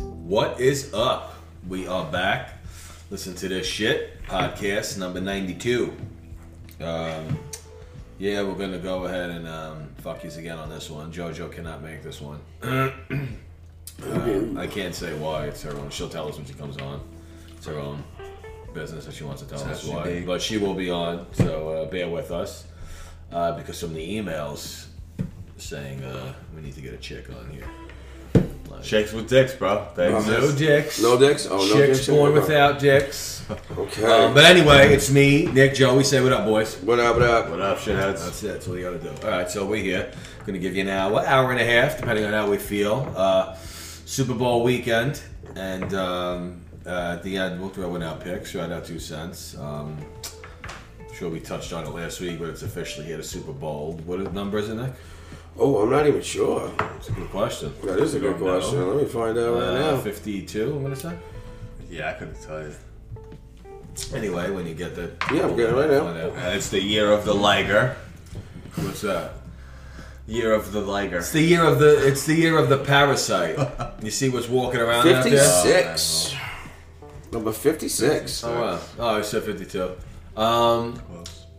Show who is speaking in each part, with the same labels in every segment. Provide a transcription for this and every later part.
Speaker 1: What is up? We are back. Listen to this shit podcast number ninety-two. Um, yeah, we're gonna go ahead and um, fuck yous again on this one. JoJo cannot make this one. Um, I can't say why. It's her own. She'll tell us when she comes on. It's her own business that she wants to tell
Speaker 2: how
Speaker 1: us
Speaker 2: she
Speaker 1: why.
Speaker 2: be.
Speaker 1: But she will be on, so uh, bear with us. Uh, because some of the emails saying uh, we need to get a chick on here. Like,
Speaker 2: Shakes with dicks, bro. Thanks.
Speaker 1: no dicks.
Speaker 3: No dicks? Oh, no
Speaker 1: Chicks
Speaker 3: dicks?
Speaker 1: born
Speaker 3: Okay.
Speaker 1: without dicks.
Speaker 3: Okay.
Speaker 1: Um, but anyway, it's me, Nick, Joe. We say what up, boys.
Speaker 3: what up, what up?
Speaker 2: What up, shitheads?
Speaker 1: That's it. That's what you gotta do. All right, so we're here. Gonna give you an hour, hour and a half, depending on how we feel. Uh, Super Bowl weekend, and um, uh, at the end we'll throw in our picks, right out two cents. Um, sure, we touched on it last week, but it's officially here. The Super Bowl. What are- number is it, Nick?
Speaker 3: Oh, I'm not even sure.
Speaker 1: It's a good question.
Speaker 3: That is a good
Speaker 2: don't know.
Speaker 3: question. Let me find out right
Speaker 1: Uh,
Speaker 3: now.
Speaker 1: Fifty-two. I'm gonna say.
Speaker 2: Yeah, I couldn't tell you.
Speaker 1: Anyway, when you get that.
Speaker 3: Yeah, I'm getting it right now.
Speaker 1: Find out.
Speaker 2: it's the year of the liger.
Speaker 1: What's that?
Speaker 2: Year of the liger.
Speaker 1: It's the year of the. It's the year of the parasite. You see what's walking around out there.
Speaker 3: 56. Number 56.
Speaker 1: Oh, wow. oh, I said 52. Um,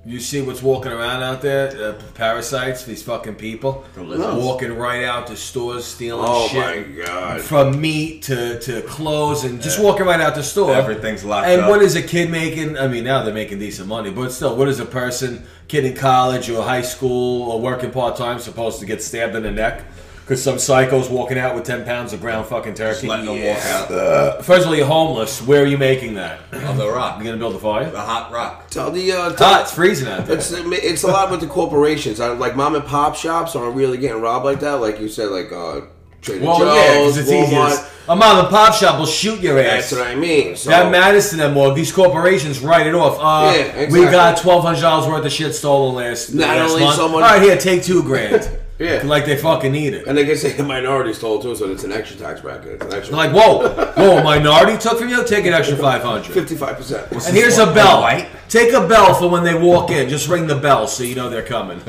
Speaker 1: you see what's walking around out there? Uh, parasites, these fucking people.
Speaker 2: The lizards.
Speaker 1: Walking right out to stores stealing
Speaker 3: Oh,
Speaker 1: shit.
Speaker 3: my God.
Speaker 1: From meat to, to clothes and just walking right out the store.
Speaker 2: Everything's locked
Speaker 1: And
Speaker 2: up.
Speaker 1: what is a kid making? I mean, now they're making decent money, but still, what is a person, kid in college or high school or working part time, supposed to get stabbed in the neck? Because some psycho's walking out with 10 pounds of ground fucking turkey.
Speaker 2: Letting them walk
Speaker 3: Yeah.
Speaker 2: out the,
Speaker 1: First of all, you're homeless. Where are you making that?
Speaker 2: on the rock.
Speaker 1: You gonna build a fire?
Speaker 2: The hot rock.
Speaker 3: Tell the. Uh, tell-
Speaker 1: Ah, it's freezing out there.
Speaker 3: it's, it's a lot with the corporations. I, like mom and pop shops aren't really getting robbed like that. Like you said, like uh, Trader
Speaker 1: well, yeah,
Speaker 3: Joe's,
Speaker 1: because it's
Speaker 3: Walmart.
Speaker 1: easiest. A mom and pop shop will shoot your ass.
Speaker 3: That's what I mean. So,
Speaker 1: That matters to them more. These corporations write it off. Uh,
Speaker 3: Yeah,
Speaker 1: We got
Speaker 3: exactly.
Speaker 1: twelve hundred dollars worth of shit stolen last.
Speaker 3: Not
Speaker 1: last
Speaker 3: only
Speaker 1: month.
Speaker 3: someone-
Speaker 1: All right, here, take two grand.
Speaker 3: Yeah.
Speaker 1: like they fucking need it.
Speaker 3: And they can say the minority's told too, so it's an extra tax bracket. It's an extra.
Speaker 1: They're like, whoa, whoa, a minority took from you. Take an extra five hundred.
Speaker 3: 55%.
Speaker 1: And here's a bell.
Speaker 2: White.
Speaker 1: Take a bell for when they walk in. Just ring the bell so you know they're coming.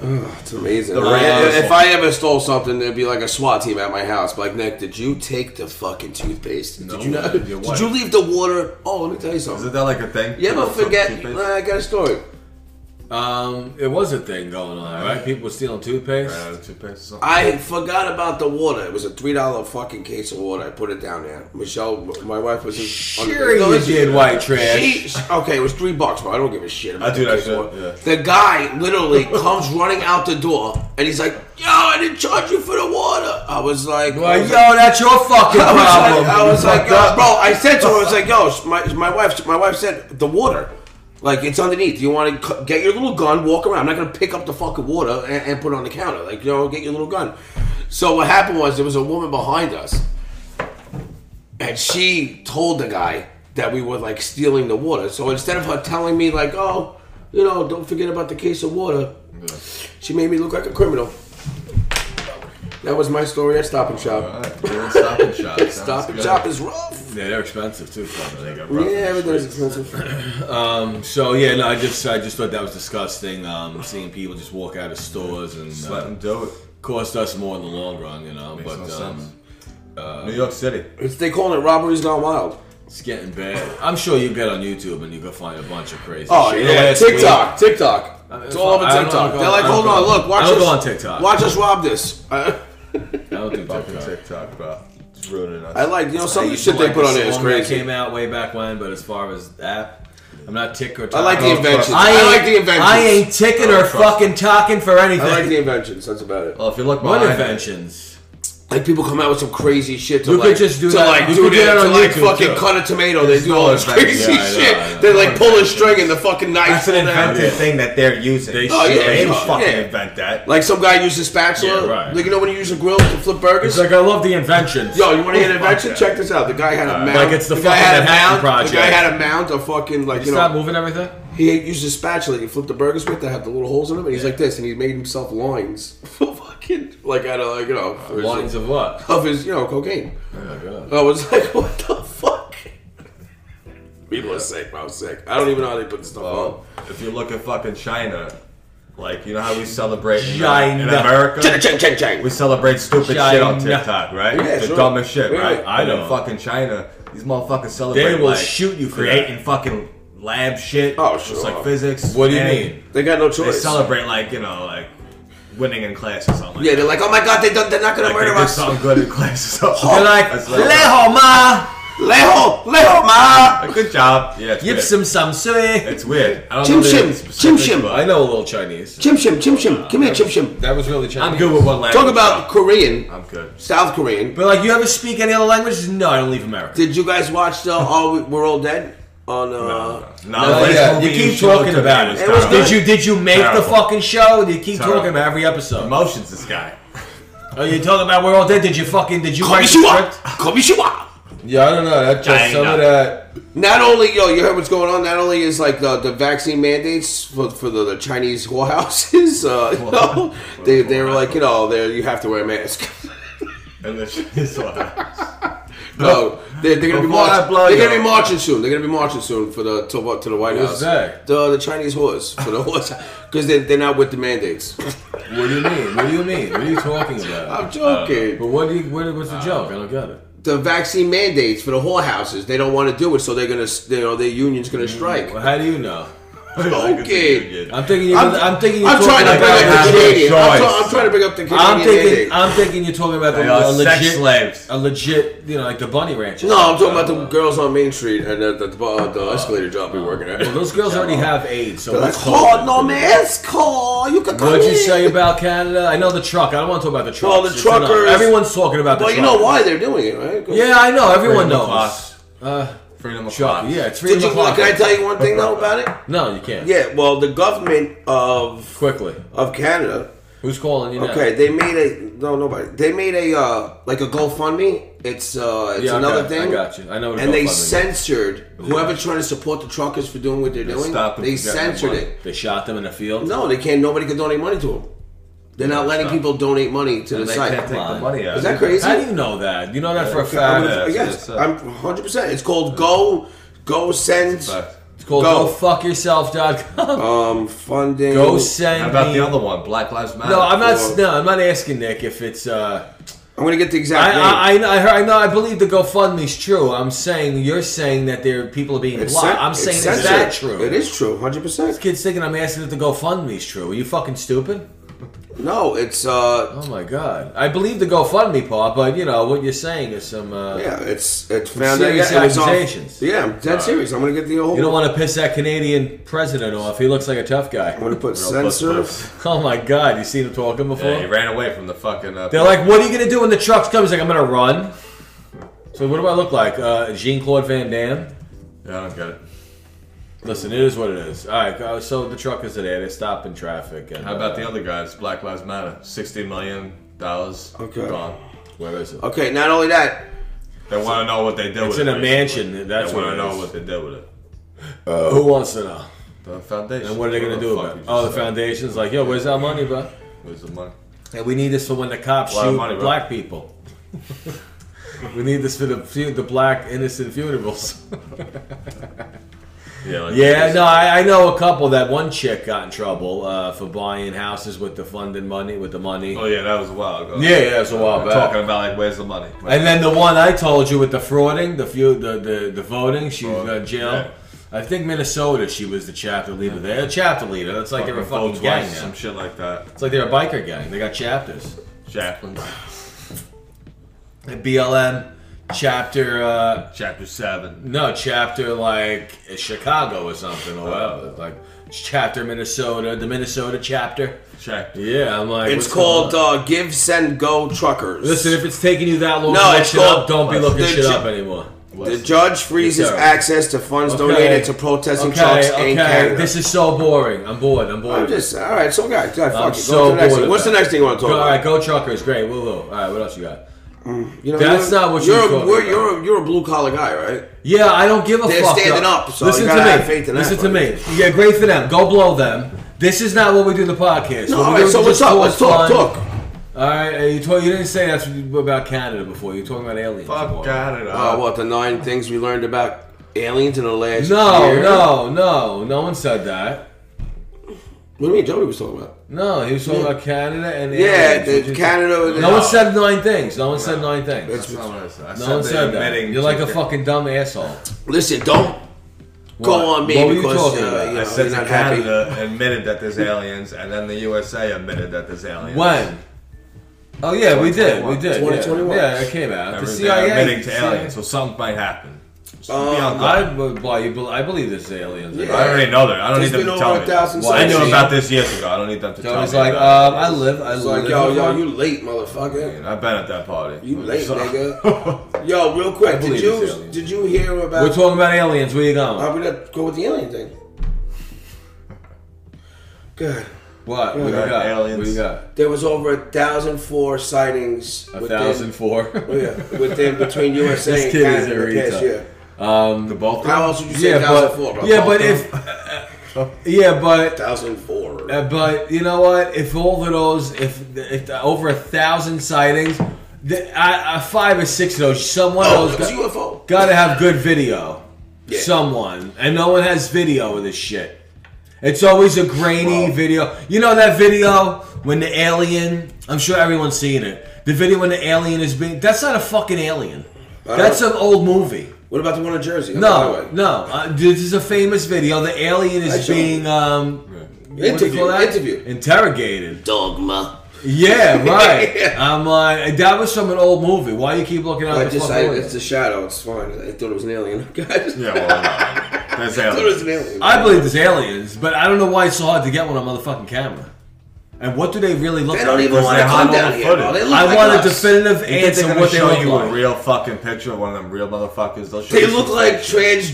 Speaker 3: It's amazing.
Speaker 2: The
Speaker 3: Like,
Speaker 2: Rams.
Speaker 3: if, if I ever stole something, there'd be like a SWAT team at my house. Be Like, Nick, did you take the fucking toothpaste?
Speaker 1: No,
Speaker 3: did you not?
Speaker 1: man,
Speaker 3: Did
Speaker 1: you're white."
Speaker 3: you leave the water? Oh, let me tell you something.
Speaker 2: Isn't that like a thing?
Speaker 3: You ever
Speaker 2: People
Speaker 3: forget?
Speaker 2: keep it?
Speaker 3: Nah, I got a story.
Speaker 1: Um, it was a thing going on, right? People were stealing toothpaste.
Speaker 2: Uh, toothpaste or something.
Speaker 3: I forgot about the water. It was a three dollar fucking case of water. I put it down there. Michelle, my wife was. in-
Speaker 1: Sure,
Speaker 3: No,
Speaker 1: you
Speaker 3: listen.
Speaker 1: did, white trash.
Speaker 3: She, okay, it was three bucks, but I don't give a shit. About
Speaker 2: I do
Speaker 3: the
Speaker 2: that
Speaker 3: case of
Speaker 2: shit,
Speaker 3: water.
Speaker 2: yeah.
Speaker 3: The guy literally comes running out the door, and he's like, "Yo, I didn't charge you for the water." I was like,
Speaker 1: Well,
Speaker 3: I
Speaker 1: yo,
Speaker 3: was like-
Speaker 1: that's your fucking
Speaker 3: I was
Speaker 1: problem.
Speaker 3: like, I was like yo, bro. I said to her, I was like, yo, my, my wife, my wife said the water, like it's underneath. You want to get your little gun, walk around. I'm not gonna pick up the fucking water and, and put it on the counter. Like, yo, get your little gun. So what happened was there was a woman behind us, and she told the guy that we were like stealing the water. So instead of her telling me like, oh, you know, don't forget about the case of water, she made me look like a criminal. That was my story at Stop and Shop.
Speaker 2: Alright, doing Stop and shop. Sounds
Speaker 3: Stop and
Speaker 2: good.
Speaker 3: Shop is rough.
Speaker 1: yeah, they're expensive too. fuck, I think.
Speaker 2: Rough in the
Speaker 3: Yeah, everything's
Speaker 2: streets.
Speaker 3: expensive.
Speaker 1: So yeah, no, I just I just thought that was disgusting. Um, seeing people just walk out of stores and
Speaker 2: Just let
Speaker 1: uh,
Speaker 2: them do it.
Speaker 1: cost us more in the long run, you know.
Speaker 2: Makes
Speaker 1: but
Speaker 2: no
Speaker 1: um,
Speaker 2: sense. New York City.
Speaker 3: It's, they calling it robberies gone wild.
Speaker 1: it's getting bad. I'm sure you get on YouTube and you can find a bunch of crazy.
Speaker 3: Oh
Speaker 1: shit.
Speaker 3: yeah,
Speaker 1: Last
Speaker 3: TikTok, TikTok. It's all over
Speaker 1: I don't
Speaker 3: TikTok.
Speaker 1: go-
Speaker 3: They're
Speaker 1: I
Speaker 3: like,
Speaker 1: don't
Speaker 3: hold
Speaker 1: go-
Speaker 3: on, look, watch
Speaker 1: I don't
Speaker 3: us.
Speaker 1: go on TikTok.
Speaker 3: Watch us rob this. I,
Speaker 1: Week, I don't do
Speaker 2: Fucking
Speaker 1: TikTok.
Speaker 2: TikTok, bro. It's ruining us.
Speaker 3: I like you know some
Speaker 1: I
Speaker 3: of the
Speaker 1: used
Speaker 3: shit
Speaker 1: to
Speaker 3: they
Speaker 1: like
Speaker 3: put
Speaker 1: the
Speaker 3: on there is
Speaker 1: song that
Speaker 3: crazy.
Speaker 1: Came out way back when, but as far as app, I'm not tick or.
Speaker 3: I like the
Speaker 1: tock.
Speaker 3: inventions.
Speaker 1: I,
Speaker 3: I,
Speaker 1: ain't-
Speaker 3: like the inventions.
Speaker 1: I ain't ticking or fucking talking for anything.
Speaker 3: I like the inventions. That's about it.
Speaker 2: Well, if you look
Speaker 1: what
Speaker 2: behind it,
Speaker 1: inventions?
Speaker 3: Like people come out with some crazy shit to
Speaker 1: You
Speaker 3: like
Speaker 1: could just do
Speaker 3: to
Speaker 1: that-
Speaker 3: like
Speaker 1: you
Speaker 3: do
Speaker 1: could do
Speaker 3: that
Speaker 1: that
Speaker 3: to
Speaker 1: on
Speaker 3: like
Speaker 1: YouTube,
Speaker 3: fucking
Speaker 1: too.
Speaker 3: cut a tomato. They do all
Speaker 2: no
Speaker 3: this
Speaker 2: invention.
Speaker 3: crazy
Speaker 1: Yeah, I know,
Speaker 3: shit.
Speaker 1: I know.
Speaker 3: They like pull a string and the fucking knife.
Speaker 2: That's an
Speaker 3: fall down.
Speaker 2: invented thing that they're using. They,
Speaker 3: Oh, yeah,
Speaker 2: didn't
Speaker 3: yeah.
Speaker 2: fucking
Speaker 3: Yeah.
Speaker 2: invent that.
Speaker 3: Like some guy used a spatula.
Speaker 1: Yeah, right.
Speaker 3: Like you know when you use a grill to flip burgers.
Speaker 1: It's like I love the inventions.
Speaker 3: Yo, you want to hear an
Speaker 2: Fuck
Speaker 3: invention?
Speaker 2: that.
Speaker 3: Check this out. The guy had a mount.
Speaker 1: Like it's the
Speaker 3: guy
Speaker 1: fucking
Speaker 3: had a
Speaker 1: Manhattan
Speaker 3: mount.
Speaker 1: Project.
Speaker 3: The guy had a mount of fucking like you,
Speaker 1: you stop
Speaker 3: know.
Speaker 1: moving everything.
Speaker 3: He used a spatula. He flipped the burgers with that had the little holes in them, and he's like this, and he made himself lines, fucking like out of like you know for his-
Speaker 1: Lines Uh, of what?
Speaker 3: of his you know cocaine.
Speaker 1: Oh my god.
Speaker 3: I was like, what the fuck? People are sick. bro. I'm sick. I don't even know how they put this stuff
Speaker 2: Well, if you look at fucking China,
Speaker 1: Like
Speaker 2: You know how we celebrate in,
Speaker 1: China.
Speaker 2: in America?
Speaker 3: Chang, chang, chang, chang.
Speaker 2: We celebrate stupid shit on
Speaker 1: China.
Speaker 2: TikTok, right?
Speaker 3: Yeah,
Speaker 2: the
Speaker 3: sure.
Speaker 2: dumbest shit,
Speaker 3: Yeah.
Speaker 2: right?
Speaker 1: I
Speaker 2: But
Speaker 1: know.
Speaker 2: In fucking China, these motherfuckers celebrate.
Speaker 1: They will
Speaker 2: like,
Speaker 1: shoot you for
Speaker 2: creating fucking lab shit.
Speaker 3: Oh,
Speaker 2: It's
Speaker 3: sure.
Speaker 2: like physics.
Speaker 1: What do you
Speaker 2: and
Speaker 1: mean?
Speaker 3: They got no
Speaker 2: They
Speaker 3: choice.
Speaker 2: celebrate like you know like winning in class or something.
Speaker 3: Yeah,
Speaker 2: like
Speaker 3: they're like, oh my god, they done, they're not gonna
Speaker 2: that. like
Speaker 3: murder
Speaker 2: they did
Speaker 3: us.
Speaker 2: something good in class or
Speaker 3: Oh,
Speaker 2: something.
Speaker 1: They're like,
Speaker 2: That's
Speaker 1: Leho ma,
Speaker 3: Leho, Leho, ma.
Speaker 2: like, good job. Yeah, it's
Speaker 1: yip
Speaker 2: weird.
Speaker 1: sim sam sui.
Speaker 2: It's weird. I don't
Speaker 3: Chim
Speaker 2: know the
Speaker 3: shim,
Speaker 2: specifics,
Speaker 3: chim shim.
Speaker 2: but
Speaker 1: I know a little Chinese.
Speaker 3: Chim Shim, Chim Shim, come here, Chim Shim.
Speaker 1: That was really Chinese.
Speaker 2: I'm good with one language.
Speaker 3: Talk about Korean,
Speaker 2: I'm good.
Speaker 3: South Korean.
Speaker 1: But like, you ever speak any other languages? No, I don't leave America.
Speaker 3: Did you guys watch the All We- We're All Dead on? Uh,
Speaker 2: No,
Speaker 1: Oh,
Speaker 2: the
Speaker 1: yeah,
Speaker 2: last
Speaker 1: You
Speaker 2: movie
Speaker 1: keep
Speaker 2: showed
Speaker 1: talking
Speaker 2: to me
Speaker 1: about it.
Speaker 3: It was
Speaker 2: terrible.
Speaker 1: Did you did you make the
Speaker 2: Terrible.
Speaker 1: fucking show? You keep
Speaker 2: Terrible.
Speaker 1: talking about every episode.
Speaker 2: Emotions, this guy.
Speaker 1: Are you talking about we're all dead? Did you fucking did you write the
Speaker 3: Konnichiwa,
Speaker 1: script?
Speaker 3: Konnichiwa.
Speaker 1: Yeah, I don't know. That just
Speaker 2: China.
Speaker 1: some of that.
Speaker 3: Not only yo, you heard what's going on. Not only is like the, the vaccine mandates for, for the, the Chinese whorehouses, uh, you know, they they were like you know they you have to wear a mask.
Speaker 2: And this is what
Speaker 3: No, they, they're gonna be
Speaker 2: Before I
Speaker 3: marching.
Speaker 2: blow
Speaker 3: They're
Speaker 2: you.
Speaker 3: gonna be marching soon. They're gonna be marching soon for the to what to the White
Speaker 1: Who's
Speaker 3: House.
Speaker 1: that?
Speaker 3: The the Chinese whores for the horse because they they're not with the mandates.
Speaker 1: What do you mean? What do you mean? What are you talking
Speaker 2: Oh,
Speaker 1: about?
Speaker 3: I'm joking.
Speaker 1: But what do you? What, what's the joke? I don't get it.
Speaker 3: the vaccine mandates for the whorehouses. They don't want to do it, so they're gonna you know their union's gonna strike.
Speaker 1: Well, how do you know?
Speaker 3: Okay.
Speaker 1: I'm thinking. You're,
Speaker 3: I'm-
Speaker 1: I'm, thinking. You're
Speaker 3: I'm
Speaker 1: talking
Speaker 3: trying to
Speaker 1: about
Speaker 3: bring up the
Speaker 1: how-
Speaker 2: Canadian-
Speaker 3: Canadian. I'm,
Speaker 2: choice.
Speaker 3: try- I'm trying to bring up the Canadian.
Speaker 1: I'm thinking.
Speaker 3: mandate.
Speaker 1: I'm thinking you're talking about the
Speaker 2: They are
Speaker 1: a
Speaker 2: sex
Speaker 1: legit,
Speaker 2: slaves.
Speaker 1: a legit, you know, like the bunny ranches.
Speaker 3: No, I'm talking about the girls on Main Street and the, the, the, the escalator job we working at.
Speaker 1: Well, Uh, those girls already have AIDS. So
Speaker 3: That's
Speaker 1: what's holding
Speaker 3: hard, no
Speaker 1: them?
Speaker 3: man's call. You can come
Speaker 1: What'd you
Speaker 3: in.
Speaker 1: say about Canada? I know the truck. I don't want to talk about the truck.
Speaker 3: Well, the truckers-
Speaker 1: Everyone's talking about the
Speaker 3: Well, you
Speaker 1: truck.
Speaker 3: know why they're doing it, right? 'Cause-
Speaker 1: Yeah, I know. Everyone
Speaker 2: Freedom of
Speaker 1: knows.
Speaker 2: thought.
Speaker 1: Uh,
Speaker 2: Freedom of
Speaker 1: truck.
Speaker 2: thought.
Speaker 1: Yeah, it's freedom
Speaker 3: Did you?
Speaker 1: of thought.
Speaker 3: Can I tell you one thing though about it?
Speaker 1: No, you can't.
Speaker 3: Yeah. Well, the government of
Speaker 1: Quickly.
Speaker 3: of Canada.
Speaker 1: Who's calling you now?
Speaker 3: Okay, they made a no nobody. They made a uh, like a GoFundMe. It's uh, it's
Speaker 1: Yeah, I
Speaker 3: another
Speaker 1: got-
Speaker 3: thing.
Speaker 1: I got you. I know what a
Speaker 3: And they
Speaker 1: GoFundMe is.
Speaker 3: censored whoever's trying to support the truckers for doing what they're doing.
Speaker 2: stop them
Speaker 3: They
Speaker 2: from getting their
Speaker 3: censored
Speaker 2: money.
Speaker 3: it.
Speaker 1: They shot them in a field.
Speaker 3: No, they can't. Nobody can donate money to them. They're not letting
Speaker 2: stop.
Speaker 3: people donate money to the
Speaker 2: They
Speaker 3: site.
Speaker 2: can't take the
Speaker 1: Come
Speaker 2: money
Speaker 1: on.
Speaker 2: out.
Speaker 3: Is that crazy?
Speaker 1: How do you know that? You know that for a
Speaker 2: I'm
Speaker 1: fact.
Speaker 2: gonna-
Speaker 1: It's
Speaker 2: yeah.
Speaker 3: yes,
Speaker 2: That's what it
Speaker 3: I'm 100. percent It's called Go Go Send
Speaker 2: But
Speaker 1: called
Speaker 3: Go.
Speaker 1: gofuckyourself.com.
Speaker 3: um funding.
Speaker 1: Go send
Speaker 2: how about
Speaker 1: me.
Speaker 2: the other one? Black Lives Matter.
Speaker 1: no, I'm
Speaker 3: Or-
Speaker 1: not. No, I'm not asking Nick if it's. Uh,
Speaker 3: I'm gonna get the exact name.
Speaker 1: I, I, I, know- I, heard, I know. I believe the GoFundMe's true. I'm saying you're saying that there people are being
Speaker 3: It's
Speaker 1: blocked.
Speaker 3: cen-
Speaker 1: I'm
Speaker 3: it's
Speaker 1: saying is
Speaker 3: censored.
Speaker 1: that true?
Speaker 3: It is true, 100. percent
Speaker 1: Kids thinking I'm asking if the GoFundMe's true. Are you fucking stupid?
Speaker 3: No, it's uh
Speaker 1: Oh my god! I believe the GoFundMe part, but you know what you're saying is some. Uh,
Speaker 3: Yeah, it's it's found
Speaker 1: Serious
Speaker 3: out. yeah, it was on-
Speaker 1: accusations.
Speaker 3: yeah, I'm
Speaker 1: Uh,
Speaker 3: dead serious. I'm gonna get the whole.
Speaker 1: You don't want to piss that Canadian president off. He looks like a tough
Speaker 3: I'm
Speaker 1: guy.
Speaker 3: gonna put
Speaker 2: Real puss
Speaker 3: censor.
Speaker 2: puss.
Speaker 1: Oh my god! You seen him talking before?
Speaker 2: Yeah, he ran away from the fucking. Uh,
Speaker 1: They're like, "What are you gonna do when the trucks come?" He's like, "I'm gonna run." So what do I look like, uh, Jean Claude Van Damme?
Speaker 2: yeah, I don't get it.
Speaker 1: Listen, it is what it is. All right, uh, so the truckers are there. They're stopping traffic. And,
Speaker 2: How about the other guys? Black Lives Matter. Sixty million dollars.
Speaker 3: Okay.
Speaker 2: Gone.
Speaker 1: uh, Where is it?
Speaker 3: Okay, not only that,
Speaker 2: They want to know what they did
Speaker 1: It's
Speaker 2: with
Speaker 1: in
Speaker 2: it.
Speaker 1: a mansion. That's
Speaker 2: They
Speaker 1: what
Speaker 2: want
Speaker 1: it
Speaker 2: to know
Speaker 1: is.
Speaker 2: what they did with it.
Speaker 1: Who wants to know?
Speaker 2: The foundation.
Speaker 1: And what are they gonna
Speaker 2: What
Speaker 1: do
Speaker 2: the fuck
Speaker 1: about it?
Speaker 2: you just
Speaker 1: Oh, the
Speaker 2: said.
Speaker 1: foundation's like, "Yo, where's our money, bro?"
Speaker 2: Where's the money?
Speaker 1: And we need this for when the cops
Speaker 2: lot of
Speaker 1: shoot
Speaker 2: money, bro.
Speaker 1: black people. we need this for the fu- the black innocent funerals.
Speaker 2: Yeah. Like
Speaker 1: yeah, no, I, I know a couple. That one chick got in trouble uh, for buying houses with the funding money with the money.
Speaker 2: Oh yeah, that was a while ago.
Speaker 1: Yeah, yeah, it's a while back.
Speaker 2: Talking about like, where's the money?
Speaker 1: And then the one I told you with the frauding, the few, the the, the voting, she was in jail.
Speaker 2: Yeah.
Speaker 1: I think Minnesota. She was the chapter leader there. Chapter leader. That's like they're a
Speaker 2: Fucking vote
Speaker 1: fucking gang
Speaker 2: twice,
Speaker 1: now.
Speaker 2: some shit like that.
Speaker 1: It's like they're a biker gang. They got chapters.
Speaker 2: Chaplains.
Speaker 1: The BLM chapter. Uh,
Speaker 2: Chapter seven.
Speaker 1: No, chapter like Chicago or something or whatever. Like chapter Minnesota, the Minnesota chapter.
Speaker 2: Chapter.
Speaker 1: Yeah, I'm like.
Speaker 3: it's
Speaker 1: what's
Speaker 3: called
Speaker 1: going on?
Speaker 3: uh, Give Send Go Truckers.
Speaker 1: Listen, if it's taking you that long
Speaker 3: No,
Speaker 1: to look
Speaker 3: it's
Speaker 1: shit up,
Speaker 3: called-
Speaker 1: don't be looking
Speaker 3: the
Speaker 1: shit
Speaker 3: ju-
Speaker 1: up anymore.
Speaker 3: the judge freezes
Speaker 1: Yes, sir.
Speaker 3: access to funds
Speaker 1: Okay.
Speaker 3: donated to protesting trucks
Speaker 1: Okay,
Speaker 3: in
Speaker 1: okay.
Speaker 3: Canada.
Speaker 1: This is so boring. I'm bored. I'm bored.
Speaker 3: I'm just all right. So guys, yeah,
Speaker 1: I'm
Speaker 3: fuck it. Go
Speaker 1: so
Speaker 3: to the next
Speaker 1: bored
Speaker 3: thing.
Speaker 1: of
Speaker 3: What's the
Speaker 1: that.
Speaker 3: next thing you want to
Speaker 1: Go,
Speaker 3: talk
Speaker 1: all
Speaker 3: about?
Speaker 1: right, go truckers. Great. Woo woo. All right, what else you got?
Speaker 3: You know,
Speaker 1: That's
Speaker 3: you're-
Speaker 1: not what
Speaker 3: you're.
Speaker 1: you're
Speaker 3: a-
Speaker 1: talking
Speaker 3: we're-
Speaker 1: about.
Speaker 3: You're a, you're a blue collar guy, right?
Speaker 1: Yeah, I don't give a
Speaker 3: They're
Speaker 1: fuck.
Speaker 3: standing
Speaker 1: though.
Speaker 3: up, so
Speaker 1: listen
Speaker 3: you
Speaker 1: to
Speaker 3: gotta
Speaker 1: me.
Speaker 3: have faith in that,
Speaker 1: listen to
Speaker 3: buddy.
Speaker 1: me. Yeah, great for them. Go blow them. This is not what we do the podcast.
Speaker 3: No,
Speaker 1: What we do
Speaker 3: all right.
Speaker 1: is
Speaker 3: So what's
Speaker 1: just
Speaker 3: up? Let's talk.
Speaker 1: fun.
Speaker 3: Talk.
Speaker 1: All right, uh, you, told, you didn't say that's what you- about Canada before. You were talking about aliens.
Speaker 2: Fuck
Speaker 1: before.
Speaker 2: got it.
Speaker 1: Oh,
Speaker 3: Uh, what the nine things we learned about aliens in the last
Speaker 1: No,
Speaker 3: year?
Speaker 1: no, no, no one said that.
Speaker 3: What do you mean? Joey was talking about.
Speaker 1: No, he was talking about Canada and the
Speaker 3: Yeah,
Speaker 1: aliens,
Speaker 3: the
Speaker 1: which is-
Speaker 3: Canada and the-
Speaker 1: No one said nine things. No one said nine things.
Speaker 2: That's not what I said. I
Speaker 1: no one
Speaker 2: they
Speaker 1: said that.
Speaker 2: admitting
Speaker 1: You're like
Speaker 2: to-
Speaker 1: a fucking dumb asshole.
Speaker 3: Listen, don't go
Speaker 1: What?
Speaker 3: on me
Speaker 1: What were you
Speaker 3: because
Speaker 1: talking
Speaker 3: uh,
Speaker 1: about?
Speaker 3: you know,
Speaker 2: I said
Speaker 3: you're
Speaker 2: that
Speaker 3: not happy.
Speaker 2: Canada admitted that there's aliens, and then the USA admitted that there's aliens.
Speaker 1: When? Oh yeah, we did. We did. Yeah,
Speaker 3: 2021.
Speaker 1: yeah it came out. The
Speaker 2: Everything
Speaker 1: CIA
Speaker 2: admitting to
Speaker 1: said-
Speaker 2: aliens, so something might happen. So
Speaker 3: Um,
Speaker 2: be on guard.
Speaker 1: I, would- why you bel I believe this is aliens.
Speaker 3: Yeah.
Speaker 2: I already know that. I don't
Speaker 3: There's
Speaker 2: need
Speaker 3: been
Speaker 2: them
Speaker 3: over
Speaker 2: to tell
Speaker 3: a
Speaker 2: me.
Speaker 3: thousand
Speaker 2: Well, I knew
Speaker 3: sightings.
Speaker 2: about this years ago. I don't need them to
Speaker 1: So
Speaker 2: tell
Speaker 1: he's
Speaker 2: me.
Speaker 1: like,
Speaker 2: about
Speaker 1: um,
Speaker 2: it.
Speaker 1: I live. I
Speaker 3: It's
Speaker 1: live.
Speaker 3: like, yo,
Speaker 1: in-
Speaker 3: yo, you late, motherfucker.
Speaker 2: And I've been at that party.
Speaker 3: You late,
Speaker 2: So-
Speaker 3: nigga. Yo, real quick,
Speaker 1: Oh, believe
Speaker 3: did
Speaker 1: it's
Speaker 3: you
Speaker 1: aliens.
Speaker 3: did you hear about?
Speaker 1: We're talking about aliens. Where you going?
Speaker 3: I'm gonna go with the alien thing. Good.
Speaker 1: What? What you
Speaker 2: Yeah,
Speaker 1: got?
Speaker 2: aliens.
Speaker 1: What you got?
Speaker 3: There was over a thousand four sightings. oh,
Speaker 1: A thousand four.
Speaker 3: Yeah, within between USA
Speaker 1: This
Speaker 3: and
Speaker 1: kid is a
Speaker 3: Canada in the past
Speaker 1: retard.
Speaker 3: year.
Speaker 2: The both.
Speaker 3: How else would you say
Speaker 1: Yeah,
Speaker 3: thousand
Speaker 1: but
Speaker 3: four? Bro?
Speaker 1: yeah, but if yeah, but
Speaker 3: thousand four.
Speaker 1: uh, but you know what? If all of those, if if the, over a thousand sightings, the, I, I, five or six of those, someone
Speaker 3: Oh,
Speaker 1: of
Speaker 3: it was
Speaker 1: those got,
Speaker 3: UFO.
Speaker 1: gotta have good video.
Speaker 3: Yeah.
Speaker 1: Someone and no one has video of this shit. It's always a grainy
Speaker 3: Wow.
Speaker 1: video. You know that video when the alien? I'm sure everyone's seen it. The video when the alien is being. That's not a fucking alien.
Speaker 3: don't-
Speaker 1: That's an old movie.
Speaker 3: What about the one in Jersey? on the
Speaker 1: No,
Speaker 3: highway?
Speaker 1: no. Uh, this is a famous video. The alien
Speaker 3: I
Speaker 1: is
Speaker 3: saw it.
Speaker 1: being um, what do you
Speaker 3: Interview,
Speaker 1: call that?
Speaker 3: interview.
Speaker 1: interrogated.
Speaker 3: dogma.
Speaker 1: Yeah, right.
Speaker 3: Yeah.
Speaker 1: I'm like, that was from an old movie. Why you keep looking at
Speaker 3: I
Speaker 1: the
Speaker 3: just, I,
Speaker 1: fucking
Speaker 3: it's a shadow. It's fine. I thought it was an alien. Guys,
Speaker 2: Yeah, well, no. There's
Speaker 3: I thought it was
Speaker 2: aliens.
Speaker 3: an alien.
Speaker 1: I believe there's aliens, but I don't know why it's so hard to get one on motherfucking camera. And what do they really look
Speaker 3: they
Speaker 1: like?
Speaker 3: don't even
Speaker 2: Because
Speaker 3: want to
Speaker 2: they
Speaker 3: come
Speaker 2: hide all
Speaker 3: down
Speaker 2: the
Speaker 3: here. Bro.
Speaker 2: footage.
Speaker 3: They look
Speaker 1: I
Speaker 3: like
Speaker 1: want
Speaker 3: us.
Speaker 1: a definitive
Speaker 2: You think
Speaker 1: answer
Speaker 2: they're
Speaker 1: of
Speaker 2: gonna
Speaker 1: what they
Speaker 2: show
Speaker 1: look
Speaker 2: you a
Speaker 1: like.
Speaker 2: real fucking picture of one of them real motherfuckers? They'll show
Speaker 3: They
Speaker 2: you
Speaker 3: look
Speaker 2: some
Speaker 3: like
Speaker 2: pictures.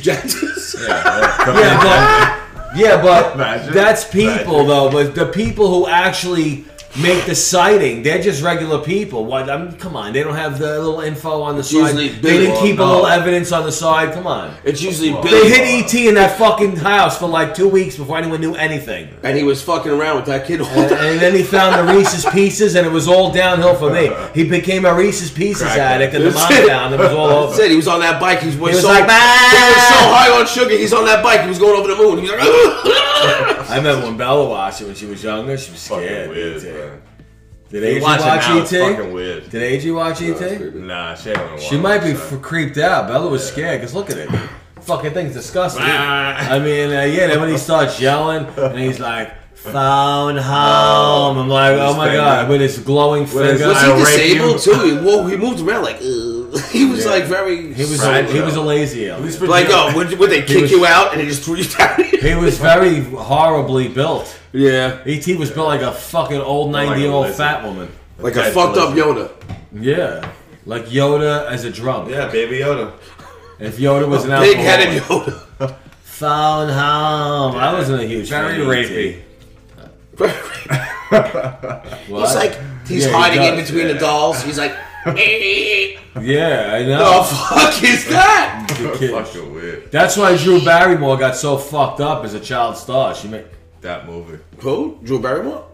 Speaker 3: transgenders.
Speaker 2: Yeah,
Speaker 1: Yeah, but yeah, but
Speaker 2: Imagine.
Speaker 1: that's people
Speaker 2: Imagine.
Speaker 1: though. But the people who actually make the sighting, they're just regular people. What? I mean, come on, they don't have the little info on the side.
Speaker 3: usually
Speaker 1: They didn't
Speaker 3: big-
Speaker 1: keep a
Speaker 2: well,
Speaker 1: little
Speaker 2: no.
Speaker 1: evidence on the side. Come on.
Speaker 3: It's usually
Speaker 1: They
Speaker 3: Billy,
Speaker 1: hid ET in that fucking house for like two weeks before anyone knew anything.
Speaker 3: and he was fucking around with that kid all
Speaker 1: And,
Speaker 3: the
Speaker 1: and then he found the Reese's Pieces, and it was all downhill for me. He became a Reese's Pieces
Speaker 2: Crack.
Speaker 1: addict, and the mom found him. It was all over.
Speaker 3: Said he was on that bike. He was,
Speaker 1: He was
Speaker 3: so,
Speaker 1: like, "Ah!"
Speaker 3: he was so
Speaker 1: "Bah!"
Speaker 3: high on sugar. He's on that bike. He was going over the moon. He was "Ah!" like,
Speaker 1: I remember when Bella watched it when she was younger. She was
Speaker 2: fucking
Speaker 1: scared.
Speaker 2: weird,
Speaker 1: ET.
Speaker 2: bro.
Speaker 1: Did
Speaker 2: You
Speaker 1: AJ
Speaker 2: watch
Speaker 1: watch, E
Speaker 2: it now, it's
Speaker 1: ET?
Speaker 2: fucking weird.
Speaker 1: Did AJ watch ET?
Speaker 3: creepy.
Speaker 2: Nah, she ain't gonna
Speaker 1: She
Speaker 2: watch
Speaker 1: might be
Speaker 2: it,
Speaker 1: f-
Speaker 2: so.
Speaker 1: creeped out. Bella was scared because look at it. Fucking thing's disgusting.
Speaker 2: Ah.
Speaker 1: I mean, uh, yeah, then when he starts yelling and he's like, phone home. I'm like, oh
Speaker 2: His
Speaker 1: my
Speaker 2: finger.
Speaker 1: god, with his glowing
Speaker 2: With his
Speaker 1: finger.
Speaker 3: was he
Speaker 2: I'll rape
Speaker 3: disabled
Speaker 2: you.
Speaker 3: too? He, wo- he moved around like "Ugh." he was like very.
Speaker 1: He was, a,
Speaker 2: Fragile.
Speaker 1: he was a lazy alien.
Speaker 2: He's
Speaker 3: like,
Speaker 2: Virginia.
Speaker 3: oh, would, would they kick
Speaker 1: was-
Speaker 3: you out and they just threw you down?
Speaker 1: He was very horribly built.
Speaker 3: yeah,
Speaker 1: ET was built like a fucking old 90 year old
Speaker 2: lizard.
Speaker 1: fat woman.
Speaker 3: like
Speaker 2: Yeah,
Speaker 3: a fucked up Yoda.
Speaker 1: Yeah. Like Yoda as a drunk.
Speaker 2: Yeah, baby Yoda.
Speaker 1: If Yoda was an alcoholic.
Speaker 3: Big headed Yoda.
Speaker 1: Phone home. I wasn't a huge
Speaker 2: Very
Speaker 1: fan of E ET.
Speaker 2: rapey.
Speaker 1: What?
Speaker 3: He's like he's
Speaker 1: Yeah, he
Speaker 3: hiding in
Speaker 1: does,
Speaker 3: between the dolls. He's like, the
Speaker 1: yeah, I know.
Speaker 3: fuck is that?
Speaker 1: The kid-
Speaker 2: Fucking weird.
Speaker 1: That's why Drew Barrymore got so fucked up as a child star. She made
Speaker 2: That movie.
Speaker 3: Who? Drew Barrymore?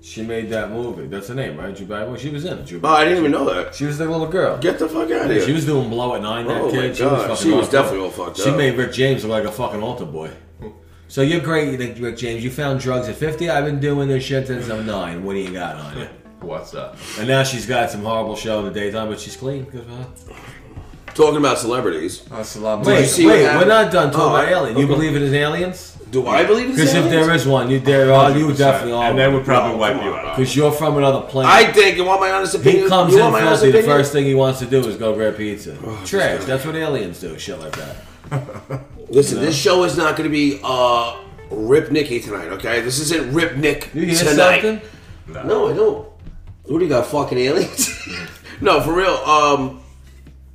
Speaker 1: she made that movie. That's her name, right? Drew Barrymore. She was in it. Drew.
Speaker 3: Oh, I didn't even know that.
Speaker 1: She was the little girl.
Speaker 3: Get the fuck out of here.
Speaker 1: She was doing blow at nine. That
Speaker 3: Oh my
Speaker 1: kid. she was
Speaker 3: God,
Speaker 1: fucking
Speaker 3: she was
Speaker 1: fucked up.
Speaker 3: definitely all fucked
Speaker 1: She
Speaker 3: up.
Speaker 1: made Rick James look like a fucking altar boy. So you're great, you think, Rick James. You found drugs at 50. I've been doing this shit since I'm nine. What do you got on you?
Speaker 2: What's up?
Speaker 1: And now she's got some horrible show in the daytime, but she's clean. Good for her.
Speaker 3: Talking about celebrities.
Speaker 2: Assalamu
Speaker 1: Wait,
Speaker 3: see what
Speaker 1: wait, we're
Speaker 3: happened?
Speaker 1: not done talking
Speaker 3: Oh,
Speaker 1: about
Speaker 3: I-
Speaker 1: aliens. You believe it is aliens?
Speaker 3: Do I believe this?
Speaker 1: Because if there is one, you there are you definitely are.
Speaker 2: And they would probably wipe
Speaker 3: come
Speaker 2: you
Speaker 3: on,
Speaker 2: out.
Speaker 1: because you're from another planet.
Speaker 3: I think you want my honest opinion.
Speaker 1: he comes
Speaker 3: you
Speaker 1: in
Speaker 3: want my honest
Speaker 1: filthy. The
Speaker 3: opinion?
Speaker 1: first thing he wants to do is go grab pizza. Trash. That's what aliens do. Shit like that.
Speaker 3: Listen, this show is not going to be uh, Rip Nicky tonight. Okay, this isn't Rip Nick
Speaker 1: You hear
Speaker 3: tonight.
Speaker 1: something?
Speaker 3: No, I don't. What do you got? Fucking aliens? no, for real. Um,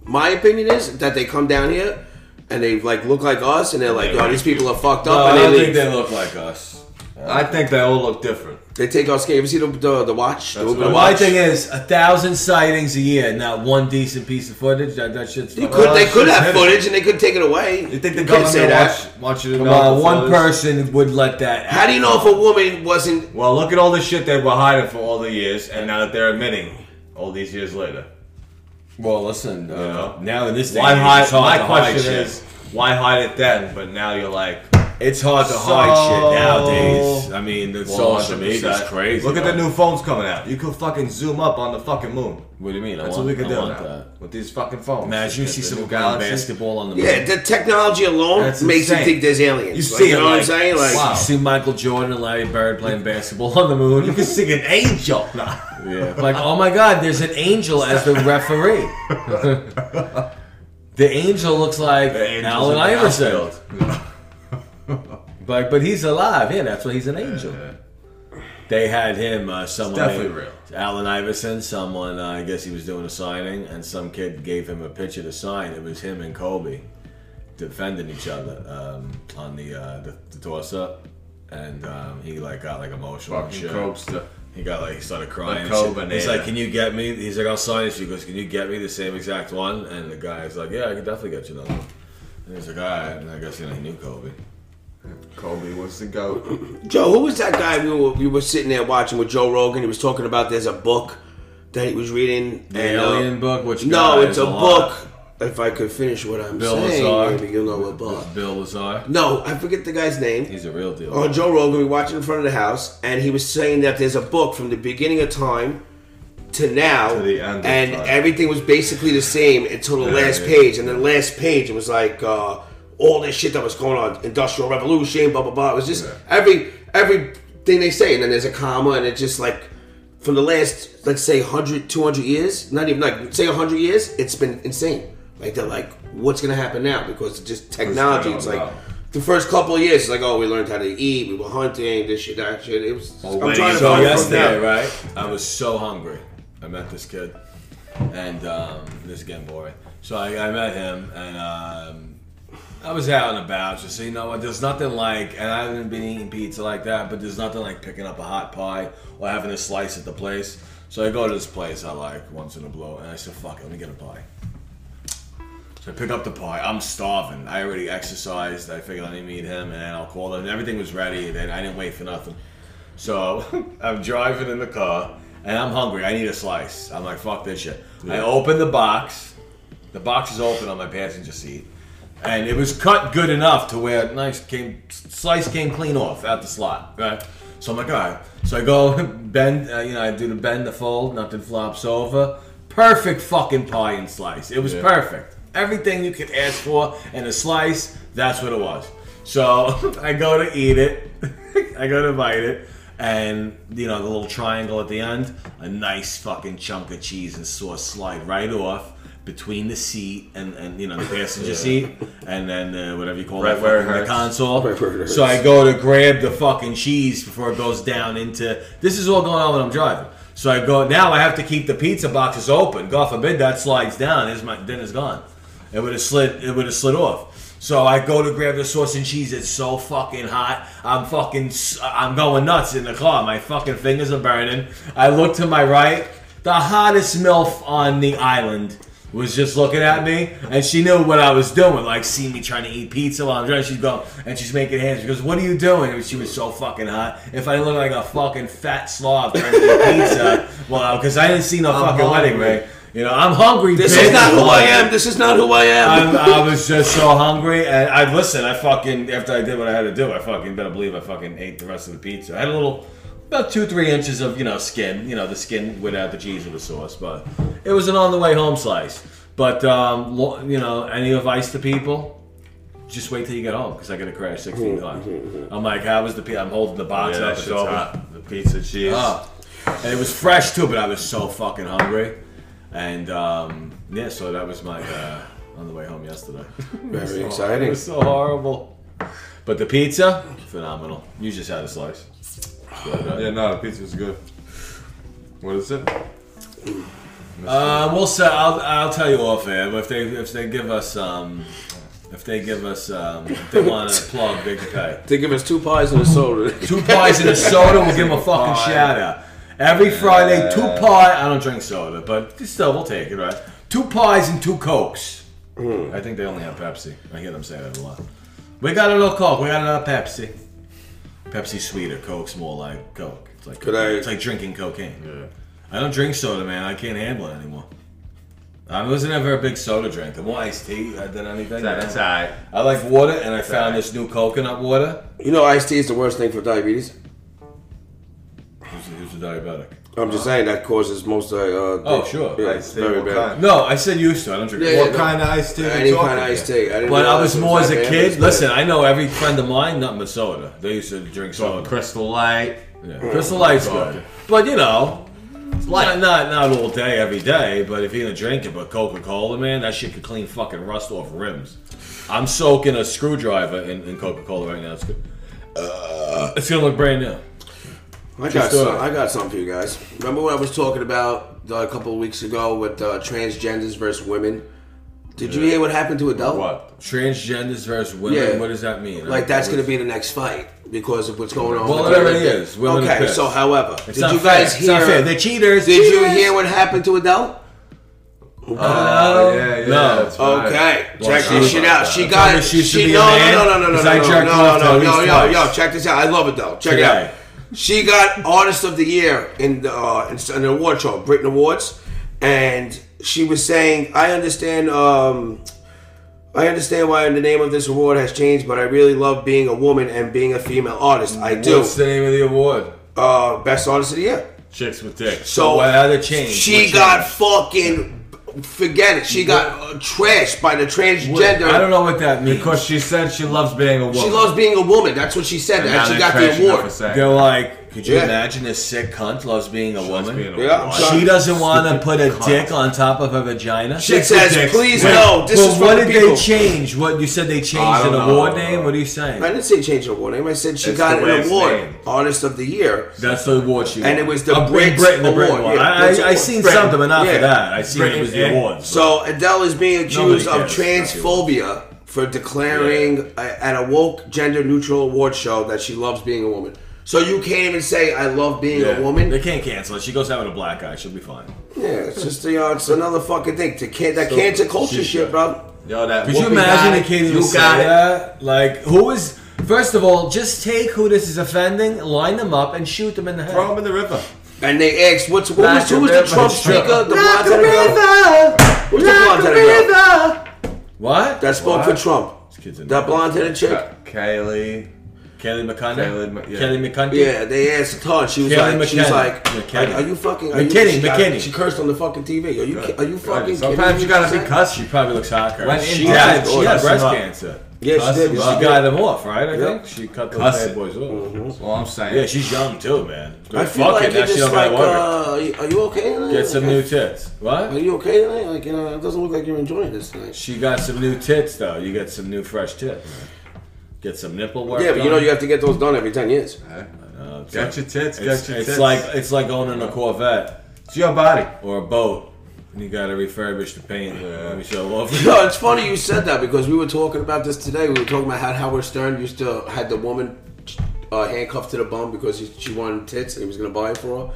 Speaker 3: my opinion is that they come down here and they like look like us, and they're like, "Yo, these people are fucked
Speaker 1: No,
Speaker 3: up,"
Speaker 1: I
Speaker 3: and they
Speaker 1: don't think
Speaker 3: leave.
Speaker 1: they look like us.
Speaker 2: I think they all look different.
Speaker 3: They take our skin. You ever see the the, the watch? The,
Speaker 2: That's
Speaker 3: the
Speaker 2: what
Speaker 1: My
Speaker 3: watch.
Speaker 1: thing is, a thousand sightings a year, not one decent piece of footage. That, that shit's.
Speaker 3: You
Speaker 1: fucking-
Speaker 3: could, they
Speaker 2: Uh,
Speaker 3: could have
Speaker 2: shit.
Speaker 3: footage and they could take it away.
Speaker 2: You think the
Speaker 3: Can't
Speaker 2: government
Speaker 3: say that.
Speaker 2: wants, wants you to know?
Speaker 1: Uh, one
Speaker 2: before this?
Speaker 1: person would let that.
Speaker 3: How do you know if a woman wasn't
Speaker 2: Well, look at all the shit they were hiding for all the years, and now that they're admitting all these years later.
Speaker 1: Well, listen. Uh,
Speaker 2: know?
Speaker 1: Now in this day,
Speaker 2: Why
Speaker 1: and age,
Speaker 2: hide?
Speaker 1: it's hard
Speaker 2: My
Speaker 1: to hide
Speaker 2: question
Speaker 1: shit.
Speaker 2: is, why hide it then? But now you're like,
Speaker 1: It's hard to
Speaker 2: So-
Speaker 1: hide shit nowadays. I mean, the social
Speaker 2: 100%.
Speaker 1: media's crazy.
Speaker 2: Look at the
Speaker 1: man.
Speaker 2: new phones coming out. You could fucking zoom up on the fucking moon.
Speaker 1: What do you mean? I
Speaker 2: That's
Speaker 1: want,
Speaker 2: what we could
Speaker 1: I
Speaker 2: do
Speaker 1: want
Speaker 2: now
Speaker 1: that.
Speaker 2: with these fucking phones.
Speaker 1: Imagine you
Speaker 2: The
Speaker 1: see
Speaker 2: new
Speaker 1: someone playing
Speaker 2: Galaxy.
Speaker 1: basketball on the moon.
Speaker 3: Yeah, the technology alone
Speaker 2: That's
Speaker 3: makes
Speaker 2: insane.
Speaker 3: you think there's aliens.
Speaker 2: You
Speaker 3: Like,
Speaker 2: see
Speaker 3: you
Speaker 2: it,
Speaker 3: know what I'm
Speaker 2: like,
Speaker 3: saying? Like,
Speaker 2: wow.
Speaker 1: You see Michael Jordan and Larry Bird playing basketball on the moon.
Speaker 2: You can see an angel. Nah.
Speaker 1: Yeah. Like, oh my God, there's an angel as the referee. the angel looks like
Speaker 2: The angel's
Speaker 1: Allen
Speaker 2: in the
Speaker 1: Iverson.
Speaker 2: outfield.
Speaker 1: But, but he's alive. Yeah, that's why he's an angel.
Speaker 2: Yeah.
Speaker 1: They had him, uh, someone.
Speaker 2: definitely
Speaker 1: named
Speaker 2: real.
Speaker 1: Allen Iverson, someone, uh, I guess he was doing a signing, and some kid gave him a picture to sign. It was him and Kobe defending each other um, on the, uh, the, the toss up. And um, he like got like emotional and
Speaker 2: Fucking
Speaker 1: shit.
Speaker 2: Cobster.
Speaker 1: He got like he started crying.
Speaker 2: The
Speaker 1: and shit.
Speaker 2: Cobanera.
Speaker 1: He's like, "Can you get me?" He's like, "I'll sign it." She goes, "Can you get me the same exact one?" And the guy's like, "Yeah, I can definitely get you another one." And he's like, "All right." And I guess you know, he knew Kobe.
Speaker 2: Kobe was the goat.
Speaker 3: Joe, who was that guy we were, we were sitting there watching with Joe Rogan? He was talking about there's a book that he was reading.
Speaker 1: The
Speaker 3: and, uh,
Speaker 1: Alien book, which
Speaker 3: No,
Speaker 1: guy is
Speaker 3: it's a
Speaker 1: lot.
Speaker 3: book. If I could finish what I'm
Speaker 1: Bill
Speaker 3: saying,
Speaker 1: Lazar.
Speaker 3: maybe you'll know what book.
Speaker 1: Bill Lazar.
Speaker 3: No, I forget the guy's name.
Speaker 1: He's a real deal.
Speaker 3: On Oh, Joe Rogan, we watched it in front of the house, and he was saying that there's a book from the beginning of time to now,
Speaker 2: To the end of
Speaker 3: and
Speaker 2: time.
Speaker 3: everything was basically the same until the
Speaker 2: Yeah,
Speaker 3: last
Speaker 2: yeah.
Speaker 3: page. And the last page, it was like uh, all this shit that was going on, industrial revolution, blah blah blah. It was just
Speaker 2: Yeah.
Speaker 3: every every thing they say, and then there's a comma, and it's just like from the last, let's say 100, 200 years, not even like say 100 years, it's been insane. Like they're like, what's gonna happen now? Because it's just technology.
Speaker 2: going
Speaker 3: It's
Speaker 2: on
Speaker 3: like
Speaker 2: now?
Speaker 3: the first couple of years, it's like, oh, we learned how to eat, we were hunting, this shit, that shit. It was. I'm
Speaker 2: wait,
Speaker 3: trying to
Speaker 1: So
Speaker 3: find it from
Speaker 1: yesterday,
Speaker 3: now.
Speaker 1: right? I was so hungry. I met this kid, and um, this is getting boring. So I, I met him, and um, I was out and about. Just so you know what, there's nothing like, and I haven't been eating pizza like that, but there's nothing like picking up a hot pie or having a slice at the place. So I go to this place I like once in a blow, and I said, "Fuck it, let me get a pie." So I pick up the pie. I'm starving. I already exercised. I figured let me meet him, and then I'll call them. Everything was ready, and I didn't wait for nothing. So I'm driving in the car and I'm hungry. I need a slice. I'm like, fuck this shit. I open the box. The box is open on my passenger seat. And it was cut good enough to where a nice came slice came clean off out the slot. Right. So I'm like, all right. So I go bend, uh, you know, I do the bend, the fold, nothing flops over. Perfect fucking pie and slice. It was
Speaker 2: Yeah.
Speaker 1: perfect. Everything you could ask for and a slice, that's what it was. So I go to eat it. I go to bite it. And, you know, the little triangle at the end, a nice fucking chunk of cheese and sauce slide right off between the seat and, and you know, the passenger seat and then uh, whatever you call
Speaker 2: Right
Speaker 1: that,
Speaker 2: where it
Speaker 1: fucking- the
Speaker 2: hurts.
Speaker 1: console.
Speaker 3: Right where it hurts.
Speaker 1: So I go to grab the fucking cheese before it goes down into. This is all going on when I'm driving. So I go now. I have to keep the pizza boxes open. God forbid that slides down. Is my dinner's gone? It would have slid. It would have slid off. So I go to grab the sauce and cheese. It's so fucking hot. I'm fucking. s- I'm going nuts in the car. My fucking fingers are burning. I look to my right. The hottest milf on the island was just looking at me, and she knew what I was doing. Like, see me trying to eat pizza while I'm driving. She'd go, and she's making hands. She goes, "What are you doing?" And she was so fucking hot. If I look like a fucking fat slob trying to eat pizza, well, because I didn't see no
Speaker 2: I'm
Speaker 1: fucking wedding
Speaker 2: hungry.
Speaker 1: ring. You know, I'm hungry.
Speaker 3: This
Speaker 1: bitch.
Speaker 3: is not who I am. This is not who I am.
Speaker 1: I'm, I was just so hungry, and I listen. I fucking after I did what I had to do, I fucking better believe I fucking ate the rest of the pizza. I had a little, about two three inches of you know skin, you know the skin without the cheese or the sauce, but it was an on the way home slice. But um, lo- you know, any advice to people? Just wait till you get home because I got to crash sixteen times. I'm like, how was the pizza? I'm holding the box
Speaker 2: Mm-hmm. Yeah,
Speaker 1: up.
Speaker 2: that
Speaker 1: It's open.
Speaker 2: shit's hot. The pizza cheese.
Speaker 3: Ah.
Speaker 1: Oh. And it was fresh too, but I was so fucking hungry. And um, yeah, so that was my uh, on the way home yesterday.
Speaker 3: Very
Speaker 1: It
Speaker 3: exciting.
Speaker 1: was so horrible. But the pizza, phenomenal. You just had a slice.
Speaker 2: Yeah, no, the pizza was good. What is it?
Speaker 1: Uh, we'll say I'll, I'll tell you off air, but if they if they give us um, if they give us um, if they want to plug, they can pay.
Speaker 3: They give us two pies and a soda.
Speaker 1: Two pies and a soda. We'll give them a fucking
Speaker 2: Pie.
Speaker 1: shout out. Every Friday, two pie. I don't drink soda, but still, we'll take it, right? Two pies and two cokes.
Speaker 2: Hmm.
Speaker 1: I think they only have Pepsi. I hear them say that a lot. We got a little Coke. We got another Pepsi. Pepsi's sweeter. Coke's more like Coke. It's like
Speaker 3: Could I-
Speaker 1: it's like drinking cocaine. I don't drink soda, man. I can't handle it anymore. I I wasn't ever a big soda drinker. More iced tea uh, than anything.
Speaker 2: That- That's all right.
Speaker 1: I like water, and I found
Speaker 2: right.
Speaker 1: this new coconut water.
Speaker 3: You know, iced tea is the worst thing for diabetes.
Speaker 1: Who's, who's a diabetic?
Speaker 3: I'm just saying that causes most. Uh, uh,
Speaker 1: Ah. Oh, sure.
Speaker 3: yeah,
Speaker 2: Iced
Speaker 3: it's
Speaker 2: tea,
Speaker 3: very
Speaker 2: what
Speaker 3: bad.
Speaker 2: kind?
Speaker 1: No, I said used to. I don't drink.
Speaker 3: Yeah,
Speaker 1: it.
Speaker 3: yeah.
Speaker 2: What kind of iced tea? are we
Speaker 3: Any
Speaker 2: talking
Speaker 3: kind of
Speaker 2: here?
Speaker 3: iced tea. I didn't
Speaker 1: But I
Speaker 3: realize
Speaker 1: was
Speaker 3: it
Speaker 1: more
Speaker 3: that
Speaker 1: as a
Speaker 3: bad.
Speaker 1: kid.
Speaker 3: It's
Speaker 1: Listen,
Speaker 3: bad.
Speaker 1: I know every friend of mine nothing but soda. They used to drink
Speaker 2: So Oh,
Speaker 1: soda.
Speaker 2: Crystal Light.
Speaker 1: Yeah. Crystal Light's
Speaker 2: God.
Speaker 1: good. But you know, not, not not all day, every day, but if you're gonna drink it, but Coca Cola, man, that shit could clean fucking rust off rims. I'm soaking a screwdriver in, in Coca Cola right now. It's good. Uh, it's gonna look brand new.
Speaker 3: I got,
Speaker 1: do it.
Speaker 3: some, I got something for you guys. Remember when I was talking about uh, a couple of weeks ago with uh, transgenders versus women? Did you hear what happened to Adele?
Speaker 2: What?
Speaker 1: Transgenders versus women.
Speaker 3: Yeah.
Speaker 1: What does that mean?
Speaker 3: Like that's going to be the next fight because of what's going on.
Speaker 1: Well,
Speaker 3: with
Speaker 1: it already
Speaker 3: women.
Speaker 1: is. Women are
Speaker 3: okay,
Speaker 1: pissed.
Speaker 3: so however,
Speaker 1: It's
Speaker 3: did
Speaker 1: not
Speaker 3: you guys
Speaker 1: fair. It's
Speaker 3: hear?
Speaker 1: not fair. They're cheaters.
Speaker 3: Did you
Speaker 1: Cheaters.
Speaker 3: hear what happened to Adele?
Speaker 1: Uh,
Speaker 2: Oh, yeah, yeah.
Speaker 1: no.
Speaker 2: That's right.
Speaker 3: Okay,
Speaker 1: Well,
Speaker 3: check
Speaker 1: she
Speaker 3: this
Speaker 1: was-
Speaker 3: shit out. She
Speaker 1: I
Speaker 3: got
Speaker 1: promise you should
Speaker 3: she
Speaker 1: be a
Speaker 3: no
Speaker 1: man,
Speaker 3: no no no no no
Speaker 1: 'cause I
Speaker 3: no
Speaker 1: jerked off
Speaker 3: no no
Speaker 1: at
Speaker 3: no
Speaker 1: least
Speaker 3: yo yo
Speaker 1: twice.
Speaker 3: check this out. I love it though. Check
Speaker 1: Today.
Speaker 3: it out. She got artist of the year in the uh, in, in the award show, Britain Awards, and she was saying, "I understand." um I understand why the name of this award has changed, but I really love being a woman and being a female artist. I do.
Speaker 1: What's the name of the award?
Speaker 3: Uh, best artist of the year.
Speaker 2: Chicks with dicks.
Speaker 1: So
Speaker 3: So
Speaker 1: what other change?
Speaker 3: She
Speaker 1: What
Speaker 3: got
Speaker 1: change?
Speaker 3: fucking forget it. She got uh, trashed by the transgender.
Speaker 1: I don't know what that means.
Speaker 2: Because she said she loves being a woman.
Speaker 3: She loves being a woman. That's what she said.
Speaker 2: Now
Speaker 3: And she
Speaker 2: they're
Speaker 3: got
Speaker 2: trashing
Speaker 3: the
Speaker 2: her
Speaker 3: award.
Speaker 2: for saying
Speaker 1: They're like, could you
Speaker 3: Yeah.
Speaker 1: imagine this sick cunt loves being a
Speaker 2: loves
Speaker 1: woman?
Speaker 2: being a
Speaker 3: Yeah, I'm
Speaker 2: woman.
Speaker 3: sorry.
Speaker 1: She doesn't want to put a
Speaker 2: Cunt.
Speaker 1: dick on top of her vagina.
Speaker 3: She says,
Speaker 2: dicks.
Speaker 3: "Please
Speaker 2: Wait,
Speaker 3: no, Oh, this
Speaker 1: Well,
Speaker 3: is for
Speaker 1: what
Speaker 3: the
Speaker 1: did
Speaker 3: people."
Speaker 1: they change? What you said they
Speaker 2: I
Speaker 1: changed
Speaker 2: don't
Speaker 1: an
Speaker 2: know.
Speaker 1: award name? What are you saying?
Speaker 3: I didn't say change her award name. I said she
Speaker 2: It's
Speaker 3: got
Speaker 2: the way
Speaker 3: an
Speaker 2: it's
Speaker 3: award,
Speaker 2: named.
Speaker 3: artist of the year.
Speaker 1: That's the award she won.
Speaker 3: And it was the
Speaker 1: Uh, Great
Speaker 3: Brits
Speaker 1: Britain, the Britain one.
Speaker 3: award, yeah,
Speaker 1: I,
Speaker 3: Brits
Speaker 1: I, I
Speaker 3: award.
Speaker 1: seen
Speaker 3: Britain,
Speaker 1: something, but not
Speaker 3: yeah.
Speaker 1: for that. I seen it was the
Speaker 2: Britain,
Speaker 1: awards.
Speaker 3: So Adele is being accused
Speaker 1: Nobody
Speaker 3: of
Speaker 1: cares.
Speaker 3: transphobia for declaring a, at a woke gender neutral award show that she loves being a woman. So you can't even say I love being
Speaker 1: Yeah.
Speaker 3: a woman.
Speaker 1: They can't cancel it. She goes having a black eye. She'll be fine.
Speaker 3: Yeah, it's just the, uh, it's another fucking thing. To can- that
Speaker 1: So-
Speaker 3: cancer culture
Speaker 1: Shit.
Speaker 3: shit, bro.
Speaker 2: Yo, that
Speaker 1: Could you
Speaker 2: whoopee
Speaker 1: imagine
Speaker 2: guy,
Speaker 1: a kid who
Speaker 2: You
Speaker 1: say
Speaker 2: got it.
Speaker 1: that? Like, who is? First of all, just take who this is offending, line them up, and shoot them in the head.
Speaker 2: Throw him in the river.
Speaker 3: And they asked, "What's what
Speaker 2: Knock
Speaker 3: was, who
Speaker 2: a
Speaker 3: was the
Speaker 2: river,
Speaker 3: Trump
Speaker 2: stripper.
Speaker 3: speaker? The
Speaker 1: Knock
Speaker 3: blonde
Speaker 1: a
Speaker 3: headed girl Who's the blonde headed girl
Speaker 1: What?
Speaker 3: that spoke
Speaker 2: What?
Speaker 3: for Trump?
Speaker 1: This kid's in-
Speaker 3: That blonde headed chick.
Speaker 2: Kaylee.
Speaker 1: Kelly McCundy.
Speaker 2: Kelly Mc- yeah.
Speaker 1: Kelly McCundy.
Speaker 3: Yeah, they asked her. and She was
Speaker 1: Kelly
Speaker 3: like, she was
Speaker 1: McKenna.
Speaker 3: like,
Speaker 1: McKenna.
Speaker 3: are, are you fucking? Are you,
Speaker 1: McKinney,
Speaker 3: she, got-
Speaker 1: McKinney.
Speaker 3: she cursed on the fucking TV. Are you? ki- Are you fucking?
Speaker 2: Sometimes you gotta be
Speaker 3: cut.
Speaker 2: cussed.
Speaker 1: She probably looks hot. Kurt.
Speaker 2: When in
Speaker 1: she
Speaker 2: doubt,
Speaker 1: had, she
Speaker 2: cuss
Speaker 1: had
Speaker 2: them
Speaker 1: breast
Speaker 2: up.
Speaker 1: cancer.
Speaker 3: Yeah, she did.
Speaker 1: She
Speaker 3: She
Speaker 1: got them off, right? I
Speaker 3: Yep.
Speaker 1: think she cut those
Speaker 2: Cuss
Speaker 1: bad
Speaker 2: it.
Speaker 1: boys off.
Speaker 2: That's all I'm saying.
Speaker 1: Yeah, she's young too, man.
Speaker 3: I feel
Speaker 1: Fuck
Speaker 3: like
Speaker 1: it. Now
Speaker 3: you're
Speaker 1: she
Speaker 3: just
Speaker 1: don't
Speaker 3: like,
Speaker 1: got work.
Speaker 3: uh, are you- are you okay tonight?
Speaker 1: Get some
Speaker 3: Like,
Speaker 1: new tits.
Speaker 3: Are
Speaker 1: What?
Speaker 3: you okay tonight? Like, you know, it doesn't look like you're enjoying this tonight.
Speaker 1: She got some new tits though. You get some new fresh tits. Get some nipple work.
Speaker 3: Yeah, but you know you have to get those done every ten years.
Speaker 1: have
Speaker 2: Get your tits. Get
Speaker 1: It's,
Speaker 2: your
Speaker 1: it's
Speaker 2: tits.
Speaker 1: like it's like owning a Corvette
Speaker 2: it's your body.
Speaker 1: or a boat. And you got to refurbish the paint. Let me show off.
Speaker 3: Yo, it's funny you said that because we were talking about this today. We were talking about how Howard Stern used to had the woman uh, handcuffed to the bum because she, she wanted tits and he was gonna buy it for her.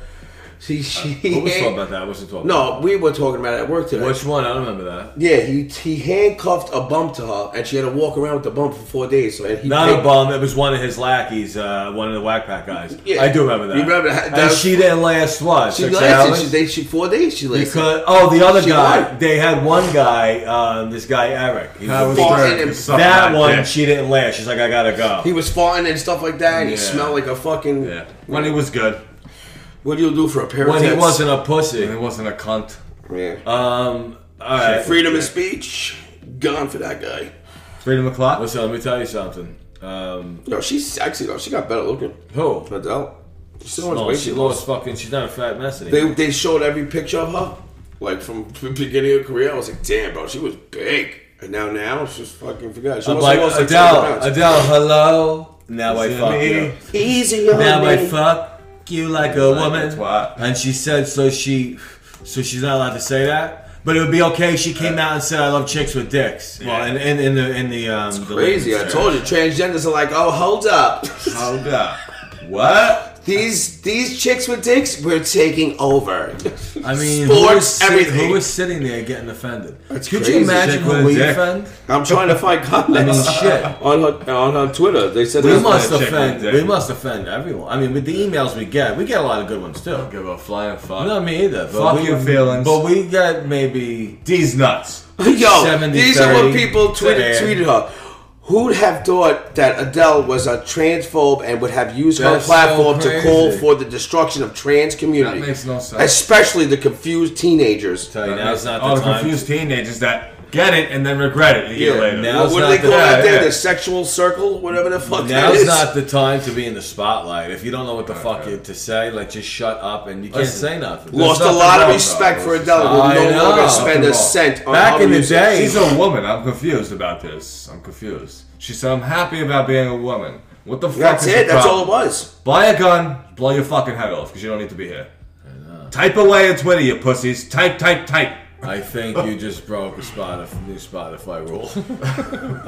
Speaker 3: She, she
Speaker 1: What was talking about that? What's it talking? about?
Speaker 3: no, we were talking about it at work today.
Speaker 1: Which one? I don't remember that.
Speaker 3: Yeah, he he handcuffed a bum to her and she had to walk around with the bum for four days. So and he
Speaker 1: Not
Speaker 3: paid-
Speaker 1: a bum. It was one of his lackeys, uh, one of the Whack Pack guys.
Speaker 3: Yeah.
Speaker 1: I do remember that.
Speaker 3: You remember that- that
Speaker 1: and
Speaker 3: was-
Speaker 1: she didn't last what?
Speaker 3: She
Speaker 1: six
Speaker 3: lasted.
Speaker 1: hours?
Speaker 3: She, they, she four days. She lasted.
Speaker 1: Because oh, the other
Speaker 3: She
Speaker 1: guy,
Speaker 3: lied.
Speaker 1: they had one guy, um, this guy Eric. He
Speaker 2: That
Speaker 1: was
Speaker 2: was
Speaker 1: a-
Speaker 3: Fucking
Speaker 2: her.
Speaker 3: im-
Speaker 2: Suck my
Speaker 1: that one,
Speaker 2: dick.
Speaker 1: she didn't last. She's like, I gotta go.
Speaker 3: he was farting and stuff like that. And He
Speaker 1: Yeah.
Speaker 3: smelled like a fucking.
Speaker 2: Yeah. When he was good.
Speaker 3: What do you do for a pair of
Speaker 1: when he
Speaker 3: tits?
Speaker 1: wasn't a
Speaker 2: When
Speaker 1: pussy.
Speaker 2: he wasn't a cunt.
Speaker 3: Yeah.
Speaker 1: Um, all right,
Speaker 3: Freedom of speech gone for that guy.
Speaker 2: Freedom o'clock.
Speaker 1: Listen, let me tell you something. Um,
Speaker 3: No, she's sexy though. She got better looking.
Speaker 1: who?
Speaker 3: Adele. She's so much
Speaker 1: No,
Speaker 3: weight
Speaker 1: she
Speaker 3: Oh, she
Speaker 1: lost fucking. She's not a fat mess anymore.
Speaker 3: They they showed every picture of her, like from the beginning of her career. I was like, damn, bro, she was big. And now now she's fucking forgot. She
Speaker 1: I'm
Speaker 3: must
Speaker 1: like
Speaker 3: have lost, like, 200
Speaker 1: Adele.
Speaker 3: pounds.
Speaker 1: Adele, hello. Now I
Speaker 2: Is it
Speaker 1: fuck
Speaker 2: me?
Speaker 1: you.
Speaker 3: Easy on
Speaker 1: Now I
Speaker 3: me.
Speaker 1: fuck you like a
Speaker 2: Like a
Speaker 1: woman.
Speaker 2: twat.
Speaker 1: And she said so. She so she's not allowed to say that. But it would be okay. if She came out and said, "I love chicks with dicks." Well, in, in, in the in the um, the
Speaker 3: Crazy. I
Speaker 1: ladies'
Speaker 3: told you, transgenders are like, oh, hold up.
Speaker 2: Hold up. What?
Speaker 3: These these chicks with dicks, we're taking over.
Speaker 1: I mean, who is,
Speaker 3: Sports,
Speaker 1: sit-
Speaker 3: everything.
Speaker 1: who is sitting there getting offended?
Speaker 3: That's
Speaker 1: Could
Speaker 3: crazy.
Speaker 1: you imagine
Speaker 2: Chick with a
Speaker 1: who we
Speaker 2: dick.
Speaker 1: offend?
Speaker 3: I'm trying to find
Speaker 1: I mean,
Speaker 3: comments
Speaker 1: shit.
Speaker 3: on her on her Twitter. They said
Speaker 1: We
Speaker 3: there's-
Speaker 2: my
Speaker 1: must
Speaker 2: chick with
Speaker 1: offend.
Speaker 2: dick.
Speaker 1: We must offend everyone. I mean, with the emails we get, we get a lot of good ones too.
Speaker 2: Give a flying fuck.
Speaker 1: Not me either. but
Speaker 2: Fuck
Speaker 1: we-
Speaker 2: your feelings.
Speaker 1: But we get maybe
Speaker 2: These nuts.
Speaker 3: Yo,
Speaker 1: 70,
Speaker 3: these are what
Speaker 1: 30,
Speaker 3: people tweeted
Speaker 1: man.
Speaker 3: tweeted her. Who'd have thought that Adele was a transphobe and would have used
Speaker 1: That's
Speaker 3: her
Speaker 1: so
Speaker 3: platform to call
Speaker 1: crazy.
Speaker 3: for the destruction of trans community?
Speaker 2: That makes no sense.
Speaker 3: Especially the confused teenagers.
Speaker 1: tell you now's not
Speaker 2: All
Speaker 1: the time.
Speaker 2: confused teenagers that get it and then regret it a year
Speaker 3: Yeah,
Speaker 2: later.
Speaker 1: now-
Speaker 3: What
Speaker 1: Now's
Speaker 3: do
Speaker 1: not
Speaker 3: they
Speaker 1: the-
Speaker 3: call
Speaker 2: yeah,
Speaker 3: that there?
Speaker 2: yeah.
Speaker 3: The sexual circle? Whatever the fuck that
Speaker 1: Now's
Speaker 3: is.
Speaker 1: not the time to be in the spotlight. If you don't know what the fuck
Speaker 2: Okay.
Speaker 1: you to say, like just shut up and you can't
Speaker 2: Listen,
Speaker 1: say nothing.
Speaker 3: Lost a
Speaker 2: nothing
Speaker 3: lot of
Speaker 2: wrong,
Speaker 3: respect
Speaker 2: bro.
Speaker 3: for Adele. Will
Speaker 1: I
Speaker 3: no
Speaker 1: know.
Speaker 3: longer
Speaker 1: Nothing
Speaker 3: spend a
Speaker 1: wrong.
Speaker 3: cent on
Speaker 1: Back
Speaker 3: her
Speaker 1: in the
Speaker 3: music.
Speaker 1: day-
Speaker 2: She's a woman. I'm confused about this. I'm confused. She said, I'm happy about being a woman. What the fuck
Speaker 3: That's
Speaker 2: is
Speaker 3: it.
Speaker 2: the
Speaker 3: That's all it
Speaker 2: problem?
Speaker 3: was.
Speaker 2: Buy a gun, blow your fucking head off because you don't need to be here. Type away on Twitter, you pussies. Type, type, type.
Speaker 1: I think you just broke a Spotify, new Spotify rule.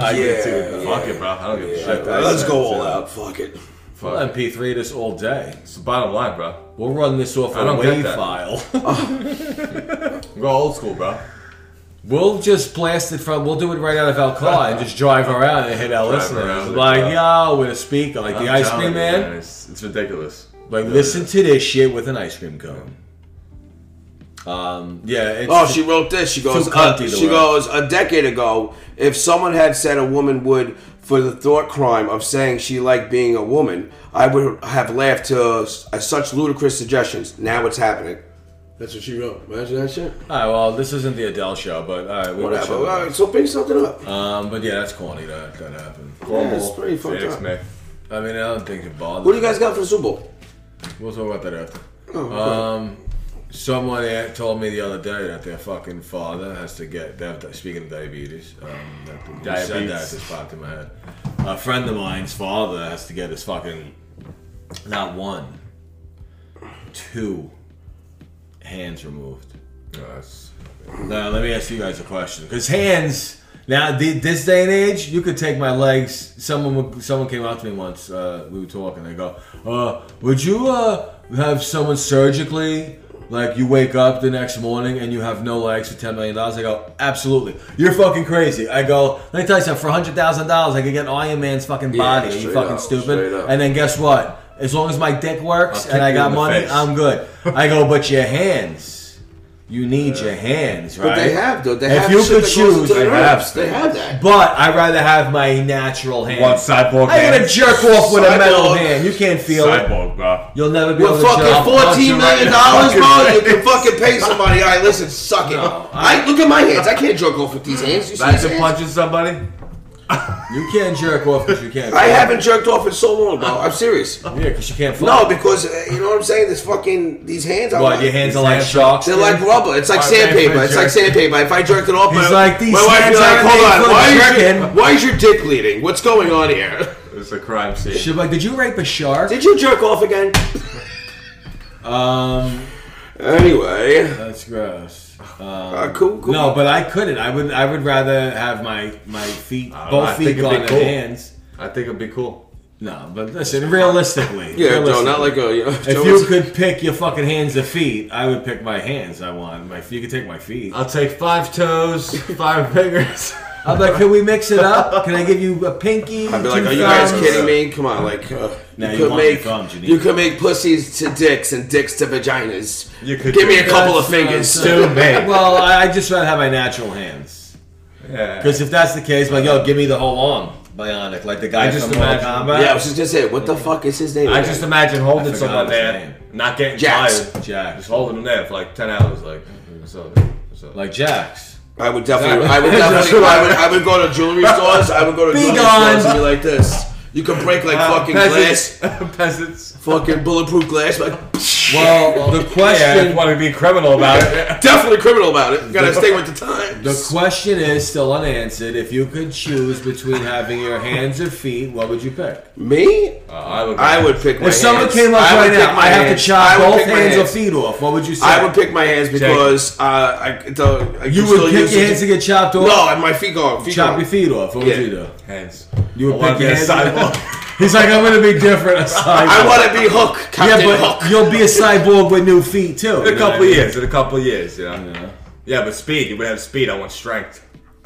Speaker 1: I
Speaker 3: Yeah,
Speaker 1: did too. though.
Speaker 2: Fuck it, bro. I don't give a
Speaker 1: I-
Speaker 2: shit.
Speaker 1: I
Speaker 3: Let's
Speaker 1: said
Speaker 3: go
Speaker 1: so.
Speaker 3: all out. Fuck it.
Speaker 2: Fuck
Speaker 1: We'll
Speaker 2: it.
Speaker 1: MP3 this all day.
Speaker 2: It's the bottom line, bro.
Speaker 1: We'll run this off
Speaker 2: I
Speaker 1: a
Speaker 2: don't get
Speaker 1: WAV
Speaker 2: that.
Speaker 1: file.
Speaker 2: Go old school, bro.
Speaker 1: we'll just blast it from. We'll do it right out of Alcala and just drive around and hit our listeners.
Speaker 2: around,
Speaker 1: Like,
Speaker 2: yeah.
Speaker 1: yo, with a speaker, like
Speaker 2: I'm
Speaker 1: the ice
Speaker 2: telling
Speaker 1: cream
Speaker 2: you,
Speaker 1: man.
Speaker 2: It's, it's ridiculous.
Speaker 1: Like, listen to this shit with an ice cream cone. Um, yeah. It's,
Speaker 3: Oh, she wrote this. She goes.
Speaker 1: Too cunty
Speaker 3: uh,
Speaker 1: to
Speaker 3: she
Speaker 1: write.
Speaker 3: goes. A decade ago, if someone had said a woman would for the thought crime of saying she liked being a woman, I would have laughed to s- uh, such ludicrous suggestions. Now it's happening. That's what she wrote. Imagine that shit.
Speaker 1: All right, well, this isn't the Adele show, but all right, we will
Speaker 3: Whatever.
Speaker 1: chill
Speaker 3: All
Speaker 1: out.
Speaker 3: right, so bring something up.
Speaker 1: Um, but yeah, that's corny. That that happened.
Speaker 3: Yeah, it's pretty fucked
Speaker 2: Phoenix,
Speaker 3: up.
Speaker 2: man.
Speaker 1: I mean, I don't think it bothers.
Speaker 3: What do you guys got for the Super Bowl?
Speaker 1: We'll talk about that after.
Speaker 3: Oh, okay.
Speaker 1: Um, someone had told me the other day that their fucking father has to get. They have to, speaking of diabetes, um, that you said that
Speaker 2: Diabetes.
Speaker 1: it just popped in my head. A friend of mine's father has to get his fucking not one, two hands removed.
Speaker 2: No, that's-
Speaker 1: Now let me ask you guys a question. Because hands now th- this day and age, you could take my legs. Someone would- someone came up to me once. Uh, we were talking. They go, uh, "Would you uh, have someone surgically?" Like you wake up the next morning and you have no legs for ten million dollars. I go, absolutely. You're fucking crazy. I go, let me tell you something. For hundred thousand dollars, I could get an Iron Man's fucking body. Are you
Speaker 3: straight
Speaker 1: fucking
Speaker 3: up,
Speaker 1: stupid?
Speaker 3: straight up.
Speaker 1: And then guess what? As long as my dick works and
Speaker 2: I'll kick
Speaker 1: I
Speaker 2: you in
Speaker 1: got
Speaker 2: the
Speaker 1: money,
Speaker 2: face.
Speaker 1: I'm good. I go, but your hands. You need your hands, right?
Speaker 3: But they have though. They
Speaker 1: If
Speaker 3: have
Speaker 1: you
Speaker 3: shit
Speaker 1: could
Speaker 3: that goes into
Speaker 1: choose,
Speaker 3: the
Speaker 2: I have.
Speaker 3: reps. They have that.
Speaker 1: But I'd rather have my natural hand.
Speaker 2: One cyborg
Speaker 1: I'm gonna
Speaker 2: hand.
Speaker 1: jerk off with a metal
Speaker 3: Cyborg.
Speaker 1: hand. You can't feel it.
Speaker 2: Cyborg, bro.
Speaker 1: You'll never be
Speaker 3: With
Speaker 1: able to jerk
Speaker 3: fucking fourteen million dollars, bro, you can
Speaker 2: Fucking
Speaker 3: fucking pay somebody. All right, listen, suck it.
Speaker 1: No,
Speaker 3: I, look at my hands. I can't jerk off with these hands. You see these
Speaker 2: Imagine
Speaker 3: hands?
Speaker 2: punching somebody.
Speaker 1: You can't jerk off because you can't.
Speaker 3: I
Speaker 1: feel it.
Speaker 3: haven't jerked off in so long, bro. I'm serious.
Speaker 1: Yeah, because you can't. Feel
Speaker 3: No,
Speaker 1: it.
Speaker 3: because uh, you know what I'm saying. This fucking these hands. are
Speaker 1: What? Your hands are like sharks.
Speaker 3: They're like rubber. It's like
Speaker 2: All right,
Speaker 3: sandpaper.
Speaker 2: man,
Speaker 3: It's like
Speaker 2: jerk.
Speaker 3: sandpaper. If I jerked it off,
Speaker 1: He's
Speaker 3: my,
Speaker 1: like, these
Speaker 3: my wife would
Speaker 1: hands
Speaker 3: be like,
Speaker 1: aren't
Speaker 3: "Hold
Speaker 1: made for
Speaker 3: on, why is, your,
Speaker 1: jerking."
Speaker 3: why is your dick bleeding? What's going on here?
Speaker 2: It's a crime scene.
Speaker 1: She's like, did you rape a shark?
Speaker 3: Did you jerk off again?
Speaker 1: Um,
Speaker 3: Anyway,
Speaker 1: that's gross. Um,
Speaker 3: uh, cool, cool.
Speaker 1: No, but I couldn't. I would. I would rather have my my feet,
Speaker 2: I don't know, I
Speaker 1: both
Speaker 2: think
Speaker 1: feet
Speaker 2: it'd
Speaker 1: gone
Speaker 2: be
Speaker 1: and
Speaker 2: cool.
Speaker 1: hands.
Speaker 2: I think it'd be cool.
Speaker 1: No, but listen, realistically.
Speaker 3: yeah, Joe,
Speaker 1: realistically.
Speaker 3: not like a. You know,
Speaker 1: If
Speaker 3: Joe
Speaker 1: you
Speaker 3: was-
Speaker 1: could pick your fucking hands to feet, I would pick my hands. I want my. You could take my feet.
Speaker 2: I'll take five toes, five fingers.
Speaker 1: I'm like, can we mix it up? Can I give you a pinky?
Speaker 3: I'd be like,
Speaker 1: two
Speaker 3: "Are you guys
Speaker 1: thumbs?"
Speaker 3: kidding me? Come on, like uh,
Speaker 1: Now
Speaker 3: you,
Speaker 1: you
Speaker 3: could
Speaker 1: want your
Speaker 3: make
Speaker 1: thumbs, you need
Speaker 3: you
Speaker 1: to-
Speaker 3: could make pussies to dicks and dicks to vaginas.
Speaker 2: You could
Speaker 3: give
Speaker 2: do
Speaker 3: me a
Speaker 2: that.
Speaker 3: couple of
Speaker 1: That's what I'm
Speaker 3: fingers.
Speaker 1: saying.
Speaker 2: Still big.
Speaker 1: Well, I I just rather have my natural hands.
Speaker 2: Yeah.
Speaker 1: Because if that's the case, like, yo, give me the whole arm, bionic, like the guy
Speaker 2: I just
Speaker 1: from Mortal
Speaker 2: imagine-
Speaker 1: Kombat.
Speaker 3: Yeah, I was just gonna say, what the fuck is his name?
Speaker 2: I
Speaker 3: again?
Speaker 2: just imagine holding
Speaker 1: I forgot
Speaker 2: someone
Speaker 1: his
Speaker 2: there,
Speaker 1: name.
Speaker 2: not getting
Speaker 3: Jax.
Speaker 2: tired.
Speaker 1: Jax.
Speaker 2: Just holding them there for like 10 hours. Like, what's up? What's up?
Speaker 1: Like Jax.
Speaker 3: I would definitely, I would definitely, I would, I would go to jewelry stores. I would go to
Speaker 1: Be
Speaker 3: jewelry
Speaker 1: gone.
Speaker 3: stores and be like this. You can break like
Speaker 2: Uh,
Speaker 3: fucking
Speaker 2: peasants.
Speaker 3: glass,
Speaker 2: peasants.
Speaker 3: fucking bulletproof glass. Like,
Speaker 1: Well, the
Speaker 2: Yeah,
Speaker 1: question.
Speaker 2: I want to be criminal about it.
Speaker 3: definitely criminal about it. You gotta stay with the times.
Speaker 1: The question is still unanswered. If you could choose between having your hands or feet, what would you pick?
Speaker 3: Me,
Speaker 2: Uh, I would.
Speaker 3: I would pick. My
Speaker 1: If someone
Speaker 3: hands.
Speaker 1: came up
Speaker 3: I
Speaker 1: right
Speaker 3: would pick
Speaker 1: now,
Speaker 3: my
Speaker 1: I have
Speaker 3: hands.
Speaker 1: to chop
Speaker 3: I would
Speaker 1: both
Speaker 3: pick my
Speaker 1: hands or
Speaker 3: hands.
Speaker 1: feet off. What would you say?
Speaker 3: I would pick my hands because uh, I, the, I
Speaker 1: You
Speaker 3: can
Speaker 1: would
Speaker 3: still
Speaker 1: pick
Speaker 3: use
Speaker 1: your
Speaker 3: it.
Speaker 1: hands to get chopped off.
Speaker 3: No, my feet gone. Feet
Speaker 1: chop
Speaker 3: gone.
Speaker 1: your feet off. What
Speaker 3: Yeah.
Speaker 1: would you do?
Speaker 2: Hands.
Speaker 1: You would
Speaker 2: I wanna
Speaker 1: pick
Speaker 2: be
Speaker 1: your
Speaker 2: a
Speaker 1: hands
Speaker 2: cyborg.
Speaker 1: He's like, I'm gonna be different. A cyborg.
Speaker 3: I want to be Hook,
Speaker 1: yeah,
Speaker 3: Captain
Speaker 1: but
Speaker 3: Hook.
Speaker 1: you'll be a cyborg with new feet too. You
Speaker 2: In
Speaker 1: know
Speaker 2: a
Speaker 1: what
Speaker 2: couple
Speaker 1: I
Speaker 2: of
Speaker 1: mean?
Speaker 2: years. In a couple of years, you know.
Speaker 1: Yeah.
Speaker 2: Yeah, but speed. You would have speed. I want strength.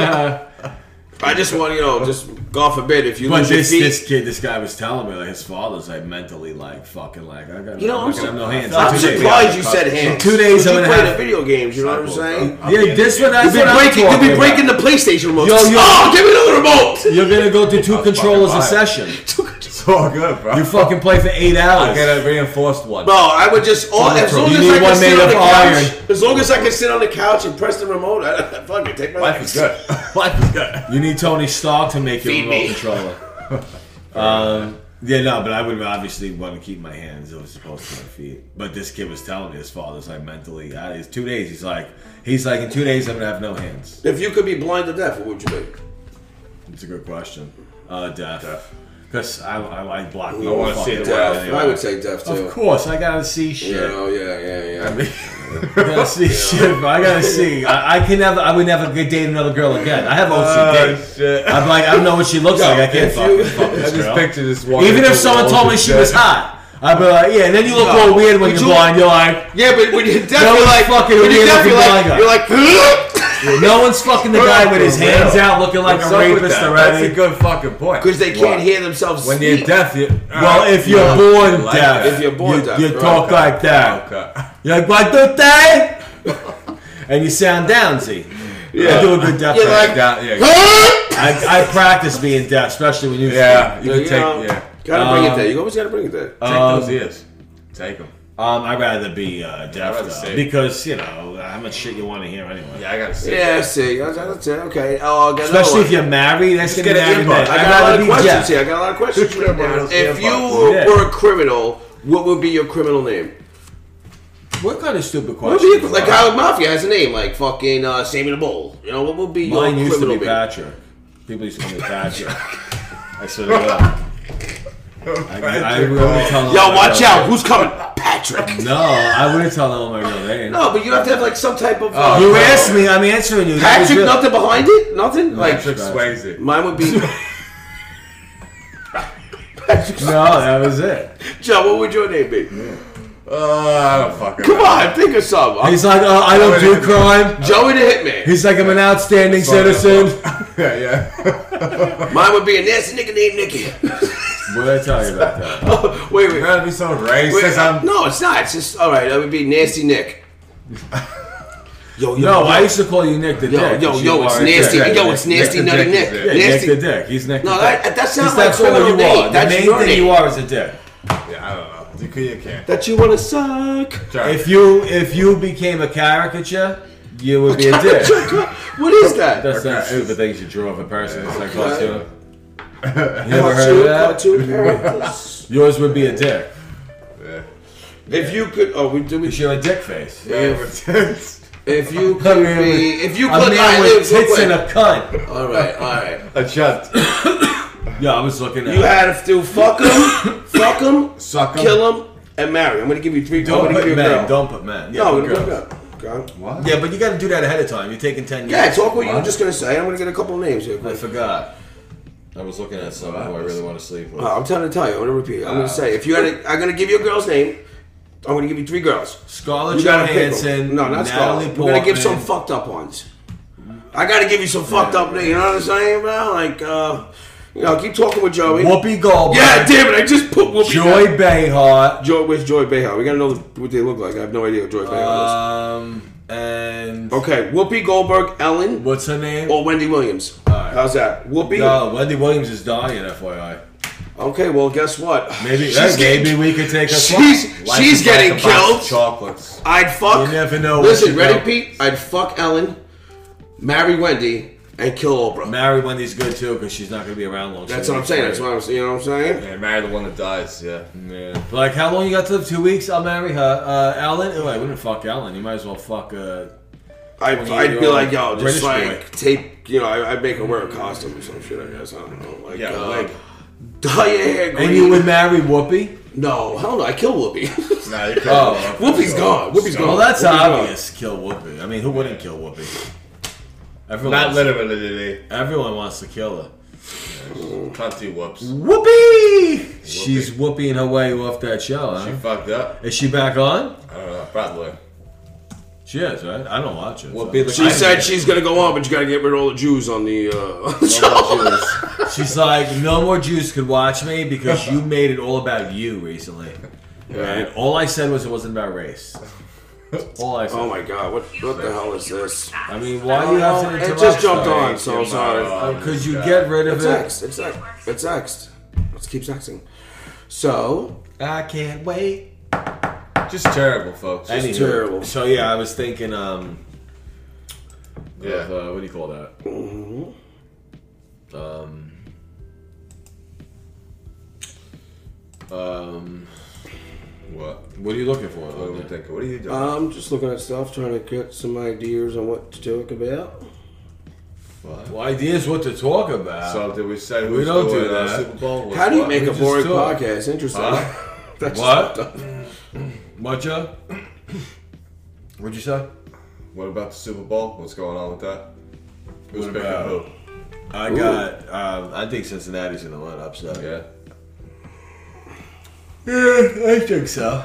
Speaker 3: I just want you know, just God forbid if you
Speaker 1: But
Speaker 3: lose your
Speaker 1: this
Speaker 3: feet.
Speaker 1: this kid, this guy was telling me like his father's like mentally like fucking like I got
Speaker 3: You know,
Speaker 1: I'm
Speaker 3: I'm
Speaker 1: not gonna have no hands.
Speaker 2: I'm
Speaker 1: Two
Speaker 3: I'm
Speaker 1: days.
Speaker 3: surprised you said hands.
Speaker 1: Two days
Speaker 3: You
Speaker 1: I'm gonna
Speaker 3: play
Speaker 1: have-
Speaker 3: the video games. You know what I'm saying?
Speaker 2: I'm
Speaker 1: Yeah,
Speaker 2: in.
Speaker 1: this one I've
Speaker 3: You'd be
Speaker 1: been
Speaker 3: breaking. You'd be breaking
Speaker 1: the.
Speaker 3: the PlayStation remote.
Speaker 1: Yo, yo.
Speaker 3: Oh, give me another remote.
Speaker 1: You're gonna go through two
Speaker 2: fucking
Speaker 1: controllers a
Speaker 2: buy it.
Speaker 1: session.
Speaker 2: It's all good, bro.
Speaker 1: You fucking play for eight
Speaker 2: I
Speaker 1: hours.
Speaker 2: get a reinforced one.
Speaker 3: Bro, I would just all, as long
Speaker 1: You
Speaker 3: as
Speaker 1: need
Speaker 3: I
Speaker 1: one
Speaker 3: can sit
Speaker 1: made
Speaker 3: on the
Speaker 1: of
Speaker 3: couch.
Speaker 1: iron.
Speaker 3: As long as I can sit on the couch and press the remote, I, fuck it, take my
Speaker 2: Life
Speaker 3: legs.
Speaker 2: is good. Life is good.
Speaker 1: You need Tony Stark to make your
Speaker 3: Feed
Speaker 1: remote
Speaker 3: me.
Speaker 1: controller. um, yeah, no, but I would obviously want to keep my hands as opposed to my feet. But this kid was telling me his father's like mentally out. It's two days. He's like, he's like, in two days I'm gonna have no hands.
Speaker 3: If you could be blind or deaf, what would you be?
Speaker 1: It's a good question. Uh, deaf. Because I, I, I block.
Speaker 2: I wanna see the world.
Speaker 3: I would say deaf too.
Speaker 1: Of course, I gotta see shit.
Speaker 3: You know, yeah, yeah, yeah.
Speaker 1: I gotta see shit, bro. I gotta see. I, I can never. I would never get date another girl again. I have OCD.
Speaker 2: Oh, shit.
Speaker 1: I'm like, I don't know what she looks like. I can't
Speaker 3: if
Speaker 1: fucking
Speaker 3: you-
Speaker 1: fuck
Speaker 2: I
Speaker 1: this
Speaker 2: just
Speaker 1: girl.
Speaker 2: picture this one.
Speaker 1: Even if someone told me she was hot, I'd be like, yeah. And then you look all weird when
Speaker 3: Would
Speaker 1: you're
Speaker 3: you-
Speaker 1: blind. You're like,
Speaker 3: yeah, but when you're deaf,
Speaker 1: No
Speaker 3: you're
Speaker 1: one's
Speaker 3: like,
Speaker 1: fucking
Speaker 3: when
Speaker 1: reading
Speaker 3: you're deaf,
Speaker 1: the
Speaker 3: you're like,
Speaker 1: blind guy.
Speaker 3: you're like,
Speaker 1: no one's fucking the guy with his
Speaker 2: For real.
Speaker 1: hands out looking like
Speaker 2: What's
Speaker 1: a
Speaker 2: up with
Speaker 1: rapist
Speaker 2: that? That's a
Speaker 1: already.
Speaker 2: good fucking point.
Speaker 3: because they can't
Speaker 2: What?
Speaker 3: hear themselves.
Speaker 2: When you're
Speaker 3: speak.
Speaker 2: deaf, you.
Speaker 1: Well, if you're born
Speaker 2: like
Speaker 1: deaf,
Speaker 2: that.
Speaker 3: If you're born
Speaker 1: you,
Speaker 3: deaf,
Speaker 1: you
Speaker 3: right,
Speaker 1: talk
Speaker 3: okay.
Speaker 1: like that.
Speaker 2: Okay.
Speaker 1: You're like, what do they? and you sound downsy. I do a good deaf.
Speaker 3: You're
Speaker 1: person.
Speaker 3: like-
Speaker 2: That, yeah.
Speaker 3: Huh?
Speaker 1: I, I practice being deaf, especially when you.
Speaker 2: Yeah. You
Speaker 3: You
Speaker 2: can take.
Speaker 3: know,
Speaker 2: Yeah. uh,
Speaker 3: Gotta bring it
Speaker 1: Um,
Speaker 3: there. You always gotta bring it there.
Speaker 2: Take those ears. Take them.
Speaker 1: Um, I'd rather be uh, deaf
Speaker 2: rather
Speaker 1: though,
Speaker 2: say-
Speaker 1: because you know how much shit you want to hear anyway.
Speaker 2: Yeah, I gotta see.
Speaker 3: Yeah, I see. I- That's it. Okay. Oh, I got another
Speaker 1: Especially
Speaker 3: one.
Speaker 1: if you're married, that's gonna
Speaker 2: get
Speaker 1: be
Speaker 2: an
Speaker 1: every
Speaker 2: earbud.
Speaker 1: day.
Speaker 3: I
Speaker 1: I'd
Speaker 3: got a lot
Speaker 1: rather
Speaker 3: of
Speaker 1: be
Speaker 3: questions
Speaker 1: deaf.
Speaker 3: here. I got a lot of questions.
Speaker 2: Yeah, but-
Speaker 3: if you
Speaker 2: yeah,
Speaker 3: were,
Speaker 1: but-
Speaker 3: were a criminal, what would be your criminal name?
Speaker 1: What kind of stupid
Speaker 3: What
Speaker 1: question?
Speaker 3: would be your, like how Mafia has a name, like fucking uh, Sammy the Bull. You know what would be your
Speaker 1: Mine used to
Speaker 3: criminal
Speaker 1: be
Speaker 3: name?
Speaker 1: Thatcher. People used to call me Thatcher. I swear to God. I, I wouldn't tell them.
Speaker 3: Yo,
Speaker 1: my
Speaker 3: watch
Speaker 1: real
Speaker 3: out!
Speaker 1: name.
Speaker 3: Who's coming? Patrick.
Speaker 1: No, I wouldn't tell them my real name.
Speaker 3: No, but you have to have like some type of. uh,
Speaker 2: Oh,
Speaker 1: You asked me. I'm answering you. That was
Speaker 3: Patrick,
Speaker 1: real.
Speaker 3: nothing behind it, nothing. Like
Speaker 2: Patrick Swayze.
Speaker 3: mine would be. Patrick,
Speaker 1: No, that was it.
Speaker 3: Joe, what would your name be?
Speaker 2: Oh, I don't fucking.
Speaker 3: Come
Speaker 2: know.
Speaker 3: on, think of something.
Speaker 1: He's like, uh, I don't do crime.
Speaker 3: Joey the Hitman.
Speaker 1: He's like, I'm an outstanding citizen.
Speaker 2: yeah, yeah.
Speaker 3: Mine would be a nasty nigga named Nicky.
Speaker 1: What did I tell you about that?
Speaker 3: wait, wait.
Speaker 2: You gotta be so
Speaker 3: Wait,
Speaker 2: racist.
Speaker 1: um,
Speaker 2: I'm.
Speaker 3: no, it's not. It's just all right. That would be Nasty Nick. yo, yo,
Speaker 1: No,
Speaker 3: yo,
Speaker 1: I used to call you Nick the
Speaker 3: yo,
Speaker 1: Dick.
Speaker 3: yo,
Speaker 1: You
Speaker 3: yo, it's
Speaker 1: are a dick.
Speaker 3: nasty.
Speaker 2: yeah,
Speaker 3: yo,
Speaker 2: yeah,
Speaker 3: it's
Speaker 2: yeah.
Speaker 3: nasty,
Speaker 2: Nick the
Speaker 3: nutty
Speaker 2: Dick
Speaker 3: Nick.
Speaker 2: is
Speaker 1: Yeah,
Speaker 2: it.
Speaker 3: Nasty.
Speaker 1: Nick the Dick. He's Nick.
Speaker 3: no,
Speaker 1: the Dick.
Speaker 3: that, that's
Speaker 1: He's-
Speaker 3: not my
Speaker 1: that's all
Speaker 3: criminal
Speaker 1: you
Speaker 3: name.
Speaker 1: are. The
Speaker 3: That's
Speaker 1: main
Speaker 3: your
Speaker 1: thing
Speaker 3: name.
Speaker 1: you are is a dick.
Speaker 2: Yeah, I don't know. You can, you can't.
Speaker 3: That you want to suck.
Speaker 2: Sorry.
Speaker 1: If you if you became a caricature, you would be a dick.
Speaker 3: what is that?
Speaker 1: That's
Speaker 2: Okay.
Speaker 1: not stupid things you draw of a person. It's like
Speaker 3: Okay.
Speaker 1: cartoon. You ever heard of that?
Speaker 3: Cartoon characters.
Speaker 1: Yours would be a dick.
Speaker 2: Yeah.
Speaker 3: if you could, oh, we do. We,
Speaker 1: Because you're a dick face.
Speaker 3: if you could
Speaker 1: I mean,
Speaker 3: be, if you
Speaker 1: A
Speaker 3: could,
Speaker 1: man
Speaker 3: I
Speaker 1: with
Speaker 3: live
Speaker 1: tits and a cunt.
Speaker 3: All right, all right.
Speaker 2: a chest.
Speaker 1: Yeah, I was looking at.
Speaker 3: You had to fuck him, fuck him,
Speaker 2: Suck 'em.
Speaker 3: kill him, and marry. I'm gonna give you three.
Speaker 1: don't
Speaker 3: I'm gonna
Speaker 1: put
Speaker 3: give you a
Speaker 1: men.
Speaker 3: girl.
Speaker 1: Don't put men. Yeah,
Speaker 3: no, I'm
Speaker 1: put
Speaker 3: gonna give you
Speaker 1: girls.
Speaker 3: a girl. Okay.
Speaker 2: What?
Speaker 1: Yeah, but you got to do that ahead of time. You're taking ten years.
Speaker 3: Yeah, talk what you were just gonna say. I'm gonna get a couple names here.
Speaker 1: I
Speaker 3: quick.
Speaker 1: forgot. I was looking at someone who I really want to sleep with.
Speaker 3: Uh, I'm trying to tell you. I'm gonna repeat. I'm gonna say if you had, a, I'm gonna give you a girl's name. I'm gonna give you three girls.
Speaker 1: Scarlett
Speaker 3: You gotta pick 'em.
Speaker 1: Johansson.
Speaker 3: No, not
Speaker 1: Natalie
Speaker 3: Scarlett. We're gonna give some
Speaker 1: Portman.
Speaker 3: fucked up ones. I gotta give you some fucked up names. You know what I'm saying, bro? Like, uh, you know, keep talking with Joey.
Speaker 1: Whoopi Goldberg.
Speaker 3: Yeah, damn it! I just put Whoopi.
Speaker 1: Joy Behar.
Speaker 3: Joy, where's Joy Behar? We gotta know what they look like. I have no idea what Joy Behar
Speaker 1: Um, and
Speaker 3: is. Okay, Whoopi Goldberg, Ellen,
Speaker 1: what's her name?
Speaker 3: or Wendy Williams.
Speaker 1: Alright.
Speaker 3: How's that? Whoopi.
Speaker 1: No, Wendy Williams is dying. FYI,
Speaker 3: Okay, well, guess what?
Speaker 1: maybe
Speaker 3: She's
Speaker 1: hey, maybe we could take a.
Speaker 3: She's
Speaker 2: Life
Speaker 3: she's
Speaker 2: is like
Speaker 3: getting
Speaker 2: a box of
Speaker 3: killed.
Speaker 2: Chocolates.
Speaker 3: I'd fuck.
Speaker 1: You never know what
Speaker 3: Listen,
Speaker 1: you
Speaker 3: ready,
Speaker 1: know.
Speaker 3: Pete? I'd fuck Ellen, marry Wendy, and kill Oprah.
Speaker 1: Marry Wendy's good too because she's not gonna be around long.
Speaker 3: That's
Speaker 1: so
Speaker 3: what I'm saying. That's what I'm. You know what I'm saying?
Speaker 2: Yeah, marry the one that dies. Yeah. Yeah.
Speaker 1: But like, how long you got to live? Two weeks? I'll marry her. Uh, Ellen? Oh, I wouldn't fuck Ellen. You might as well fuck. Uh,
Speaker 3: I'd,
Speaker 1: Well,
Speaker 3: I'd
Speaker 1: you're
Speaker 3: be
Speaker 1: a
Speaker 3: like, yo, just
Speaker 1: British boy.
Speaker 3: like take. You know, I, I'd make her wear a costume or some shit. I guess I don't know. Like,
Speaker 2: Yeah,
Speaker 3: uh,
Speaker 2: like-
Speaker 3: dye your hair green.
Speaker 1: and you would marry Whoopi?
Speaker 3: No, hell no. I kill Whoopi.
Speaker 2: Nah, you can't.
Speaker 1: Oh.
Speaker 3: Whoopi's gone. Whoopi's gone.
Speaker 1: Well, that's
Speaker 3: Whoopi's gone.
Speaker 1: obvious. Kill Whoopi. I mean, who wouldn't kill Whoopi? Everyone.
Speaker 2: Not
Speaker 1: wants,
Speaker 2: literally.
Speaker 1: everyone wants to kill her.
Speaker 2: Cunty whoops.
Speaker 1: Whoopee! She's whooping her way off that show, huh?
Speaker 2: She fucked up.
Speaker 1: Is she back on?
Speaker 2: I don't know. Probably.
Speaker 1: She is, right? I don't watch it.
Speaker 2: What
Speaker 1: so-
Speaker 2: be the-
Speaker 3: She
Speaker 2: I-
Speaker 3: said she's gonna go on, but you gotta get rid of all the Jews on the. Uh, on the
Speaker 1: Oh,
Speaker 3: show.
Speaker 1: She's like, no more Jews could watch me because you made it all about you recently. And
Speaker 3: Right.
Speaker 1: all I said was it wasn't about race. That's all I said.
Speaker 3: Oh my God! What what the hell is this? Oh,
Speaker 1: I mean, why do you have to interrupt?
Speaker 3: It just jumped
Speaker 1: though?
Speaker 3: on, so I'm sorry. Uh,
Speaker 1: Because you get rid of
Speaker 3: It's
Speaker 1: it.
Speaker 3: X. It's X. It's X. Let's keep sexing. So
Speaker 1: I can't wait.
Speaker 2: Just terrible, folks. Just-
Speaker 1: Anywho,
Speaker 3: terrible.
Speaker 1: So yeah, I was thinking, um, of,
Speaker 2: yeah.
Speaker 1: uh, what do you call that? Um, um,
Speaker 2: What?
Speaker 1: what are you looking for?
Speaker 2: What are we thinking? What are you doing?
Speaker 3: I'm just looking at stuff, trying to get some ideas on what to talk about.
Speaker 2: What?
Speaker 1: Well, ideas what to talk about.
Speaker 2: So did we say
Speaker 1: We
Speaker 2: who's
Speaker 1: don't do
Speaker 2: doing, uh,
Speaker 1: that.
Speaker 2: Super Bowl?
Speaker 3: How do you
Speaker 2: What?
Speaker 3: make
Speaker 1: we
Speaker 3: a
Speaker 1: just
Speaker 3: boring
Speaker 1: talked.
Speaker 3: podcast interesting?
Speaker 1: Huh?
Speaker 3: That's
Speaker 1: What? What you? What'd you say?
Speaker 2: What about the Super Bowl? What's going on with that? Who's
Speaker 1: What
Speaker 2: picking
Speaker 1: about-
Speaker 2: who?
Speaker 1: I got. Um, I think Cincinnati's gonna win upset.
Speaker 2: Yeah.
Speaker 1: yeah, I think so.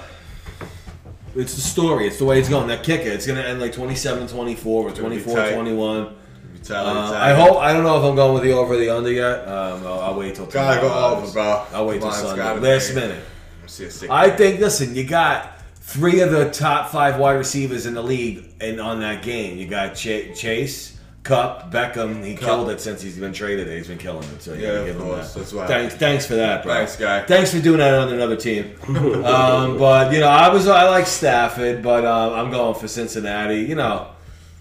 Speaker 1: It's the story. It's the way it's going. That kicker. It's gonna end like 27-24 or
Speaker 2: gonna be
Speaker 1: 24-21.
Speaker 2: Italian,
Speaker 1: Uh, I
Speaker 2: Italian.
Speaker 1: hope. I don't know if I'm going with the over or the under yet. Um, I'll, I'll wait till.
Speaker 2: Gotta go
Speaker 1: tomorrow.
Speaker 2: over, bro.
Speaker 1: I'll wait till
Speaker 2: Come on, it's
Speaker 1: Sunday.
Speaker 2: gotta be.
Speaker 1: Last minute.
Speaker 2: See a sick
Speaker 1: I think. Listen, you got three of the top five wide receivers in the league, and on that game, you got Ch- Chase, Cup, Beckham. He killed it since he's been traded. He's been killing it. So you
Speaker 2: Yeah,
Speaker 1: gotta
Speaker 2: of
Speaker 1: give him
Speaker 2: course.
Speaker 1: that.
Speaker 2: That's why.
Speaker 1: Thanks, thanks for that, bro.
Speaker 2: Thanks, guy.
Speaker 1: Thanks for doing that on another team. um, but you know, I was I like Stafford, but um, I'm going for Cincinnati. You know.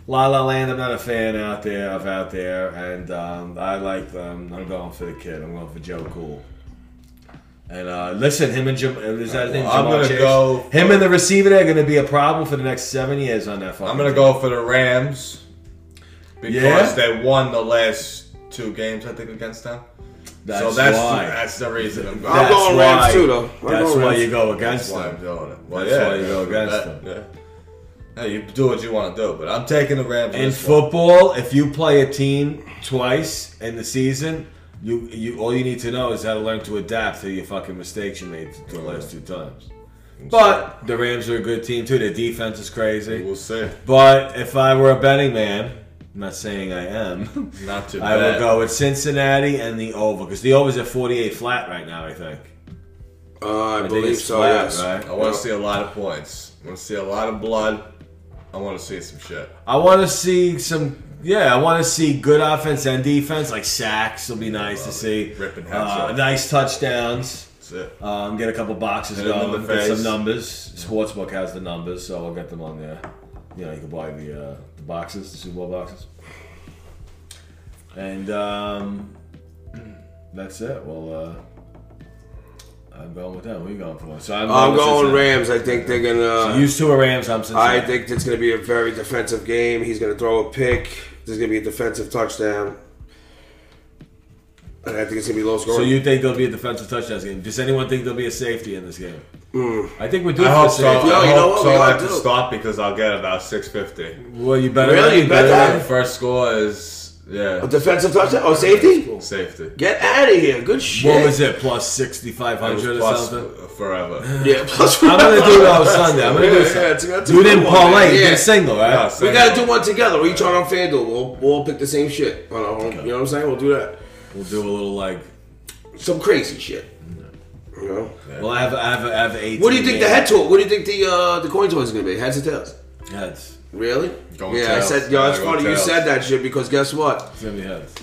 Speaker 1: La La Land, I'm not a fan out there of out there, and um, I like. Um, I'm going for the kid. I'm going for Joe Cool. And uh, listen, him and Jam- is that his name?
Speaker 2: Well, I'm
Speaker 1: Ja'Mal
Speaker 2: gonna
Speaker 1: Chase?
Speaker 2: go-
Speaker 1: Him and the receiver they are going to be a problem for the next seven years on that.
Speaker 2: I'm gonna go for the Rams because
Speaker 1: Yeah?
Speaker 2: they won the last two games I think against them.
Speaker 1: That's
Speaker 2: so that's
Speaker 1: why.
Speaker 2: that's the reason I'm
Speaker 3: I'm
Speaker 2: going.
Speaker 1: That's
Speaker 3: going Rams
Speaker 1: why-
Speaker 3: too, though. I'm
Speaker 1: that's
Speaker 3: going
Speaker 1: why
Speaker 3: Rams.
Speaker 1: you go
Speaker 2: That's
Speaker 1: against
Speaker 2: why I'm
Speaker 1: them.
Speaker 2: doing it. Well,
Speaker 1: That's
Speaker 2: yeah,
Speaker 1: why you go against
Speaker 2: that- Yeah. Hey, you do what you want to do, but I'm taking the Rams.
Speaker 1: In
Speaker 2: this one.
Speaker 1: football, if you play a team twice in the season, you you all you need to know is how to learn to adapt to your fucking mistakes you made the last two times. But the Rams are a good team too. Their defense is crazy.
Speaker 2: We'll see.
Speaker 1: But if I were a betting man, I'm not saying I am.
Speaker 2: Not too
Speaker 1: I
Speaker 2: bad.
Speaker 1: will go with Cincinnati and the over because the over's at 48 flat right now. I think.
Speaker 3: Uh, I,
Speaker 1: I think
Speaker 3: believe
Speaker 1: it's
Speaker 3: so.
Speaker 1: flat,
Speaker 3: yes.
Speaker 1: right?
Speaker 2: I want to see a lot of points. I want to see a lot of blood. I want to see some shit.
Speaker 1: I want to see some. Yeah, I want to see good offense and defense. Like sacks will be nice to see.
Speaker 2: Ripping heads
Speaker 1: uh,
Speaker 2: off.
Speaker 1: nice touchdowns.
Speaker 2: That's it.
Speaker 1: Um, get a couple boxes
Speaker 2: Hit 'em in
Speaker 1: going.
Speaker 2: the
Speaker 1: Get some
Speaker 2: face.
Speaker 1: numbers. Sportsbook has the numbers, so I'll get them on there. You know, you can buy the uh, the boxes, the Super Bowl boxes. And um, that's it. Well, uh, I'm going with that. What are you going for? So I'm,
Speaker 3: I'm
Speaker 1: with
Speaker 3: going
Speaker 1: Cincinnati.
Speaker 3: Rams. I think they're gonna.
Speaker 1: Used to a Rams. I'm
Speaker 3: I
Speaker 1: Cincinnati.
Speaker 3: think it's gonna be a very defensive game. He's gonna throw a pick. There's gonna be a defensive touchdown. And I think it's gonna be low scoring.
Speaker 1: So you think there'll be a defensive touchdown game? Does anyone think there'll be a safety in this game?
Speaker 3: Hmm.
Speaker 1: I think we're doing
Speaker 2: I hope
Speaker 1: for
Speaker 2: so. I
Speaker 1: safety.
Speaker 3: Yo, you know
Speaker 2: hope
Speaker 3: what?
Speaker 2: so.
Speaker 3: We
Speaker 2: I
Speaker 3: gotta
Speaker 2: have to
Speaker 3: do it.
Speaker 2: stop because I'll get about six fifty.
Speaker 1: Well, you better
Speaker 3: Really?
Speaker 1: You
Speaker 3: Bet
Speaker 1: better.
Speaker 3: that?
Speaker 2: The first score is
Speaker 3: a
Speaker 2: yeah
Speaker 3: defensive touchdown? Oh, safety?
Speaker 2: safety.
Speaker 3: Get out of here. Good shit.
Speaker 1: What was it? Plus sixty five
Speaker 2: It was
Speaker 1: hundred or
Speaker 2: plus
Speaker 1: something.
Speaker 2: forever.
Speaker 3: Yeah, plus
Speaker 1: I'm gonna do it on Sunday. I'm gonna do
Speaker 3: Yeah,
Speaker 1: it.
Speaker 3: yeah,
Speaker 1: Sunday.
Speaker 3: it's- that's a
Speaker 1: you
Speaker 3: good
Speaker 1: didn't
Speaker 3: one, man.
Speaker 1: parlay. You
Speaker 3: Yeah.
Speaker 1: did single,
Speaker 2: Yeah,
Speaker 1: right?
Speaker 2: so-
Speaker 3: We gotta do one together. We each on our FanDuel. We'll, we'll all pick the same shit. On our own. You know what I'm saying? We'll do that.
Speaker 1: We'll do a little like.
Speaker 3: Some crazy shit. You know?
Speaker 1: Well, I have I have I have eight.
Speaker 3: What do you think the head tool? What do you think the uh, the coin toss is gonna be? Heads or tails?
Speaker 1: Heads.
Speaker 3: Really?
Speaker 2: Going
Speaker 3: yeah,
Speaker 2: tails.
Speaker 3: I said. Yo, it's
Speaker 2: Gotta go
Speaker 3: funny you
Speaker 2: tails.
Speaker 3: said that shit because guess what?
Speaker 1: It's gonna be heads.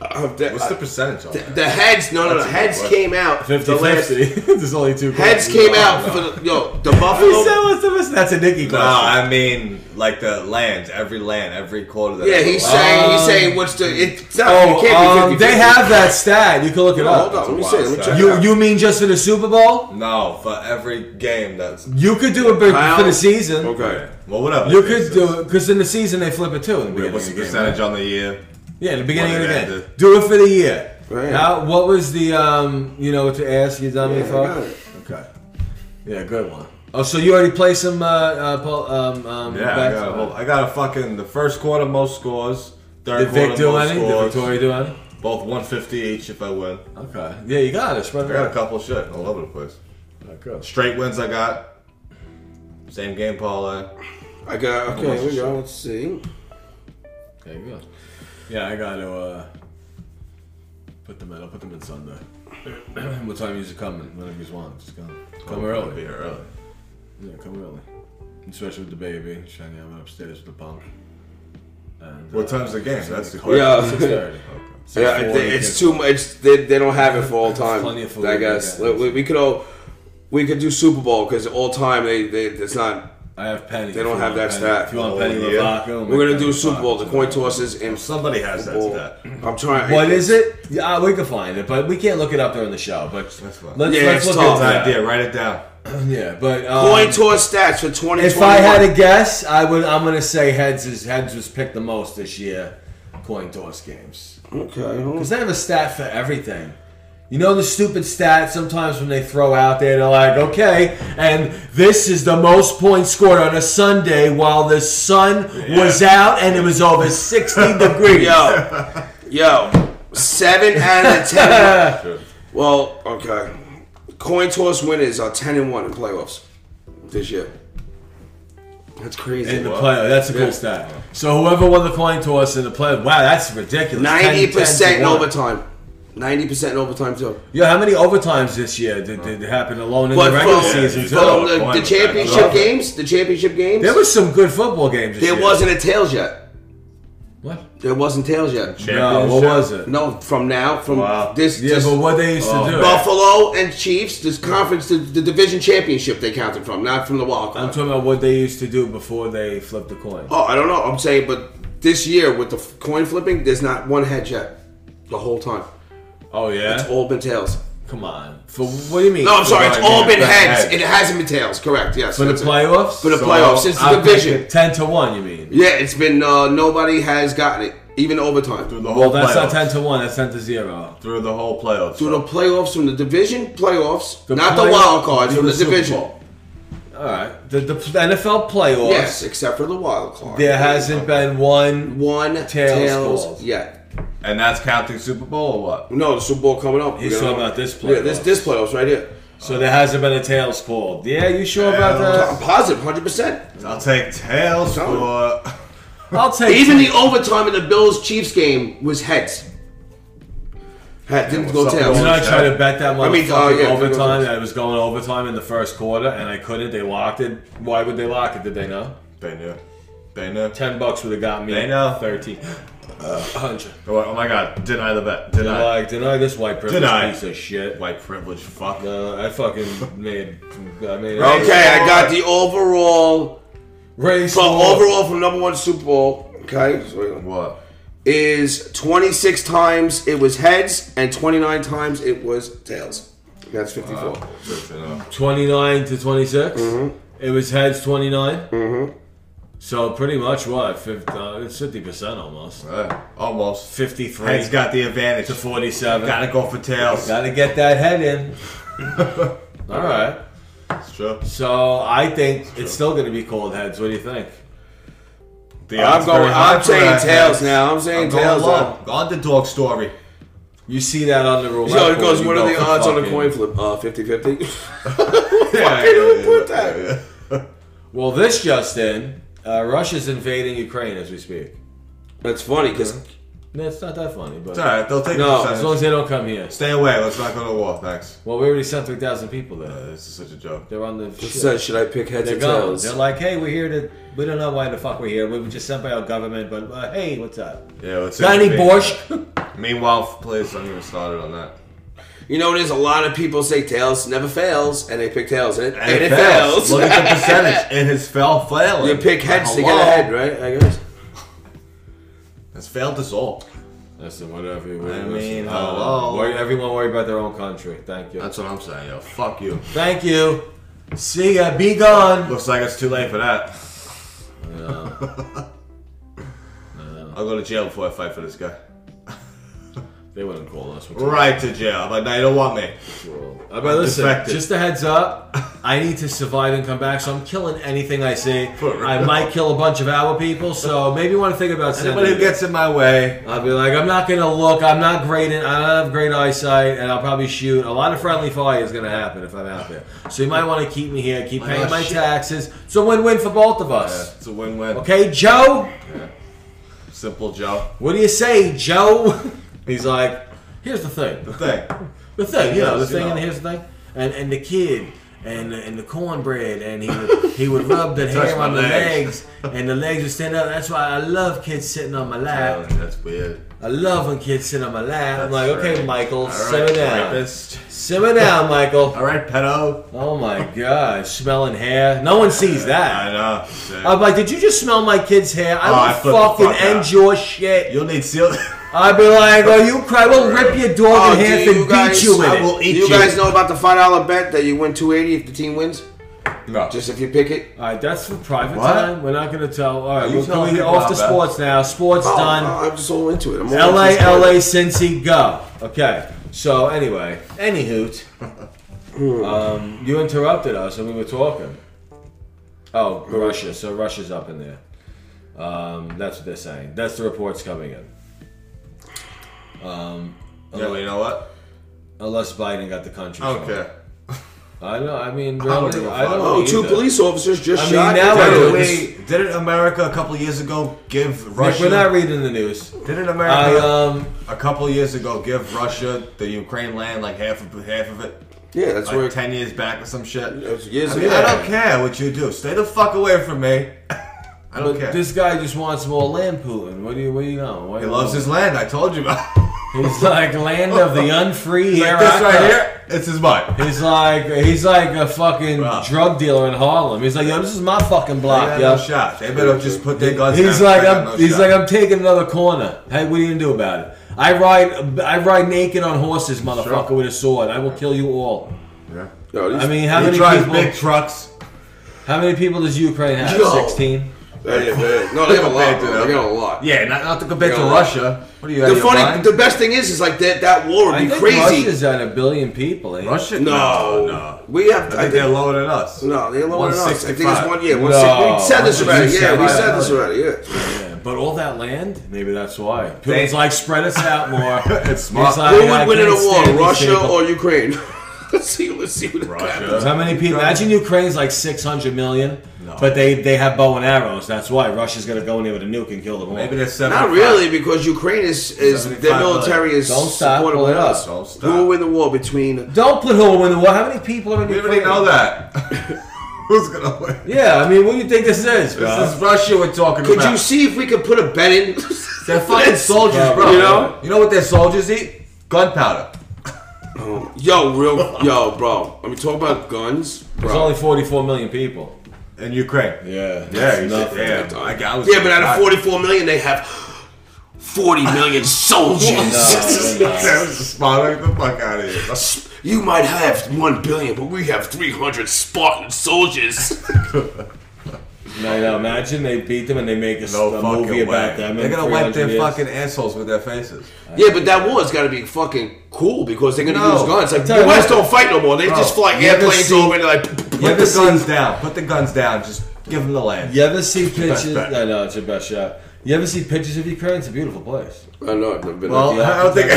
Speaker 3: Uh, the,
Speaker 2: What's the percentage on that?
Speaker 3: the heads? No, no,
Speaker 2: That's
Speaker 3: the
Speaker 2: a
Speaker 3: heads
Speaker 2: good one.
Speaker 3: came out. the
Speaker 1: 50
Speaker 3: last-
Speaker 1: 50. There's only two.
Speaker 3: Heads
Speaker 1: quarters.
Speaker 3: came out for the yo the Buffalo.
Speaker 1: He said, "What's the best?" That's a Nicky
Speaker 2: No,
Speaker 1: question.
Speaker 2: I mean like the lands, every land, every quarter. That
Speaker 3: Yeah,
Speaker 2: I
Speaker 3: he's
Speaker 2: go,
Speaker 3: saying he's
Speaker 1: Um,
Speaker 3: saying what's the it's not, it
Speaker 1: Oh,
Speaker 3: can't
Speaker 1: um,
Speaker 3: be 50,
Speaker 1: they have that stat. You can look it up.
Speaker 3: Hold on, let me
Speaker 2: wild
Speaker 3: see. Let me
Speaker 2: stat.
Speaker 3: check. it
Speaker 1: You
Speaker 3: out.
Speaker 1: you mean just for the Super Bowl?
Speaker 2: No, for every game that's
Speaker 1: You could do it for,
Speaker 3: Kyle?
Speaker 1: for the season.
Speaker 3: okay?
Speaker 2: well, whatever.
Speaker 1: You could do it because in the season they flip it too. In the beginning
Speaker 2: What's
Speaker 1: of
Speaker 2: the
Speaker 1: the game,
Speaker 2: percentage on the year?
Speaker 1: right? Yeah, in the beginning of
Speaker 2: What
Speaker 1: the
Speaker 2: did
Speaker 1: game.
Speaker 2: that
Speaker 1: Do it for the year.
Speaker 3: Right.
Speaker 1: How, what was the um? You know what to ask you dummy
Speaker 3: Yeah, I
Speaker 1: fuck?
Speaker 3: got it.
Speaker 1: Okay. Yeah, good one. Oh, so you already play some uh, uh pol- um um
Speaker 2: Yeah, I
Speaker 1: bets?
Speaker 2: got, a whole- I got a fucking the first quarter most scores. Third
Speaker 1: Did Vic
Speaker 2: quarter
Speaker 1: do
Speaker 2: most
Speaker 1: any? Did
Speaker 2: scores.
Speaker 1: Victoria do any?
Speaker 2: Both 150 each if I win.
Speaker 1: Okay. Yeah, you got it. Spread
Speaker 2: I
Speaker 1: it
Speaker 2: got a
Speaker 1: out.
Speaker 2: couple shit all over the place.
Speaker 1: Okay.
Speaker 2: Straight wins I got. Same game parlay.
Speaker 3: I got okay. Here we go. Let's see.
Speaker 1: There you go. Yeah, I got to uh, put them in. I'll put them in Sunday. what time is it coming? When it want. Just come. Come
Speaker 2: I'll
Speaker 1: early.
Speaker 2: Be here early.
Speaker 1: Yeah, come early. Especially with the baby. She's hanging out upstairs with the punk. And,
Speaker 2: What
Speaker 1: uh,
Speaker 2: time's the game? That's the question.
Speaker 3: Yeah.
Speaker 1: Six thirty.
Speaker 3: Yeah, I think it's too much. It's, they, they don't have it for all time.
Speaker 1: Plenty of food,
Speaker 3: I guess
Speaker 1: yeah.
Speaker 3: Like, we, we could all we could do Super Bowl because all time they, they it's not.
Speaker 1: I have penny.
Speaker 3: They don't
Speaker 1: If you want
Speaker 3: have that
Speaker 1: penny-
Speaker 3: stat.
Speaker 1: If you want
Speaker 2: Oh,
Speaker 1: penny
Speaker 2: yeah.
Speaker 1: Lavaca, oh my
Speaker 3: We're gonna
Speaker 1: God,
Speaker 3: do
Speaker 1: it's
Speaker 3: Super Bowl. The
Speaker 1: fucked.
Speaker 3: coin tosses and
Speaker 2: Somebody has that
Speaker 3: Bowl.
Speaker 2: stat.
Speaker 3: I'm trying.
Speaker 1: What is it? Yeah, we can find it, but we can't look it up during the show. But
Speaker 2: That's fine.
Speaker 1: let's,
Speaker 3: Yeah,
Speaker 1: let's
Speaker 3: it's
Speaker 1: look
Speaker 3: tough.
Speaker 1: at
Speaker 2: Idea. Write it down.
Speaker 1: that. Yeah, but um,
Speaker 3: Coin toss stats for 2021.
Speaker 1: If I had to guess, I would. I'm gonna say heads is heads was picked the most this year. Coin toss games
Speaker 3: okay, hold on.
Speaker 1: because they have a stat for everything. You know the stupid stat sometimes when they throw out there, they're like, okay, and this is the most points scored on a Sunday while the sun was out and it was over 60 degrees.
Speaker 3: yo, yo, seven out of ten. Well, okay. Coin toss winners are ten and one in playoffs this year. That's
Speaker 1: In
Speaker 3: crazy.
Speaker 1: the play, that's a cool
Speaker 3: Yeah.
Speaker 1: stat. So whoever won the coin toss in the play, wow, that's ridiculous.
Speaker 3: Ninety
Speaker 1: 10 to
Speaker 3: percent in
Speaker 1: 1.
Speaker 3: overtime. Ninety percent in overtime too.
Speaker 1: Yeah, how many overtimes this year did, did happen alone in
Speaker 3: But
Speaker 1: the regular
Speaker 3: from,
Speaker 1: season?
Speaker 3: from
Speaker 1: too?
Speaker 2: so-
Speaker 3: the, the championship games, the championship games,
Speaker 1: There was some good football games. This
Speaker 3: there
Speaker 1: year.
Speaker 3: wasn't a tails yet.
Speaker 1: What?
Speaker 3: There wasn't tails yet.
Speaker 1: No, what was it?
Speaker 3: No, from now, from
Speaker 2: Wow.
Speaker 3: this,
Speaker 1: Yeah,
Speaker 3: this
Speaker 1: but what they used
Speaker 2: Oh.
Speaker 1: to do.
Speaker 3: Buffalo and Chiefs, this conference, the, the division championship they counted from, not from the wild
Speaker 1: I'm
Speaker 3: card.
Speaker 1: talking about what they used to do before they flipped the coin.
Speaker 3: Oh, I don't know. I'm saying, but this year with the f- coin flipping, there's not one head yet. The whole time,
Speaker 1: Oh yeah.
Speaker 3: it's all been tails.
Speaker 1: Come on. For what do you mean?
Speaker 3: No, I'm sorry, it's all been
Speaker 2: Yeah,
Speaker 3: heads.
Speaker 2: heads.
Speaker 3: It hasn't been tails. Correct. Yes.
Speaker 1: for the
Speaker 3: that's it.
Speaker 1: playoffs.
Speaker 3: For the playoffs, since the
Speaker 1: I'm
Speaker 3: division.
Speaker 1: thinking Ten to one. You mean?
Speaker 3: Yeah, it's been uh, nobody has gotten it, even overtime.
Speaker 2: Through the whole
Speaker 1: Well, that's not
Speaker 2: playoffs.
Speaker 1: ten to one. That's ten to zero.
Speaker 2: Through the whole playoffs.
Speaker 3: Through the playoffs, from the division playoffs,
Speaker 1: The
Speaker 3: not
Speaker 1: playoff-
Speaker 3: the wild cards,
Speaker 1: to
Speaker 3: from
Speaker 1: the
Speaker 3: the,
Speaker 1: Super
Speaker 3: division.
Speaker 1: Bowl. All right. The, the NFL playoffs.
Speaker 3: Yes, except for the wild card.
Speaker 1: There hasn't been one.
Speaker 3: one tails,
Speaker 1: calls.
Speaker 3: yet.
Speaker 2: and that's counting Super Bowl or what?
Speaker 3: No, the Super Bowl coming up.
Speaker 1: He's
Speaker 3: We're gonna-
Speaker 1: talking about this
Speaker 3: Yeah, this
Speaker 1: playoffs.
Speaker 3: this playoffs right here.
Speaker 1: So there hasn't been a tails called. Yeah, you sure about
Speaker 3: I'm
Speaker 1: that?
Speaker 3: positive, hundred percent.
Speaker 2: I'll take tails for.
Speaker 1: I'll take
Speaker 3: Even the overtime in the Bills Chiefs game was heads. Head didn't go
Speaker 2: what's up,
Speaker 1: Did
Speaker 3: tails.
Speaker 2: Bills?
Speaker 1: I try to bet that
Speaker 3: I mean,
Speaker 1: motherfucking
Speaker 3: oh, yeah,
Speaker 1: overtime
Speaker 3: overtime.
Speaker 1: that it was going overtime in the first quarter, and I couldn't. They locked it. Why would they lock it? Did they know?
Speaker 2: They knew. They knew.
Speaker 1: Ten bucks would have got me.
Speaker 2: They know.
Speaker 1: Thirteen.
Speaker 3: Uh,
Speaker 1: A hundred.
Speaker 2: Oh, oh my god, deny the bet.
Speaker 1: They're
Speaker 2: Deny.
Speaker 1: like, deny this white privilege
Speaker 2: Deny.
Speaker 1: piece of shit.
Speaker 2: White privilege fuck.
Speaker 1: No, I fucking made. I made
Speaker 3: Okay, I got the overall.
Speaker 1: race.
Speaker 3: But
Speaker 1: war.
Speaker 3: overall, from number one Super Bowl, okay, so
Speaker 2: What?
Speaker 3: is 26 times it was heads and 29 times it was tails. That's 54.
Speaker 2: Good to know.
Speaker 1: 29 to 26.
Speaker 3: Mm-hmm.
Speaker 1: It was heads 29. Mm-hmm. So pretty much what? 50, uh, it's 50% almost.
Speaker 2: Uh, almost.
Speaker 1: 53
Speaker 2: Heads got the advantage.
Speaker 1: to 47.
Speaker 2: Gotta go for tails.
Speaker 1: Gotta get that head in. All right.
Speaker 2: That's true.
Speaker 1: So I think it's still going to be cold heads. What do you think?
Speaker 2: The
Speaker 3: I'm
Speaker 2: odds
Speaker 3: going.
Speaker 2: very high
Speaker 3: I'm
Speaker 2: for
Speaker 3: saying
Speaker 2: that.
Speaker 3: tails now. I'm saying
Speaker 2: I'm going
Speaker 3: tails.
Speaker 2: long. Underdog story.
Speaker 1: You see that on the roulette.
Speaker 3: So it
Speaker 1: board,
Speaker 3: goes.
Speaker 1: you
Speaker 3: What
Speaker 1: go
Speaker 3: are the
Speaker 1: for
Speaker 3: odds on a
Speaker 1: fucking-
Speaker 3: coin flip? Uh, 50-50.
Speaker 2: Yeah,
Speaker 3: Fucking who put that?
Speaker 2: yeah, yeah.
Speaker 1: Well, this just in, uh, Russia's invading Ukraine as we speak.
Speaker 3: That's funny because
Speaker 1: No, it's not that funny, but
Speaker 2: It's alright, they'll take
Speaker 3: No,
Speaker 2: the
Speaker 1: as long
Speaker 2: percentage.
Speaker 1: as they don't come here.
Speaker 2: Stay away, let's not go to war, thanks.
Speaker 1: Well, we already sent 3,000 people there.
Speaker 2: Uh, this is such a joke.
Speaker 1: They're on the. ship.
Speaker 3: says, should I pick heads
Speaker 1: They're
Speaker 3: or
Speaker 1: gone.
Speaker 3: tails?
Speaker 1: They're like, hey, we're here to. We don't know why the fuck we're here. We were just sent by our government, but uh, hey, what's up?
Speaker 2: Yeah, let's see
Speaker 1: Johnny
Speaker 2: what they-
Speaker 1: Borsch.
Speaker 2: Meanwhile, please don't even start it on that.
Speaker 3: You know, there's a lot of people say tails never fails, and they pick tails, and it, and it fails.
Speaker 2: Look at the percentage. It has fell failing.
Speaker 3: you pick heads to
Speaker 2: Hello?
Speaker 3: get ahead, right? I guess.
Speaker 2: It's failed us all.
Speaker 1: Listen, whatever. you
Speaker 2: I
Speaker 1: want.
Speaker 2: mean,
Speaker 1: Uh,
Speaker 2: hello.
Speaker 1: worry- everyone worry about their own country. Thank you.
Speaker 2: That's what I'm saying, yo. Fuck you.
Speaker 1: Thank you. See ya. Be gone.
Speaker 2: Looks like it's too late for that.
Speaker 1: No.
Speaker 2: I'll go to jail before I fight for this guy.
Speaker 1: They wouldn't call us. We're
Speaker 2: Right to jail, but now you don't want me.
Speaker 1: cool. Uh, but listen,
Speaker 2: Defected.
Speaker 1: just a heads up. I need to survive and come back, so I'm killing anything I see.
Speaker 2: For real.
Speaker 1: I might kill a bunch of our people, so maybe you want to think about sending.
Speaker 2: Anybody who gets in my way,
Speaker 1: I'll be like, I'm not gonna look. I'm not great. In, I don't have great eyesight, and I'll probably shoot. A lot of friendly fire is gonna happen if I'm out there. So you might want to keep me here. Keep paying
Speaker 2: Oh,
Speaker 1: my
Speaker 2: shit.
Speaker 1: taxes. It's a win-win for both of
Speaker 2: yeah,
Speaker 1: us.
Speaker 2: it's a win-win.
Speaker 1: Okay, Joe.
Speaker 2: Simple Joe.
Speaker 1: What do you say, Joe? He's like, here's the thing.
Speaker 2: The thing.
Speaker 1: The thing, you know, the
Speaker 2: Yes, you
Speaker 1: thing, and
Speaker 2: know.
Speaker 1: here's the thing, and and the kid, and and the cornbread, and he would, he would rub the
Speaker 2: Touch
Speaker 1: hair
Speaker 2: my
Speaker 1: on the legs,
Speaker 2: legs.
Speaker 1: and the legs would stand up. That's why I love kids sitting on my
Speaker 2: Oh,
Speaker 1: lap.
Speaker 2: that's weird.
Speaker 1: I love when kids sit on my lap. I'm
Speaker 2: That's
Speaker 1: like, okay,
Speaker 2: right.
Speaker 1: Michael,
Speaker 2: All
Speaker 1: simmer
Speaker 2: right,
Speaker 1: down,
Speaker 2: rapist.
Speaker 1: simmer down, Michael.
Speaker 2: All right, pedo.
Speaker 1: Oh my God, smelling hair. No one sees
Speaker 2: I
Speaker 1: that.
Speaker 2: know.
Speaker 1: I'm like, did you just smell my kid's hair? I
Speaker 2: Oh, I
Speaker 1: would
Speaker 2: flipped the
Speaker 1: fucking
Speaker 2: fuck
Speaker 1: end
Speaker 2: out.
Speaker 1: your shit.
Speaker 2: You'll need seal.
Speaker 1: I'd be like, oh, you cry. We'll rip your dog
Speaker 3: Oh,
Speaker 1: in half
Speaker 3: do you
Speaker 1: and
Speaker 3: guys-
Speaker 1: beat you with
Speaker 2: I
Speaker 1: it.
Speaker 2: will eat
Speaker 3: Do
Speaker 2: you.
Speaker 3: you guys know about the five dollar bet that you win two eighty if the team wins?
Speaker 2: no.
Speaker 3: Just if you pick it.
Speaker 1: All right, that's for private
Speaker 2: What?
Speaker 1: time. We're not going to tell. All right,
Speaker 2: you
Speaker 1: we're
Speaker 2: telling
Speaker 1: going
Speaker 2: people
Speaker 1: off to
Speaker 2: about that?
Speaker 1: sports now. Sports
Speaker 3: Oh,
Speaker 1: done.
Speaker 3: oh, I'm just all into it. I'm all
Speaker 1: LA,
Speaker 3: into it.
Speaker 1: LA, Cincy, go. Okay. So anyway, any hoot. um, you interrupted us and we were talking. Oh, Russia. So Russia's up in there. Um, that's what they're saying. That's the reports coming in.
Speaker 2: Yeah, well, you know what?
Speaker 1: Unless Biden got the country.
Speaker 2: I don't
Speaker 1: sorted.
Speaker 2: care.
Speaker 1: I know. I mean,
Speaker 2: don't
Speaker 1: really,
Speaker 2: give a
Speaker 1: I
Speaker 2: fuck.
Speaker 1: don't.
Speaker 3: Oh, two
Speaker 1: either.
Speaker 3: police officers just
Speaker 1: I mean,
Speaker 3: shot.
Speaker 1: now
Speaker 3: and-
Speaker 1: I
Speaker 2: Didn't,
Speaker 1: do.
Speaker 2: we, didn't America a couple years ago give
Speaker 1: Nick,
Speaker 2: Russia?
Speaker 1: we're not reading the news.
Speaker 2: didn't
Speaker 1: I
Speaker 2: America
Speaker 1: um.
Speaker 2: a couple years ago give Russia the Ukraine land like half of half of it,
Speaker 3: Yeah, that's
Speaker 2: like
Speaker 3: where.
Speaker 2: ten years back or some shit?
Speaker 3: That was years
Speaker 2: I mean,
Speaker 3: ago.
Speaker 2: I don't care what you do. Stay the fuck away from me. I don't care.
Speaker 1: This guy just wants more land, Putin. What do you? What do you know? What
Speaker 2: he
Speaker 1: do you
Speaker 2: loves
Speaker 1: know?
Speaker 2: his land. I told you about.
Speaker 1: He's like land of the unfree. here
Speaker 2: like this
Speaker 1: I
Speaker 2: right
Speaker 1: come."
Speaker 2: here, it's his mind.
Speaker 1: He's like he's like a fucking
Speaker 2: Wow.
Speaker 1: drug dealer in Harlem. He's like, yo, this is my fucking block,
Speaker 2: They got no
Speaker 1: yo.
Speaker 2: shot. They better just put their guns.
Speaker 1: He's
Speaker 2: down.
Speaker 1: like,
Speaker 2: They got
Speaker 1: I'm,
Speaker 2: no
Speaker 1: he's
Speaker 2: shot.
Speaker 1: like, I'm taking another corner. Hey, what are you gonna do about it? I ride, I ride naked on horses, motherfucker, with a sword. I will kill you all.
Speaker 2: Yeah.
Speaker 3: Yo, these-
Speaker 1: I mean, how
Speaker 2: he
Speaker 1: many
Speaker 2: drives
Speaker 1: people?
Speaker 2: big trucks.
Speaker 1: How many people does Ukraine have?
Speaker 3: Yo.
Speaker 1: Sixteen.
Speaker 3: Yeah, yeah, yeah. no, they have a lot.
Speaker 2: Compared to
Speaker 3: bro. They
Speaker 2: them.
Speaker 3: got a lot.
Speaker 2: Yeah, not, not to compare
Speaker 3: They
Speaker 2: to
Speaker 3: got a lot.
Speaker 2: Russia. What are you? out
Speaker 3: The
Speaker 2: of your
Speaker 3: funny,
Speaker 2: mind?
Speaker 3: the best thing is, is like that that war would
Speaker 1: I
Speaker 3: be
Speaker 1: think
Speaker 3: crazy.
Speaker 1: Russia's at a billion people. Ain't it?
Speaker 2: Russia?
Speaker 3: no,
Speaker 2: no.
Speaker 3: we have.
Speaker 2: I think they're lower than us.
Speaker 3: no, they're lower than us. I think it's
Speaker 2: 165.
Speaker 3: one. Yeah,
Speaker 1: No.
Speaker 3: one six, we said this already. Yeah, we
Speaker 1: 165.
Speaker 3: said this already. Yeah.
Speaker 1: Yeah, but all that land, maybe that's why.
Speaker 2: They-
Speaker 1: Putin's like, spread us out more.
Speaker 2: It's smart.
Speaker 1: He's like,
Speaker 3: Who
Speaker 1: "I
Speaker 3: would win in a
Speaker 1: can't
Speaker 3: war,
Speaker 1: stand these
Speaker 3: Russia
Speaker 1: people."
Speaker 3: or Ukraine? let's see. Let's see what
Speaker 2: Russia.
Speaker 3: happens.
Speaker 1: How many people? Imagine Ukraine's like 600 million,
Speaker 2: No.
Speaker 1: but they, they have bow and arrows. That's why Russia's going to go in there with a nuke and kill them all.
Speaker 2: Maybe they're seven.
Speaker 3: Not really, because Ukraine is is their
Speaker 2: 75
Speaker 3: military is
Speaker 1: Don't stop,
Speaker 3: supported
Speaker 1: pull
Speaker 3: with
Speaker 1: it up.
Speaker 3: us.
Speaker 2: Don't stop.
Speaker 3: Who will win the war between?
Speaker 1: Don't put who will win the war. How many people are in
Speaker 2: We
Speaker 1: Ukraine?
Speaker 2: already know that. Who's gonna win?
Speaker 1: Yeah, I mean, what do you think this is, bro?
Speaker 2: This is Russia we're talking
Speaker 3: Could
Speaker 2: about.
Speaker 3: you see if we could put a bet in?
Speaker 2: they're fucking soldiers, bro.
Speaker 3: You know?
Speaker 2: You know what their soldiers eat? Gunpowder.
Speaker 3: Yo, real, yo, bro. Let me talk about guns, bro.
Speaker 1: There's only 44 million people.
Speaker 2: In Ukraine.
Speaker 1: Yeah.
Speaker 2: Yeah, you
Speaker 1: nothing.
Speaker 2: said, yeah. I, I was
Speaker 3: yeah, but out
Speaker 2: I-
Speaker 3: of 44 million, they have 40 million soldiers.
Speaker 1: No, no, no.
Speaker 2: That was just smiling the fuck out of you.
Speaker 3: You might have 1 billion, but we have 300 Spartan soldiers.
Speaker 1: No, no, imagine they beat them and they make a,
Speaker 2: No
Speaker 1: a
Speaker 2: fucking
Speaker 1: movie about
Speaker 2: way.
Speaker 1: them.
Speaker 2: They're
Speaker 1: in
Speaker 2: gonna wipe their
Speaker 1: 300 years.
Speaker 2: fucking assholes with their faces.
Speaker 3: yeah, but that war's got to be fucking cool because they're going to
Speaker 2: No.
Speaker 3: use guns. Like,
Speaker 1: Tell you
Speaker 3: the West
Speaker 1: what-
Speaker 3: don't fight no more. They just fly
Speaker 2: you ever
Speaker 3: airplanes
Speaker 2: seen-
Speaker 3: over and they're like,
Speaker 2: Put
Speaker 1: ever
Speaker 2: the
Speaker 1: seen-
Speaker 2: guns down. Put the guns down. Just give them the land.
Speaker 1: You ever see pictures?
Speaker 2: bet.
Speaker 1: No, no, it's your best shot. You ever see pictures of Ukraine? It's a beautiful place.
Speaker 3: I know, I've never been
Speaker 2: Well,
Speaker 1: Yeah.
Speaker 2: I don't think.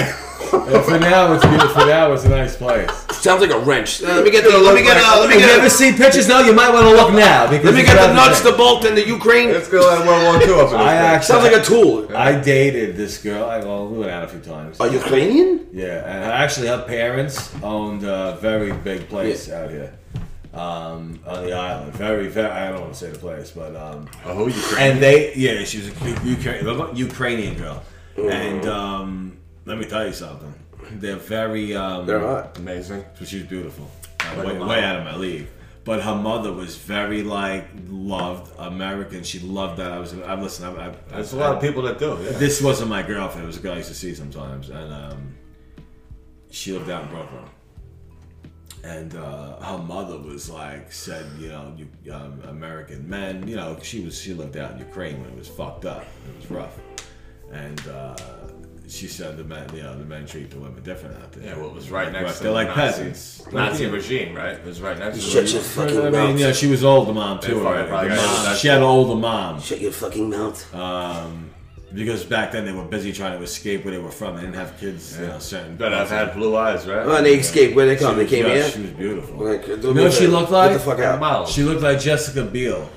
Speaker 1: And for now, it's beautiful. For now, it's a nice place.
Speaker 3: Sounds like a wrench. Uh, let me get the,
Speaker 2: It'll
Speaker 3: let me
Speaker 2: look
Speaker 3: get,
Speaker 2: like-
Speaker 3: uh, let me
Speaker 1: If you
Speaker 3: get,
Speaker 1: ever see pictures now, you might want to look now. Because
Speaker 3: let me
Speaker 1: it's
Speaker 3: get the
Speaker 1: about
Speaker 3: nuts,
Speaker 1: same.
Speaker 3: the bolt, and the Ukraine.
Speaker 2: It's gonna let World War II up in this
Speaker 1: I
Speaker 2: thing.
Speaker 1: actually,
Speaker 3: Sounds like a tool.
Speaker 1: I dated this girl. I well, we went out a few times.
Speaker 3: A Ukrainian?
Speaker 1: Yeah, and actually, her parents owned a very big place out here um, on the island. Very, very. I don't want to say the place, but um,
Speaker 2: Oh, Ukraine.
Speaker 1: and they yeah, she was a U- Ukra- Ukrainian girl, and
Speaker 2: Mm-hmm.
Speaker 1: um, let me tell you something. They're very. Um,
Speaker 3: They're hot.
Speaker 2: Amazing.
Speaker 1: So she was beautiful. Uh,
Speaker 2: Like
Speaker 1: way, way
Speaker 2: a model.
Speaker 1: out of my league. But her mother was very like loved American. She loved that I was. I listen. I, I,
Speaker 2: There's a lot of people that do. Yeah.
Speaker 1: This wasn't my girlfriend. It was a girl I used to see sometimes, and um, she lived out in Brooklyn. And uh, her mother was like said, you know, you, um, American men. You know, she was she lived out in Ukraine when it was fucked up. It was rough, and uh, she said the men, you know, the men treat the women different out there.
Speaker 2: Yeah, well, it was right
Speaker 1: Like,
Speaker 2: next to
Speaker 1: they're
Speaker 2: the
Speaker 1: like
Speaker 2: Nazi-
Speaker 1: peasants.
Speaker 2: Nazi
Speaker 1: Like,
Speaker 2: regime, right? It was right next to
Speaker 3: Shut
Speaker 2: it.
Speaker 3: your
Speaker 1: I
Speaker 3: fucking
Speaker 1: mean,
Speaker 3: mouth.
Speaker 1: you know, she was old, the mom too.
Speaker 2: They probably-
Speaker 1: already. The
Speaker 2: yeah,
Speaker 1: mom-
Speaker 2: that's-
Speaker 1: she had older mom.
Speaker 3: Shut your fucking mouth.
Speaker 1: Um, because back then they were busy trying to escape where they were from. They didn't have kids, you know, certain.
Speaker 2: But I've had blue eyes, right?
Speaker 3: Well, they escaped. Where they come? They
Speaker 1: She
Speaker 3: came
Speaker 1: was- She
Speaker 3: here.
Speaker 1: was beautiful.
Speaker 3: Like, do
Speaker 1: you
Speaker 3: me
Speaker 1: know
Speaker 3: a
Speaker 1: what she
Speaker 3: favor.
Speaker 1: look like?
Speaker 3: Get the fuck out.
Speaker 2: Miles.
Speaker 1: She looked like Jessica Biel,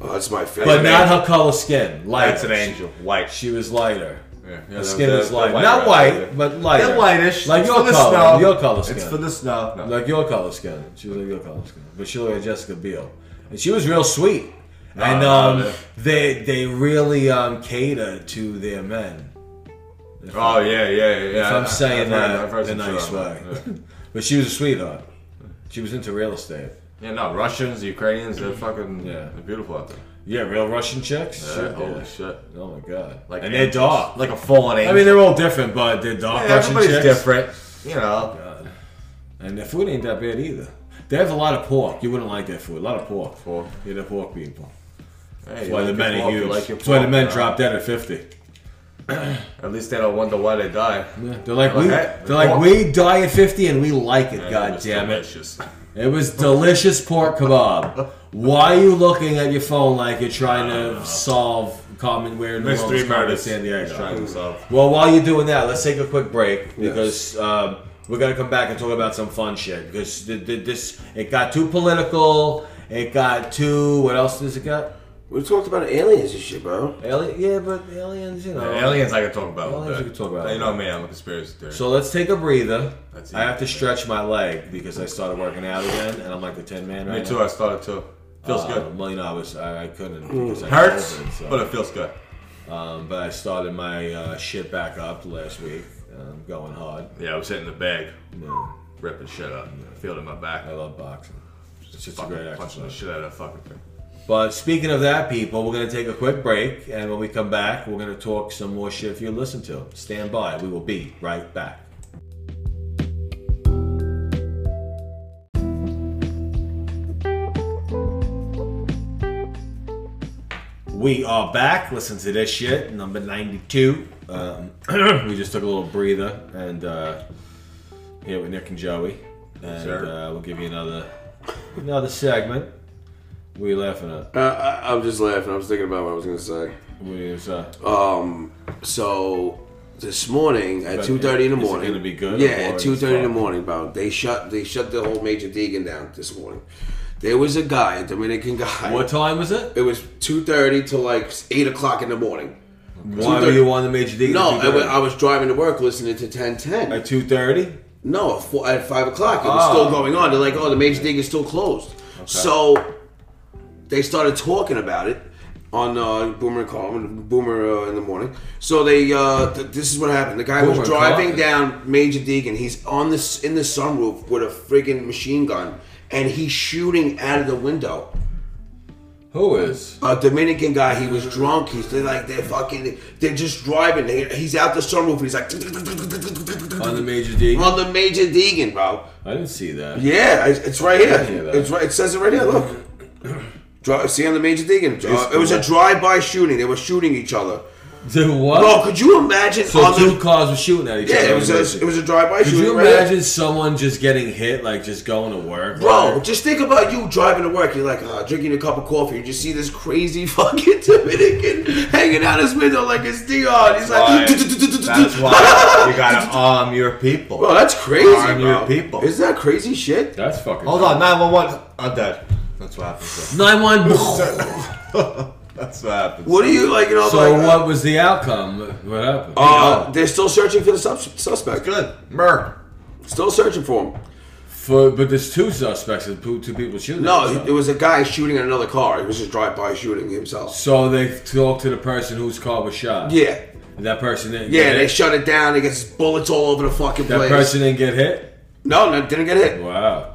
Speaker 3: Oh, that's my favorite.
Speaker 1: but not her color skin. Lighter.
Speaker 2: That's an angel. White.
Speaker 1: She was lighter.
Speaker 2: Yeah, yeah,
Speaker 1: Her
Speaker 2: they're-
Speaker 1: skin
Speaker 2: they're-
Speaker 1: is light,
Speaker 2: they're
Speaker 1: not
Speaker 2: right?
Speaker 1: white,
Speaker 2: Yeah.
Speaker 1: but lighter.
Speaker 2: They're whitish.
Speaker 1: like
Speaker 2: It's
Speaker 1: your
Speaker 2: for the
Speaker 1: color,
Speaker 2: snow.
Speaker 1: your color skin.
Speaker 2: It's for the snow. No.
Speaker 1: like your color skin. She was like your color skin, but she looked like Jessica Biel, and she was real sweet. and
Speaker 2: no,
Speaker 1: um,
Speaker 2: no.
Speaker 1: they they really um, cater to their men.
Speaker 2: oh yeah, yeah, yeah.
Speaker 1: If I'm saying
Speaker 2: I've
Speaker 1: that
Speaker 2: heard- I've heard
Speaker 1: in a
Speaker 2: some shit
Speaker 1: nice
Speaker 2: on
Speaker 1: way,
Speaker 2: that.
Speaker 1: but she was a sweetheart. She was into real estate.
Speaker 2: Yeah, no, Russians, Ukrainians, they're fucking
Speaker 1: Mm. Yeah.
Speaker 2: they're beautiful out there.
Speaker 1: Yeah, real Russian chicks.
Speaker 2: Yeah,
Speaker 1: Shit,
Speaker 2: holy
Speaker 1: yeah.
Speaker 2: shit.
Speaker 1: Oh my god!
Speaker 2: Like
Speaker 1: and they're dark.
Speaker 2: Like a fallen angel.
Speaker 1: I mean, they're all different, but they're dark
Speaker 2: Yeah,
Speaker 1: Russian
Speaker 2: everybody's
Speaker 1: chicks.
Speaker 2: different. You know.
Speaker 1: And their food ain't that bad either. They have a lot of pork. You wouldn't like their food. A lot of pork.
Speaker 2: Pork.
Speaker 1: Yeah, they're pork people.
Speaker 2: Hey,
Speaker 1: That's
Speaker 2: you
Speaker 1: why
Speaker 2: like
Speaker 1: the
Speaker 2: your
Speaker 1: men are
Speaker 2: pork, you
Speaker 1: huge.
Speaker 2: like your
Speaker 1: That's why the
Speaker 2: pork,
Speaker 1: men
Speaker 2: you know.
Speaker 1: drop dead at 50.
Speaker 2: At least they don't wonder why they die.
Speaker 1: They're like, we,
Speaker 2: Okay.
Speaker 1: they're like, we die at 50 and we like it, god damn it.
Speaker 2: Delicious.
Speaker 1: It was delicious pork kebab. Why are you looking at your phone like you're trying to solve common where in the world
Speaker 2: Mystery
Speaker 1: is common in
Speaker 2: murders.
Speaker 1: San Diego?
Speaker 2: Trying to solve.
Speaker 1: Well, while you're doing that, let's take a quick break because um, we're gonna come back and talk about some fun shit. Because th- th- this it got too political. It got too. What else does it got?
Speaker 3: We talked about aliens and shit, bro.
Speaker 1: Alien. Yeah, but aliens. You know.
Speaker 2: The aliens I can talk about. a little
Speaker 1: Aliens
Speaker 2: bit.
Speaker 1: we can talk about.
Speaker 2: You know me, I'm a conspiracy theorist.
Speaker 1: So let's take a breather.
Speaker 2: That's it.
Speaker 1: I have to stretch my leg because I started working out again, and I'm like the Tin Man right
Speaker 2: me too.
Speaker 1: now.
Speaker 2: I started too. Feels
Speaker 1: Uh,
Speaker 2: good.
Speaker 1: Well, you know, I was I, I couldn't. Because I had
Speaker 2: Hurts,
Speaker 1: COVID, so.
Speaker 2: but it feels good.
Speaker 1: um, but I started my uh, shit back up last week. Um, going hard.
Speaker 2: Yeah, I was hitting the bag,
Speaker 1: Yeah,
Speaker 2: ripping shit up, feeling in my back.
Speaker 1: I love boxing. It's just a
Speaker 2: Fucking
Speaker 1: great
Speaker 2: punching the
Speaker 1: exercise.
Speaker 2: shit out of that fucking thing.
Speaker 1: But speaking of that, people, we're going to take a quick break. And when we come back, we're going to talk some more shit for you to listen to. Stand by. We will be right back. We are back. Listen to this shit, number 92. Um, we just took a little breather and uh, here with Nick and Joey. And
Speaker 2: sir.
Speaker 1: uh, we'll give you another another segment. What are you laughing at?
Speaker 3: Uh, I, I'm just laughing. I was thinking about what I was gonna say.
Speaker 1: What is uh, that?
Speaker 3: Um, so this morning at
Speaker 1: But
Speaker 3: two thirty in the
Speaker 1: is it
Speaker 3: morning,
Speaker 1: gonna be good
Speaker 3: Yeah,
Speaker 1: or
Speaker 3: at
Speaker 1: it's
Speaker 3: two thirty in the
Speaker 1: fucked?
Speaker 3: morning, bro. They shut they shut the whole major Deegan down this morning. There was a guy, a Dominican guy.
Speaker 1: What time was it?
Speaker 3: It was two thirty to like eight o'clock in the morning.
Speaker 1: Why were you on the major league?
Speaker 3: No, I
Speaker 1: at
Speaker 3: wa- I was driving to work listening to ten ten.
Speaker 1: at two thirty.
Speaker 3: No, at, four, at five o'clock, it was
Speaker 1: Oh.
Speaker 3: still going on. They're like, "Oh, the major league is still closed." So they started talking about it on uh, Boomer and Carmen, Boomer uh, in the morning. So they, uh, th- this is what happened. The guy
Speaker 1: Boomer
Speaker 3: was
Speaker 1: and
Speaker 3: driving
Speaker 1: Carmen.
Speaker 3: down Major League, and he's on this in the sunroof with a friggin' machine gun, and he's shooting out of the window
Speaker 1: Who is?
Speaker 3: a Dominican guy. He was drunk. He's they're like they're fucking. They're just driving. They, he's out the sunroof. And he's like
Speaker 1: On the major league?
Speaker 3: on the major Deegan, bro.
Speaker 1: I didn't see that.
Speaker 3: Yeah, it's it's right here.
Speaker 1: Yeah, that-
Speaker 3: It's right. It says it right here. Look. Dri- See on the major Deegan. Uh, it was a
Speaker 1: cool.
Speaker 3: drive-by shooting. They were shooting each other.
Speaker 1: Dude, what?
Speaker 3: Bro, could you imagine?
Speaker 1: so
Speaker 3: on
Speaker 1: two
Speaker 3: the,
Speaker 1: cars were shooting at each other.
Speaker 3: yeah, it was
Speaker 1: on the
Speaker 3: a
Speaker 1: major
Speaker 3: it was a
Speaker 1: league.
Speaker 3: drive-by
Speaker 1: Could
Speaker 3: shooting.
Speaker 1: you
Speaker 3: right here.
Speaker 1: imagine someone just getting hit, like just going to work?
Speaker 3: Bro,
Speaker 1: Like,
Speaker 3: just think about you driving to work. You're like uh, drinking a cup of coffee. You just see this crazy fucking Dominican hanging out his window like it's Dion. He's
Speaker 2: Why?
Speaker 3: like,
Speaker 2: That's why you gotta arm your people.
Speaker 3: Bro, that's crazy,
Speaker 2: Arm your
Speaker 3: bro.
Speaker 2: people.
Speaker 3: Is that crazy shit?
Speaker 1: that's fucking.
Speaker 2: Hold on, 911. I'm dead. That's what happens.
Speaker 1: Nine one.
Speaker 2: That's what happens.
Speaker 3: What are you like? You know,
Speaker 1: So
Speaker 3: like,
Speaker 1: what was the outcome? What happened?
Speaker 3: Uh, they're still searching for the sus- suspect.
Speaker 2: Good. Merc.
Speaker 3: Still searching for him.
Speaker 1: For but there's two suspects and two, two people shooting. at each
Speaker 3: No,
Speaker 1: other.
Speaker 3: it was a guy shooting at another car. It was just drive-by shooting himself.
Speaker 1: So they talked to the person whose car was shot.
Speaker 3: Yeah,
Speaker 1: And that person didn't.
Speaker 3: yeah.
Speaker 1: get
Speaker 3: They
Speaker 1: hit?
Speaker 3: shut it down. It gets bullets all over the fucking
Speaker 1: that
Speaker 3: place.
Speaker 1: person didn't get hit.
Speaker 3: no, no, didn't get hit.
Speaker 1: Wow.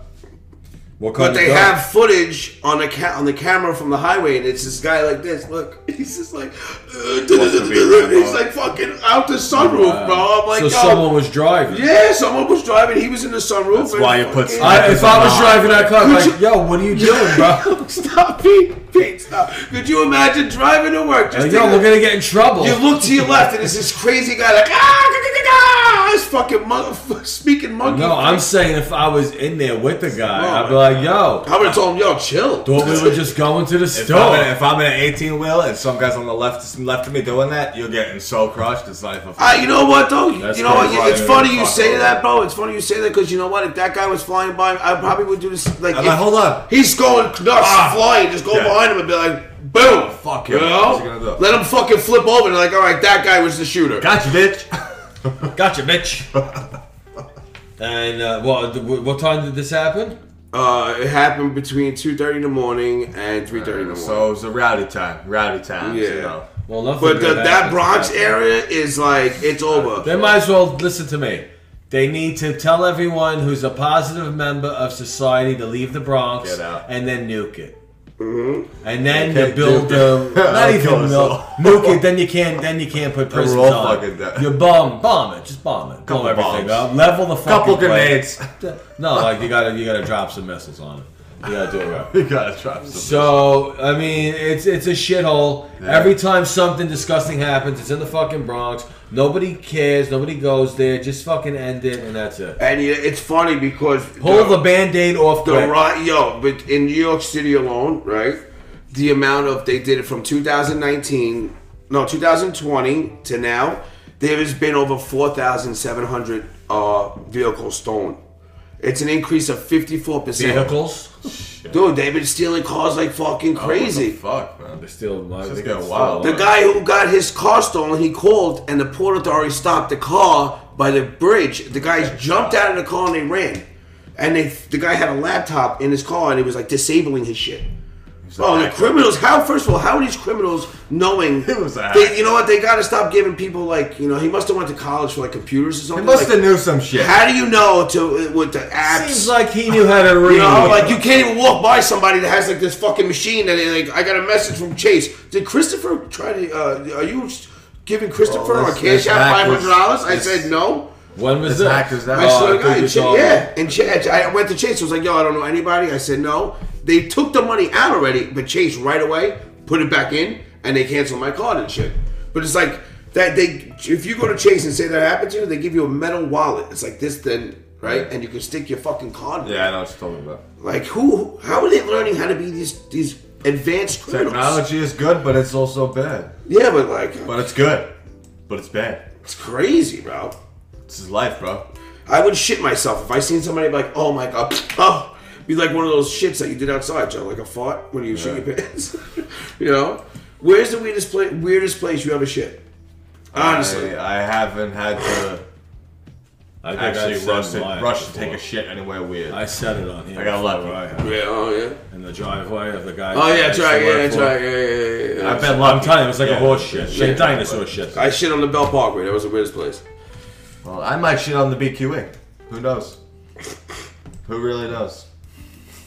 Speaker 1: What kind
Speaker 3: But
Speaker 1: of
Speaker 3: they
Speaker 1: gun?
Speaker 3: have footage on the ca- on the camera from the highway, and it's this guy like this. Look, he's just like, uh, he's like fucking out the sunroof, bro. I'm like,
Speaker 1: so
Speaker 3: yo,
Speaker 1: someone was driving.
Speaker 3: Oh yeah, someone was driving. He was in the sunroof. That's
Speaker 2: why you put
Speaker 1: I, if I was driving that car, I'd be like, yo, what are you doing, bro?
Speaker 3: Stop, Pete. Pete, stop. Could you imagine driving to work? Just
Speaker 1: Like, yo,
Speaker 3: thinking-
Speaker 1: we're gonna get in trouble.
Speaker 3: You look to your left, and it's this crazy guy like ah, ah, this fucking mon- speaking monkey.
Speaker 1: no, I'm saying if I was in there with the guy,
Speaker 3: Oh,
Speaker 1: I'd be
Speaker 3: my
Speaker 1: like, yo,
Speaker 3: I would have told him, yo, chill.
Speaker 1: thought we were just going to the
Speaker 2: If I'm, in,
Speaker 1: store.
Speaker 2: if I'm in an 18 wheel and some guy's on the left left of me doing that, you're getting so crushed. It's not even.
Speaker 3: Ah, you know what though?
Speaker 1: That's
Speaker 3: you know what?
Speaker 1: probably
Speaker 2: why
Speaker 3: It's
Speaker 2: they
Speaker 3: funny
Speaker 2: don't
Speaker 3: you
Speaker 2: fuck
Speaker 3: say
Speaker 2: with
Speaker 3: that,
Speaker 2: it.
Speaker 3: bro. It's funny you say that because you know what? If that guy was flying by, I probably would do this. Like,
Speaker 2: I'm
Speaker 3: if-
Speaker 2: like, hold on.
Speaker 3: he's going nuts,
Speaker 2: Ah.
Speaker 3: flying, just go
Speaker 2: Yeah.
Speaker 3: behind him and be like, boom,
Speaker 2: Fuck
Speaker 3: you
Speaker 2: him.
Speaker 3: know?
Speaker 2: What's he gonna do?
Speaker 3: Let him fucking flip over and like, all right, that guy was the shooter.
Speaker 2: Gotcha, bitch.
Speaker 1: Gotcha, bitch. and uh, what? What time did this happen?
Speaker 3: Uh, it happened between two thirty in the morning and three thirty in the morning.
Speaker 2: So it was a rowdy time. Rowdy time.
Speaker 3: Yeah.
Speaker 2: You know.
Speaker 1: Well, nothing.
Speaker 3: but the,
Speaker 1: good
Speaker 3: that
Speaker 1: happened.
Speaker 3: Bronx area is like, it's over.
Speaker 1: They might as well listen to me. They need to tell everyone who's a positive member of society to leave the Bronx
Speaker 2: Get out. Mm-hmm.
Speaker 1: and then nuke it. And then
Speaker 2: Okay,
Speaker 1: you build the
Speaker 2: dude.
Speaker 1: not
Speaker 2: I'll
Speaker 1: even
Speaker 2: kill us
Speaker 1: milk,
Speaker 2: all.
Speaker 1: nuke it. Then you can't. Then you can't put prisons
Speaker 2: all
Speaker 1: on.
Speaker 2: fucking dead.
Speaker 1: You bomb, bomb it. Just bomb it. Blow
Speaker 2: Couple
Speaker 1: everything
Speaker 2: bombs.
Speaker 1: up. Level the fucking
Speaker 2: Couple
Speaker 1: place.
Speaker 2: grenades.
Speaker 1: No, like you gotta you gotta drop some missiles on it. You gotta do it right.
Speaker 2: you gotta drop some.
Speaker 1: So I mean, it's it's a shithole.
Speaker 2: Yeah.
Speaker 1: Every time something disgusting happens, it's in the fucking Bronx. Nobody cares. Nobody goes there. Just fucking end it, and that's it.
Speaker 3: And yeah, it's funny because
Speaker 1: Pull the Band-Aid off
Speaker 3: The
Speaker 1: quick.
Speaker 3: riot, yo, but in New York City alone, right? The amount of they did it from 2019, no, 2020 to now, there has been over 4,700 uh, vehicles stolen. It's an increase of 54 percent.
Speaker 1: vehicles.
Speaker 3: Dude, they've been stealing cars like fucking crazy.
Speaker 2: Oh, What the fuck, man.
Speaker 1: Still, my
Speaker 2: This is getting wild.
Speaker 3: The guy who got his car stolen, he called, and the Port Authority stopped the car by the bridge. The guys jumped out of the car and they ran. And they, the guy had a laptop in his car, and it was like disabling his shit. Oh, the criminals! How first of all, how are these criminals knowing?
Speaker 2: It was a
Speaker 3: they,
Speaker 2: hack.
Speaker 3: you know what? They got to stop giving people like you know. He must have went to college for like computers or
Speaker 2: He
Speaker 3: something.
Speaker 2: must have
Speaker 3: like,
Speaker 2: knew some shit.
Speaker 3: How do you know to uh, with the apps?
Speaker 1: seems like he knew how to read.
Speaker 3: You know, like you can't even walk by somebody that has like this fucking machine. And they, like, I got a message from Chase. Did Christopher try to? Uh, are you giving Christopher
Speaker 2: Well,
Speaker 3: a
Speaker 2: this-
Speaker 3: cash
Speaker 2: this
Speaker 3: out
Speaker 2: hack
Speaker 3: five
Speaker 2: Oh, was-
Speaker 3: hundred dollars? I
Speaker 2: this-
Speaker 3: said no.
Speaker 1: when was
Speaker 2: This
Speaker 1: this?
Speaker 2: actor's that-
Speaker 3: I
Speaker 2: Oh,
Speaker 3: swear
Speaker 1: I
Speaker 3: to
Speaker 1: think
Speaker 3: God,
Speaker 1: it's
Speaker 3: Chase-
Speaker 1: all-
Speaker 3: yeah. And Chase, I went to Chase. I was like, yo, I don't know anybody. I said no. They took the money out already, but Chase right away put it back in, and they canceled my card and shit. But it's like that they if you go to Chase and say that happened to you, they give you a metal wallet. It's like this then. Right, and you can stick your fucking card. in it.
Speaker 2: Yeah, I know what you're talking about.
Speaker 3: Like who? How are they learning how to be these these advanced criminals?
Speaker 2: Technology is good, but it's also bad.
Speaker 3: Yeah, but like
Speaker 2: But it's good. But it's bad.
Speaker 3: it's crazy, bro.
Speaker 2: This is life, bro.
Speaker 3: I would shit myself if I seen somebody like, oh my god, oh, be like one of those shits that you did outside, Joe, like a fart when you shit your pants. you know, where's the weirdest place? Weirdest place you ever shit? Honestly,
Speaker 2: I, I haven't had to
Speaker 1: I think I
Speaker 2: actually
Speaker 1: said
Speaker 2: rush to,
Speaker 1: mine
Speaker 2: rush to
Speaker 1: before.
Speaker 2: take a shit anywhere weird.
Speaker 1: I said it on here.
Speaker 2: I got lucky.
Speaker 1: before had-
Speaker 3: yeah, oh yeah,
Speaker 1: in the driveway of the guy.
Speaker 3: oh yeah, that's
Speaker 1: that I
Speaker 3: right,
Speaker 1: used to
Speaker 3: yeah,
Speaker 1: work
Speaker 3: that's
Speaker 1: for.
Speaker 3: right, yeah, yeah, yeah, yeah.
Speaker 2: I bet
Speaker 1: I'm
Speaker 2: lucky.
Speaker 1: telling you, it was like
Speaker 2: Yeah.
Speaker 1: a horse shit,
Speaker 2: Yeah.
Speaker 1: like dinosaur shit.
Speaker 3: I shit on the Bell Parkway. That was the weirdest place.
Speaker 2: Well, I might shit on the BQE. Who knows? Who really knows?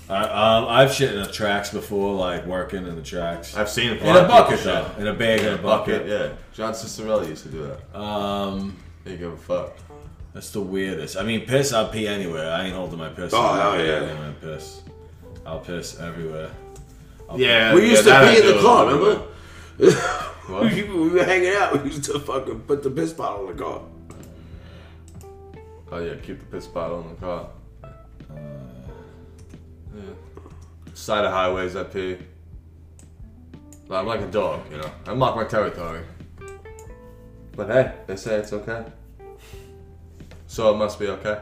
Speaker 1: I, um, I've shit in the tracks before, like working in the tracks.
Speaker 2: I've seen it.
Speaker 1: in a bucket though, in a bag, in a
Speaker 2: Bucket,
Speaker 1: bucket.
Speaker 2: yeah. John Cicerelli used to do that.
Speaker 1: Um,
Speaker 2: He gave a fuck.
Speaker 1: that's the weirdest. I mean, piss. I'll pee anywhere. I ain't holding my piss.
Speaker 3: Oh,
Speaker 1: I'm
Speaker 3: hell
Speaker 1: not
Speaker 3: yeah.
Speaker 1: holding my piss. I'll piss everywhere.
Speaker 2: Uh, Yeah,
Speaker 3: We used to
Speaker 2: that
Speaker 3: be
Speaker 2: I
Speaker 3: in the
Speaker 2: do.
Speaker 3: car, remember?
Speaker 2: What?
Speaker 3: We were hanging out. We used to fucking put the piss bottle in the car.
Speaker 2: Oh yeah, keep the piss bottle in the car. Uh, Yeah. Side of highways I pee. Like, I'm like a dog, you know. I mark my territory. But hey, they say it's okay. So it must be okay.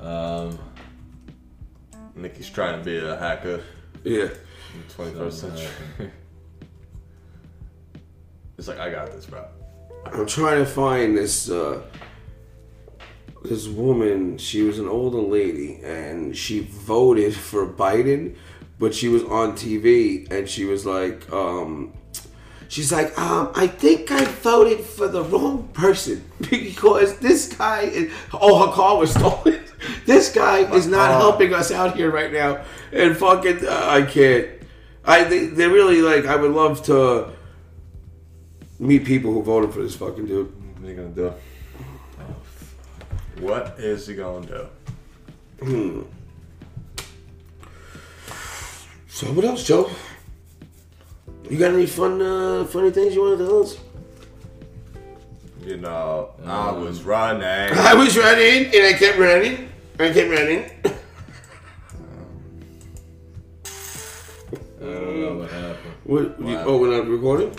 Speaker 1: Um,
Speaker 2: Nikki's trying to be a hacker
Speaker 3: Yeah.
Speaker 2: in the 21st century. it's like I got this, bro.
Speaker 3: I'm trying to find this uh, this woman. She was an older lady, and she voted for Biden, but she was on TV, and she was like, um, she's like, um, I think I voted for the wrong person because this guy. Is, oh, her car was stolen. this guy is not
Speaker 2: car.
Speaker 3: helping us out here right now, and fucking, uh, I can't. I they, they really like. I would love to meet people who voted for this fucking dude.
Speaker 2: What are you gonna do? What is he gonna do?
Speaker 3: So what else, Joe? You got any fun, uh, funny things you want to tell us?
Speaker 2: You know, I was running.
Speaker 3: I was running and I kept running. I kept running.
Speaker 1: I don't know what happened.
Speaker 3: What, you- oh, we're not recording.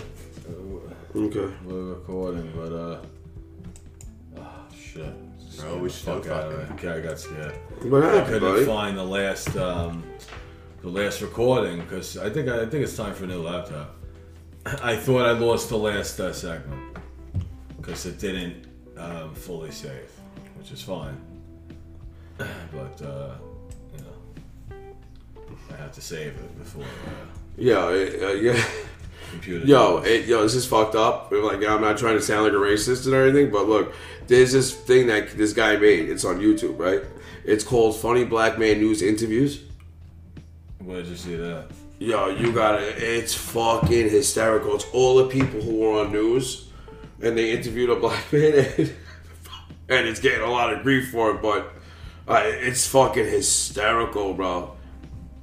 Speaker 3: Okay.
Speaker 1: We're recording, but uh, oh, shit.
Speaker 2: Bro, we should
Speaker 1: fuck
Speaker 2: still
Speaker 1: out of
Speaker 2: fucking-
Speaker 1: it. Okay, I got scared.
Speaker 3: What
Speaker 1: I
Speaker 3: happened,
Speaker 1: couldn't
Speaker 3: buddy?
Speaker 1: find the last um, the last recording because I think I, think it's time for a new laptop. I thought I lost the last uh, segment because it didn't um, fully save, which is fine. But uh, you know, I have to save it before uh,
Speaker 3: Yeah, uh, yeah.
Speaker 1: computer.
Speaker 3: Yo, it, yo, this is fucked up. We're Like, I'm not trying to sound like a racist and everything, but look, there's this thing that this guy made. It's on YouTube, right? It's called "Funny Black Man News Interviews."
Speaker 1: where'd you see that?
Speaker 3: Yo, you gotta. It's fucking hysterical. It's all the people who were on news, and they interviewed a black man, and, and it's getting a lot of grief for it, but uh, it's fucking hysterical, bro.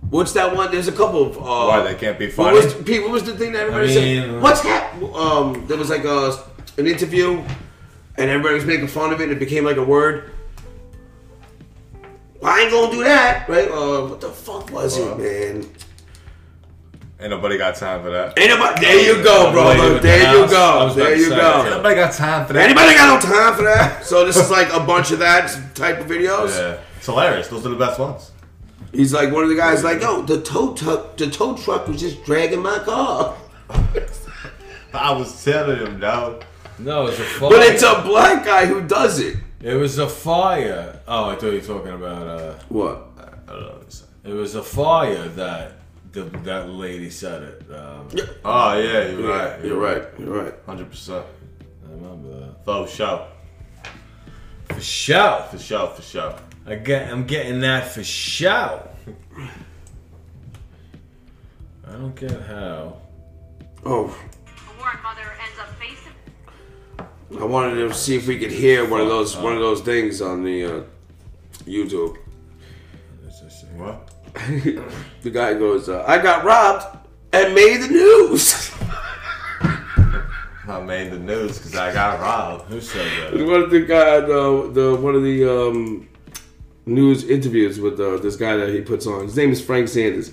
Speaker 3: What's that one? There's a couple of. Uh,
Speaker 2: Why they can't be
Speaker 3: What
Speaker 2: funny?
Speaker 3: was, Pete, what was the thing that everybody
Speaker 1: I
Speaker 3: said?
Speaker 2: uh,
Speaker 1: mean-
Speaker 3: What's that? Um, there was like a an interview, and everybody was making fun of it. and It became like a word. I ain't gonna do that, right? Uh, what the fuck was
Speaker 2: Wow.
Speaker 3: it, man?
Speaker 2: Ain't nobody got time for that.
Speaker 3: Ain't nobody, there you go, bro.
Speaker 1: I'm late
Speaker 3: Look,
Speaker 1: in the
Speaker 3: there you
Speaker 1: house. I
Speaker 3: go.
Speaker 1: was about
Speaker 3: There
Speaker 1: to
Speaker 3: you
Speaker 1: say
Speaker 2: Ain't
Speaker 1: that.
Speaker 3: go.
Speaker 2: nobody got time for that.
Speaker 3: Anybody got no time for that? So this is like a bunch of that type of videos.
Speaker 2: Yeah. It's hilarious. Those are the best ones.
Speaker 3: He's like one of the guys. Like, yo, the tow truck, the tow truck was just dragging my car.
Speaker 2: I was telling him, no.
Speaker 1: No, it's a fire.
Speaker 3: But it's a black guy who does it.
Speaker 1: it was a fire. Oh, I thought you were talking about uh.
Speaker 3: What?
Speaker 2: I don't know what he said.
Speaker 1: It was a fire that the, that lady said it. Um,
Speaker 2: Oh, yeah, you're right.
Speaker 3: You're right. You're right.
Speaker 2: 100%.
Speaker 1: I remember
Speaker 2: For sure.
Speaker 1: that. For shout.
Speaker 2: For sure, for sure.
Speaker 1: I get, I'm getting that for shout. I don't get how.
Speaker 3: Oh,
Speaker 4: A warrant mother ends up face to
Speaker 3: I wanted to see if we could hear one of those one of those things on the uh, YouTube.
Speaker 1: It's just-
Speaker 2: What?
Speaker 3: The guy goes, uh, "I got robbed and made the news."
Speaker 2: I made the news because I got robbed.
Speaker 1: Who said that?
Speaker 3: One of the guy, uh, the one of the um, news interviews with uh, this guy that he puts on. His name is Frank Sanders.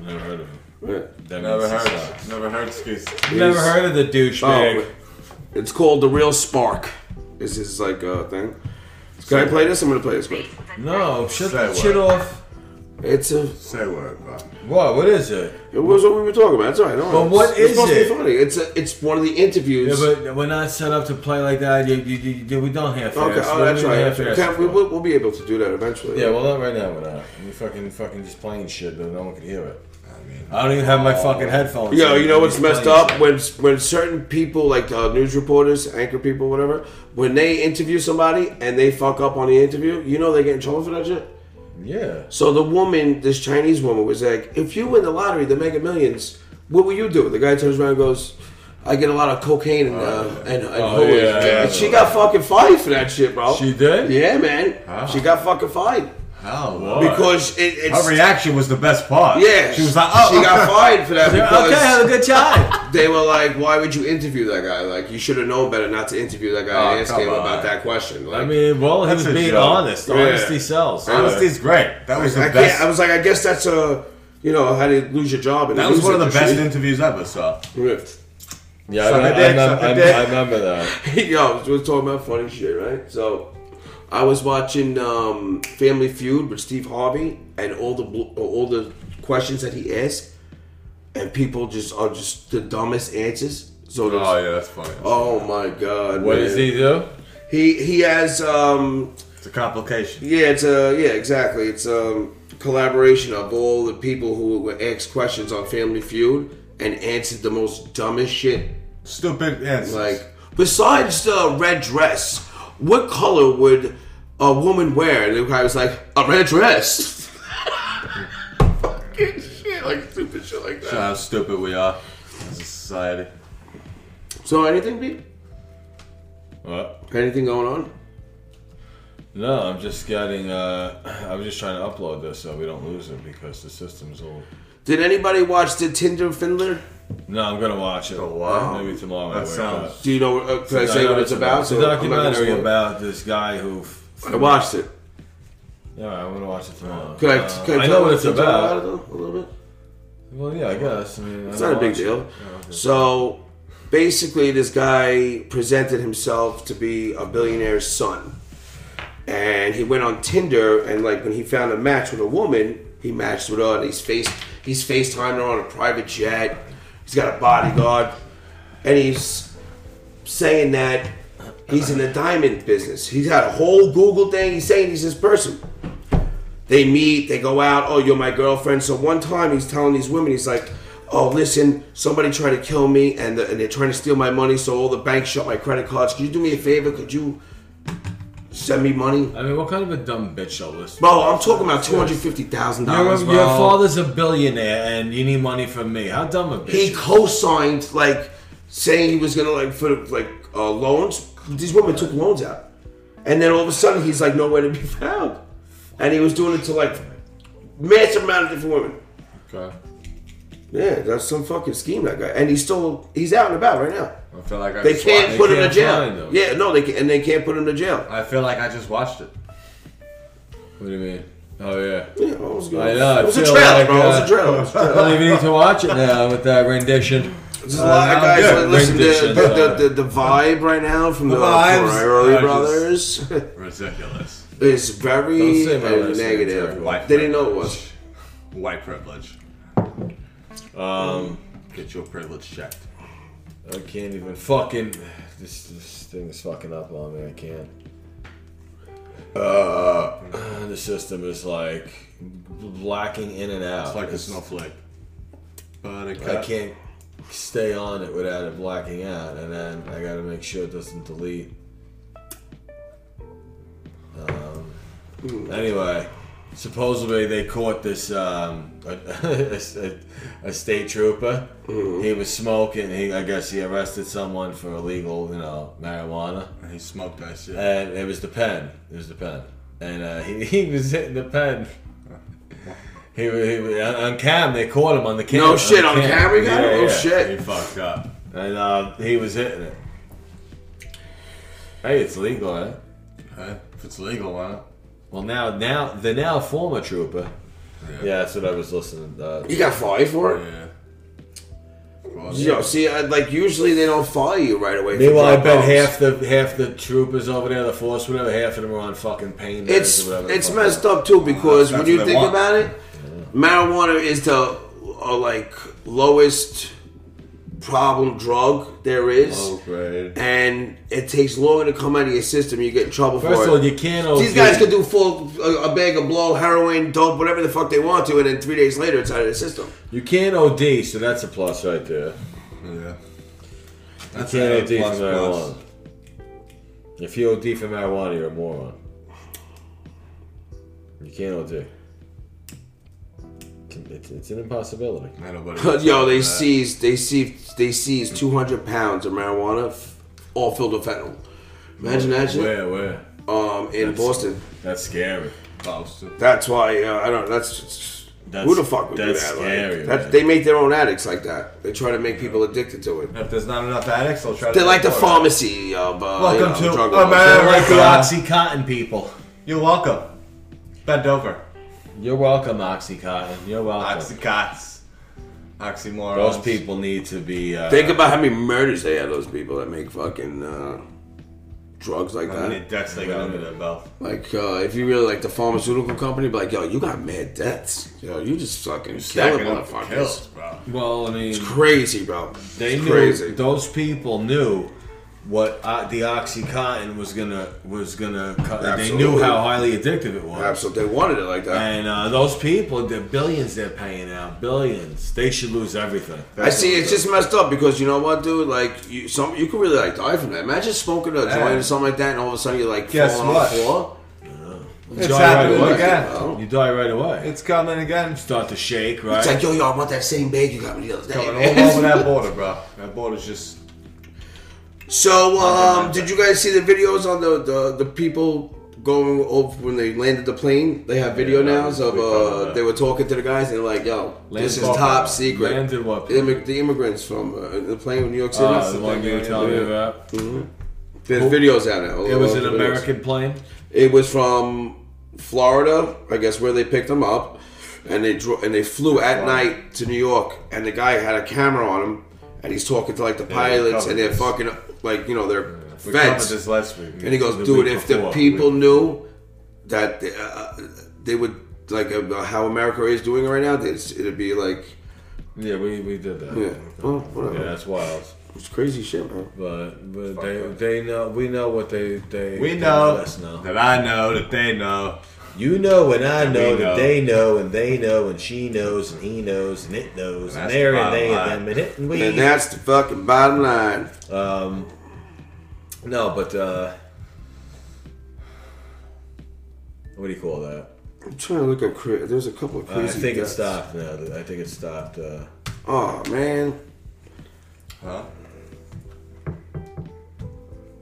Speaker 1: Never heard of him.
Speaker 3: Right.
Speaker 1: That
Speaker 2: Never
Speaker 1: means he
Speaker 2: heard.
Speaker 1: sucks.
Speaker 2: Never heard excuse.
Speaker 1: Never heard of the douchebag.
Speaker 3: Oh, it's called the Real Spark. Is his like uh, thing? Can I play this? I'm gonna play this quick.
Speaker 4: face with a
Speaker 1: no, shut
Speaker 2: Say
Speaker 1: that shit
Speaker 2: what?
Speaker 1: off.
Speaker 3: It's a.
Speaker 2: Say word, bro.
Speaker 1: What? What is it?
Speaker 3: It was what we were talking about. It's all right. all right.
Speaker 1: But what
Speaker 3: it's,
Speaker 1: is
Speaker 3: it's supposed
Speaker 1: it?
Speaker 3: To be funny. It's a, It's one of the interviews.
Speaker 1: Yeah, but we're not set up to play like that. You, you, you, you- we don't have to.
Speaker 3: Okay,
Speaker 1: ask.
Speaker 3: oh,
Speaker 1: What
Speaker 3: that's
Speaker 1: do we
Speaker 3: right.
Speaker 1: have to ask
Speaker 3: Okay, we,
Speaker 1: for?
Speaker 3: we'll, we'll be able to do that eventually.
Speaker 1: Yeah, well, not right now. We're not. We fucking, fucking just playing shit that no one can hear it.
Speaker 2: I mean,
Speaker 1: I don't even have my fucking headphones.
Speaker 3: Yo,
Speaker 1: in.
Speaker 3: you know
Speaker 1: I'm
Speaker 3: what's
Speaker 1: just
Speaker 3: messed
Speaker 1: playing
Speaker 3: up
Speaker 1: shit.
Speaker 3: when when certain people like uh, news reporters, anchor people, whatever, when they interview somebody and they fuck up on the interview, you know they get in trouble for that shit.
Speaker 1: Yeah.
Speaker 3: So the woman, this Chinese woman, was like, "If you win the lottery, the Mega Millions, what will you do?" The guy turns around and goes. I get a lot of cocaine and uh, and, and
Speaker 1: Oh,
Speaker 3: holy-
Speaker 1: yeah, yeah,
Speaker 3: And she
Speaker 1: yeah.
Speaker 3: got fucking fired for that shit, bro.
Speaker 1: She did?
Speaker 3: Yeah, man. She got fucking fired
Speaker 2: how?
Speaker 1: Why?
Speaker 3: because it, it's
Speaker 2: Her reaction was the best part.
Speaker 3: Yeah,
Speaker 2: She was
Speaker 1: uh,
Speaker 2: like, oh,
Speaker 3: she got fired for that because
Speaker 1: okay, have a good time.
Speaker 3: they were like, why would you interview that guy? Like, you should have known better not to interview that guy and
Speaker 2: Oh,
Speaker 3: ask
Speaker 2: come
Speaker 3: him about
Speaker 2: on.
Speaker 3: that question. Like,
Speaker 1: I mean, well, he
Speaker 2: That's
Speaker 1: was
Speaker 2: a
Speaker 1: being
Speaker 2: joke.
Speaker 1: honest.
Speaker 3: Yeah.
Speaker 1: Honesty sells.
Speaker 3: Yeah.
Speaker 2: Honesty's great. That was the
Speaker 3: I
Speaker 2: best.
Speaker 3: can't. I was like, I guess that's a, you know, how to lose your job. And
Speaker 2: that was one of the best interviews ever, so.
Speaker 3: best.
Speaker 1: Yeah,
Speaker 2: Suck
Speaker 1: I,
Speaker 2: a
Speaker 1: I,
Speaker 2: dick,
Speaker 1: I,
Speaker 2: suck a
Speaker 1: I-
Speaker 2: dick.
Speaker 1: I remember that.
Speaker 3: Yo, we're talking about funny shit, right? So, I was watching um, Family Feud with Steve Harvey, and all the bl- uh, all the questions that he asked, and people just are just the dumbest answers. So, there's-
Speaker 2: Oh, yeah, that's funny.
Speaker 3: oh my god,
Speaker 1: What
Speaker 3: man.
Speaker 1: does he do?
Speaker 3: He he has um
Speaker 2: It's a complication.
Speaker 3: yeah it's a yeah exactly it's a collaboration of all the people who were asked questions on Family Feud and answered the most dumbest shit
Speaker 2: Stupid answers.
Speaker 3: like besides the red dress what color would a woman wear and the guy was like a red dress fucking shit like stupid shit like
Speaker 2: Show
Speaker 3: that
Speaker 2: how stupid we are as a society.
Speaker 3: so anything B?
Speaker 1: What?
Speaker 3: anything going on
Speaker 1: No, I'm just getting. Uh, I was just trying to upload this so we don't lose it because the system's old.
Speaker 3: Did anybody watch the Tinder Findler?
Speaker 1: No, I'm gonna watch it.
Speaker 2: Oh, wow.
Speaker 1: Maybe tomorrow. when I
Speaker 2: That
Speaker 1: wake
Speaker 2: sounds-
Speaker 1: up.
Speaker 3: Do you know? Uh, can I
Speaker 1: I
Speaker 3: say
Speaker 1: know
Speaker 3: what it's about?
Speaker 1: It's a
Speaker 3: So I'm not gonna
Speaker 1: documentary
Speaker 3: spoil it.
Speaker 1: about this guy who. f-
Speaker 3: I watched it.
Speaker 1: Yeah, I'm gonna watch it tomorrow.
Speaker 3: Could I?
Speaker 1: Uh,
Speaker 3: Could I,
Speaker 1: I
Speaker 3: tell
Speaker 1: know what it's
Speaker 3: can I tell
Speaker 1: about.
Speaker 3: it though, a little bit.
Speaker 1: Well, yeah, I guess. I mean,
Speaker 3: It's not a big deal. So basically, this guy presented himself to be a billionaire's son. And he went on Tinder, and like when he found a match with a woman, he matched with her, and he's face he's FaceTiming her on a private jet. He's got a bodyguard, and he's saying that he's in the diamond business. He's got a whole Google thing. He's saying he's this person. They meet, they go out. Oh, you're my girlfriend. So one time he's telling these women, he's like, "Oh, listen, somebody tried to kill me, and the, and they're trying to steal my money. So all the banks shut my credit cards. Could you do me a favor? Could you send me money?"
Speaker 1: I mean, what kind of a dumb bitch are this?
Speaker 3: Bro, I'm talking about two hundred fifty thousand
Speaker 1: Your,
Speaker 3: dollars,
Speaker 1: your
Speaker 3: bro.
Speaker 1: father's a billionaire and you need money from me. How dumb a bitch.
Speaker 3: he
Speaker 1: is-
Speaker 3: co-signed like saying he was gonna like for like uh, loans. These women took loans out, and then all of a sudden he's like nowhere to be found, and he was doing it to like massive amount of different women.
Speaker 2: Okay.
Speaker 3: Yeah, that's some fucking scheme that guy, and he's still he's out and about right now.
Speaker 2: I feel like I
Speaker 3: They
Speaker 2: just
Speaker 3: can't
Speaker 2: watched-
Speaker 3: put him
Speaker 1: can't
Speaker 3: to
Speaker 1: find him.
Speaker 3: jail. Yeah, no, they can, and they can't put him to jail.
Speaker 2: I feel like I just watched it.
Speaker 1: What do you mean? Oh, yeah.
Speaker 3: Yeah, I was good.
Speaker 1: I know. I
Speaker 3: It was a
Speaker 1: feel
Speaker 3: trailer,
Speaker 1: like,
Speaker 3: bro. It was
Speaker 1: uh,
Speaker 3: a trailer. It was a
Speaker 1: I
Speaker 3: trailer.
Speaker 1: don't even need to watch it now with that rendition.
Speaker 3: There's a lot of guys
Speaker 1: Yeah,
Speaker 3: that listen to
Speaker 1: rendition,
Speaker 3: the, the, the, the vibe right now from the,
Speaker 2: The
Speaker 3: the
Speaker 2: vibes
Speaker 3: Ferrari
Speaker 2: are
Speaker 3: brothers
Speaker 2: Ridiculous.
Speaker 3: is
Speaker 1: Don't
Speaker 3: very
Speaker 1: say my
Speaker 3: uh,
Speaker 1: last name to
Speaker 3: negative.
Speaker 1: everyone.
Speaker 2: White
Speaker 3: They didn't know it was.
Speaker 2: privilege. White privilege. Um, get your privilege checked.
Speaker 1: I can't even fucking. This, this thing is fucking up on me. I can't. Uh, the system is like blacking in and out.
Speaker 2: It's like a snowflake. But it
Speaker 1: I
Speaker 2: got-
Speaker 1: can't stay on it without it blacking out, and then I gotta make sure it doesn't delete. Um, anyway, supposedly they caught this um, a, a- a state trooper. He was smoking. He, I guess he arrested someone for illegal, you know, marijuana
Speaker 2: And he smoked that shit.
Speaker 1: and Uh, it was the pen. It was the pen, and uh, he, he was hitting the pen. He, wa- he wa- on on cam. They caught him on the cam.
Speaker 3: No shit, on camera you got
Speaker 1: Yeah,
Speaker 3: him? Oh
Speaker 1: yeah.
Speaker 2: he
Speaker 3: shit.
Speaker 2: fucked up.
Speaker 1: And uh, he was hitting it. Hey, it's legal, eh?
Speaker 2: Huh? If it's legal, why not?
Speaker 1: Well, now, now the now former trooper. Yeah, that's what I was listening. Uh,
Speaker 3: You got fired for it?
Speaker 2: Yeah. Well,
Speaker 3: Yo, see, I, like usually they don't follow you right away. for
Speaker 1: meanwhile, I
Speaker 3: drug
Speaker 1: bet
Speaker 3: problems.
Speaker 1: half the half the troopers over there, the force, whatever, half of them are on fucking pain. meds
Speaker 3: It's
Speaker 1: or whatever the
Speaker 3: it's
Speaker 1: fuck.
Speaker 3: messed up too because
Speaker 2: That's
Speaker 3: when you
Speaker 2: what they
Speaker 3: think
Speaker 2: want.
Speaker 3: about it, marijuana is the uh, like lowest problem drug there is,
Speaker 2: Low grade.
Speaker 3: and it takes longer to come out of your system. You get in trouble
Speaker 1: First
Speaker 3: for
Speaker 1: of all,
Speaker 3: it.
Speaker 1: you can't.
Speaker 3: These guys could do full uh, a, a bag of blow, heroin, dope, whatever the fuck they want to, and then three days later it's out of the system.
Speaker 1: You can't OD, so that's a plus right there.
Speaker 2: Yeah. That's
Speaker 1: You
Speaker 2: an
Speaker 1: can't
Speaker 2: A
Speaker 1: OD
Speaker 2: plus
Speaker 1: for marijuana.
Speaker 2: plus.
Speaker 1: If you OD for marijuana, you're a moron. You can't OD. It's, it's an impossibility.
Speaker 2: Ain't nobody
Speaker 3: Yo, they
Speaker 2: that.
Speaker 3: seized they seized they seized two hundred pounds of marijuana, f- all filled with fentanyl. Imagine that shit.
Speaker 1: Where, where?
Speaker 3: Um, in Boston.
Speaker 1: That's scary.
Speaker 2: Boston.
Speaker 3: That's why uh, I don't. That's,
Speaker 1: That's-
Speaker 3: who the fuck would
Speaker 1: that's
Speaker 3: do that?
Speaker 1: scary, man.
Speaker 3: like, that's, they make their own addicts like that. They try to make people addicted to it.
Speaker 2: If there's not enough addicts, they'll try to.
Speaker 3: They're like the
Speaker 2: order.
Speaker 3: pharmacy of uh,
Speaker 2: Welcome
Speaker 3: you know,
Speaker 2: to
Speaker 3: drug lords.
Speaker 2: America.
Speaker 1: Like the
Speaker 2: God.
Speaker 1: OxyContin people.
Speaker 2: You're welcome. Bend over.
Speaker 1: You're welcome, OxyContin. You're welcome.
Speaker 2: Oxycots. Oxymorons.
Speaker 1: Those people need to be. Uh,
Speaker 3: Think about how many murders they had. Those people that make fucking uh, drugs like
Speaker 2: How many
Speaker 3: that.
Speaker 2: deaths they got under their belt.
Speaker 3: Like uh, if you really like the pharmaceutical company, be like, yo, you got mad deaths. Yo, you just fucking killing
Speaker 2: Stacking up for kills,
Speaker 3: motherfuckers.
Speaker 2: bro.
Speaker 1: well, I mean,
Speaker 3: Crazy, bro.
Speaker 1: they
Speaker 3: It's
Speaker 1: knew
Speaker 3: crazy.
Speaker 1: those people knew what uh, the OxyContin was gonna was gonna. co- They knew
Speaker 3: Absolutely.
Speaker 1: how highly addictive it was.
Speaker 3: Absolutely, they wanted it like that.
Speaker 1: And uh, those people, the billions they're paying out, billions. They should lose everything.
Speaker 3: I see. It's just messed up because you know what, dude? Like, you some you could really like die from that. Imagine smoking a joint
Speaker 2: Yeah.
Speaker 3: or something like that, and all of a sudden you're like
Speaker 2: Guess
Speaker 3: falling
Speaker 2: what?
Speaker 3: on the floor.
Speaker 2: It's
Speaker 1: die
Speaker 2: happening
Speaker 1: right away.
Speaker 2: again.
Speaker 3: Bro.
Speaker 1: You die right away.
Speaker 2: It's coming again.
Speaker 1: Start to shake, right?
Speaker 3: It's like, yo, yo, I want that same bag you got me the other day.
Speaker 2: Coming
Speaker 3: man.
Speaker 2: all over that border, bro. That border's just.
Speaker 3: So, um, did you guys see the videos on the the, the people going over when they landed the plane. They have video
Speaker 2: Yeah, that
Speaker 3: nows
Speaker 2: was-
Speaker 3: of
Speaker 2: we found
Speaker 3: uh,
Speaker 2: that.
Speaker 3: they were talking to the guys and they're like, "Yo,
Speaker 1: Landed
Speaker 3: this is
Speaker 1: what
Speaker 3: top
Speaker 1: plane?
Speaker 3: secret."
Speaker 1: Landed what plane?
Speaker 3: Immig- the immigrants from uh, the plane with New York City.
Speaker 1: Uh, the one you were telling me about.
Speaker 3: There's videos out now.
Speaker 1: It was an
Speaker 3: Uh, videos.
Speaker 1: American plane.
Speaker 3: It was from Florida, I guess, where they picked him up, and they dro- and they flew at night to New York, and the guy had a camera on him, and he's talking to like the
Speaker 2: we
Speaker 3: pilots,
Speaker 2: covered
Speaker 3: and they're
Speaker 2: this.
Speaker 3: fucking like you know they're
Speaker 2: We
Speaker 3: feds.
Speaker 2: covered this last week.
Speaker 3: And he goes,
Speaker 1: The
Speaker 3: dude,
Speaker 1: week
Speaker 3: if
Speaker 1: before.
Speaker 3: the people knew that they, uh, they would like uh, how America is doing it right now, it's, it'd be like,
Speaker 1: Yeah, we, we did that.
Speaker 3: yeah, well, whatever.
Speaker 1: Yeah, that's wild.
Speaker 3: It's crazy shit, man.
Speaker 1: But, but they
Speaker 2: up.
Speaker 1: they know we know what they they
Speaker 2: We
Speaker 1: they
Speaker 2: know,
Speaker 1: let us know.
Speaker 2: that I know that they know.
Speaker 1: You know and I know, that
Speaker 2: we know.
Speaker 1: they know and they know and she knows and he knows and it knows and,
Speaker 2: That's
Speaker 1: there
Speaker 2: the
Speaker 1: and they
Speaker 2: bottom
Speaker 1: and them and it and we.
Speaker 3: And that's the fucking bottom line.
Speaker 1: Um, no, but uh, what do you call that?
Speaker 3: I'm trying to look up. Cra- There's a couple of
Speaker 1: Uh, I
Speaker 3: crazy.
Speaker 1: think it
Speaker 3: deaths.
Speaker 1: stopped now. I think it stopped. Uh,
Speaker 3: Oh man,
Speaker 2: Huh?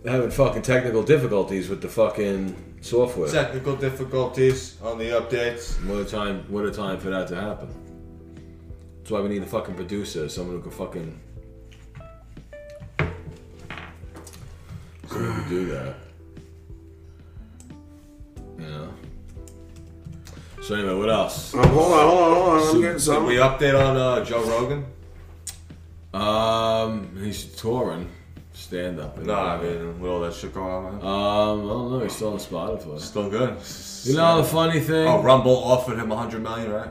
Speaker 1: having fucking technical difficulties with the fucking software.
Speaker 2: Technical difficulties on the updates.
Speaker 1: What a time! What a time for that to happen. That's why we need a fucking producer, someone who can fucking someone who can do that. You know. So anyway, what else?
Speaker 3: um, hold on, hold on, hold on. I'm getting
Speaker 2: Did we
Speaker 3: something.
Speaker 2: update on uh, Joe Rogan?
Speaker 1: Um, he's touring stand up.
Speaker 2: No, I mean, with all that shit going on, man.
Speaker 1: Um, I don't know. He's still on Spotify.
Speaker 2: Still good.
Speaker 1: You know the funny thing?
Speaker 2: Oh, Rumble offered him 100 million, right?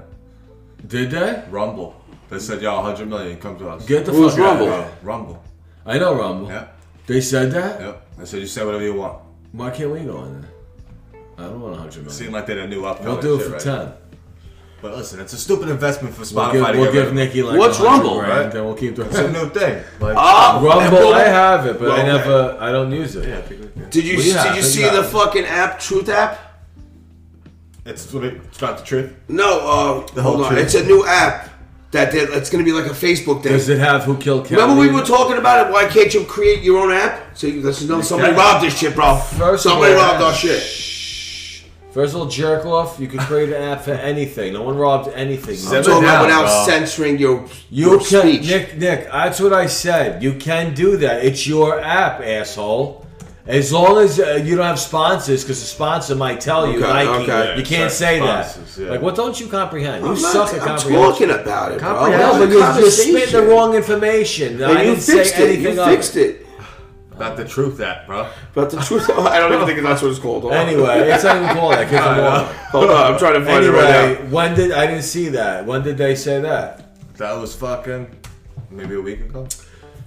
Speaker 1: Did they
Speaker 2: Rumble. They said, yo, 100 million, come to us.
Speaker 1: get the
Speaker 3: Who's
Speaker 1: fuck out of
Speaker 3: Rumble?
Speaker 1: here.
Speaker 2: Rumble.
Speaker 1: I know Rumble.
Speaker 2: Yep.
Speaker 1: They said that.
Speaker 2: Yep. They said, you say whatever you want.
Speaker 1: Why can't we go on there? I don't want a hundred million.
Speaker 2: Seemed like they're the new upcoming
Speaker 1: We'll do it
Speaker 2: shit,
Speaker 1: for
Speaker 2: right?
Speaker 1: ten.
Speaker 2: But listen, it's a stupid investment for
Speaker 1: We'll
Speaker 2: Spotify
Speaker 1: give,
Speaker 2: to
Speaker 1: we'll
Speaker 2: get
Speaker 1: give
Speaker 2: rid of.
Speaker 1: Nikki like
Speaker 3: What's
Speaker 1: 100
Speaker 3: Rumble?
Speaker 1: grand,
Speaker 2: Right.
Speaker 1: Then we'll keep doing
Speaker 2: It's a new thing. Like,
Speaker 3: Oh,
Speaker 1: Rumble.
Speaker 3: Apple.
Speaker 1: I have it, but I
Speaker 2: Rumble.
Speaker 1: never. I don't use it.
Speaker 2: yeah, people- yeah.
Speaker 3: Did you
Speaker 1: We have
Speaker 3: did you
Speaker 1: it,
Speaker 3: see
Speaker 1: yeah. uh,
Speaker 3: the fucking app Truth app?
Speaker 2: It's, it's about the truth.
Speaker 3: No, uh,
Speaker 2: whole
Speaker 3: hold on.
Speaker 2: truth.
Speaker 3: It's a new app that did, it's gonna be like a Facebook thing.
Speaker 1: Does it have Who Killed Kelly?
Speaker 3: Remember we were talking about it. Why can't you create your own app? So you, this is no somebody
Speaker 2: can.
Speaker 3: robbed this shit, bro.
Speaker 1: First of
Speaker 3: somebody
Speaker 1: all,
Speaker 3: robbed our shit.
Speaker 1: First of all, jerk off. You could create an app for anything. No one robbed anything.
Speaker 3: I'm
Speaker 2: Seven-
Speaker 3: talking about
Speaker 2: down,
Speaker 3: without
Speaker 2: bro.
Speaker 3: censoring your
Speaker 1: you
Speaker 3: your
Speaker 1: can,
Speaker 3: speech.
Speaker 1: Nick. Nick, that's what I said. You can do that. It's your app, asshole. As long as uh, you don't have sponsors, because the sponsor might tell you,
Speaker 3: Okay,
Speaker 1: Nike,
Speaker 3: okay.
Speaker 1: you can't say
Speaker 2: Sponsors,
Speaker 1: that.
Speaker 2: yeah.
Speaker 1: Like, what don't you comprehend? You
Speaker 3: I'm, not,
Speaker 1: suck at
Speaker 3: I'm
Speaker 1: comprehension.
Speaker 3: talking about it, bro.
Speaker 1: No, but
Speaker 3: That was a
Speaker 1: you just spit the
Speaker 3: conversation.
Speaker 1: wrong information.
Speaker 3: And
Speaker 1: I
Speaker 3: you
Speaker 1: didn't say
Speaker 3: fixed it.
Speaker 1: anything
Speaker 3: You
Speaker 1: of
Speaker 3: fixed it.
Speaker 2: About the truth, that, bro.
Speaker 3: But the truth, I don't even think that's what it's called. Hold on.
Speaker 1: Anyway, it's not even called that. Kids are wrong.
Speaker 3: hold on. I'm trying to find it right
Speaker 1: Anyway, when did I didn't see that? When did they say that?
Speaker 2: That was fucking maybe a week ago.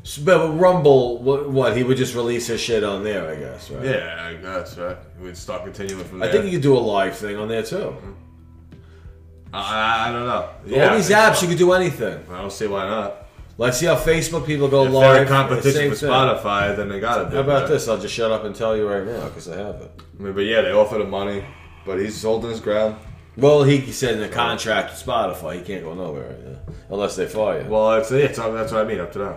Speaker 1: S- But Rumble, what, what he would just release his shit on there, I guess, right?
Speaker 2: Yeah, I guess right. We'd start continuing from
Speaker 1: I
Speaker 2: there.
Speaker 1: think you could do a live thing on there too.
Speaker 2: I, I don't know.
Speaker 1: All these apps, you could do anything.
Speaker 2: I don't see why not.
Speaker 1: Let's see how Facebook people go
Speaker 2: If
Speaker 1: live.
Speaker 2: they're in competition
Speaker 1: same
Speaker 2: with
Speaker 1: thing.
Speaker 2: Spotify, then they gotta do
Speaker 1: How about
Speaker 2: that.
Speaker 1: this? I'll just shut up and tell you right now because I have it.
Speaker 2: I mean, but yeah, they offered him money, but he's holding his ground.
Speaker 1: Well, he said in the contract with Spotify, he can't go nowhere right now unless they fire you.
Speaker 2: Well, it's, it's that's what I mean. Up to now,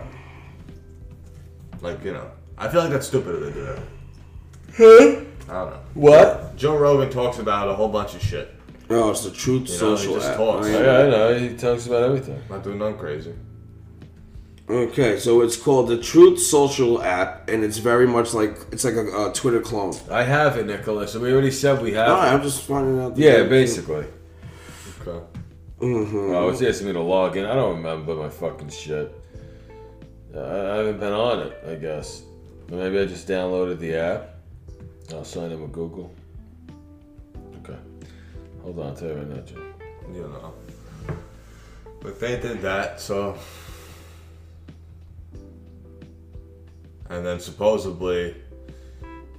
Speaker 2: like you know, I feel like that's stupid that they do that. I don't know.
Speaker 1: What?
Speaker 2: Joe Rogan talks about a whole bunch of shit.
Speaker 3: now. Oh, it's the truth
Speaker 2: know, he
Speaker 3: social
Speaker 2: just
Speaker 3: app.
Speaker 2: talks.
Speaker 3: right?
Speaker 1: Yeah, I know. He talks about everything.
Speaker 2: Not doing nothing crazy.
Speaker 3: Okay, so it's called the Truth Social app, and it's very much like it's like a, a Twitter clone.
Speaker 1: I have it, Nicholas. And we already said we have
Speaker 3: All right,
Speaker 1: it.
Speaker 3: I'm just finding out. the- Mm-hmm.
Speaker 1: Yeah, basically.
Speaker 2: Okay.
Speaker 1: Oh, it's asking me to log in. I don't remember my fucking shit. I, I haven't been on it, I guess. Or maybe I just downloaded the app. I'll sign in with Google. Okay. Hold on, I'll tell you right now, Jim.
Speaker 2: You know. But they did that, so. And then supposedly,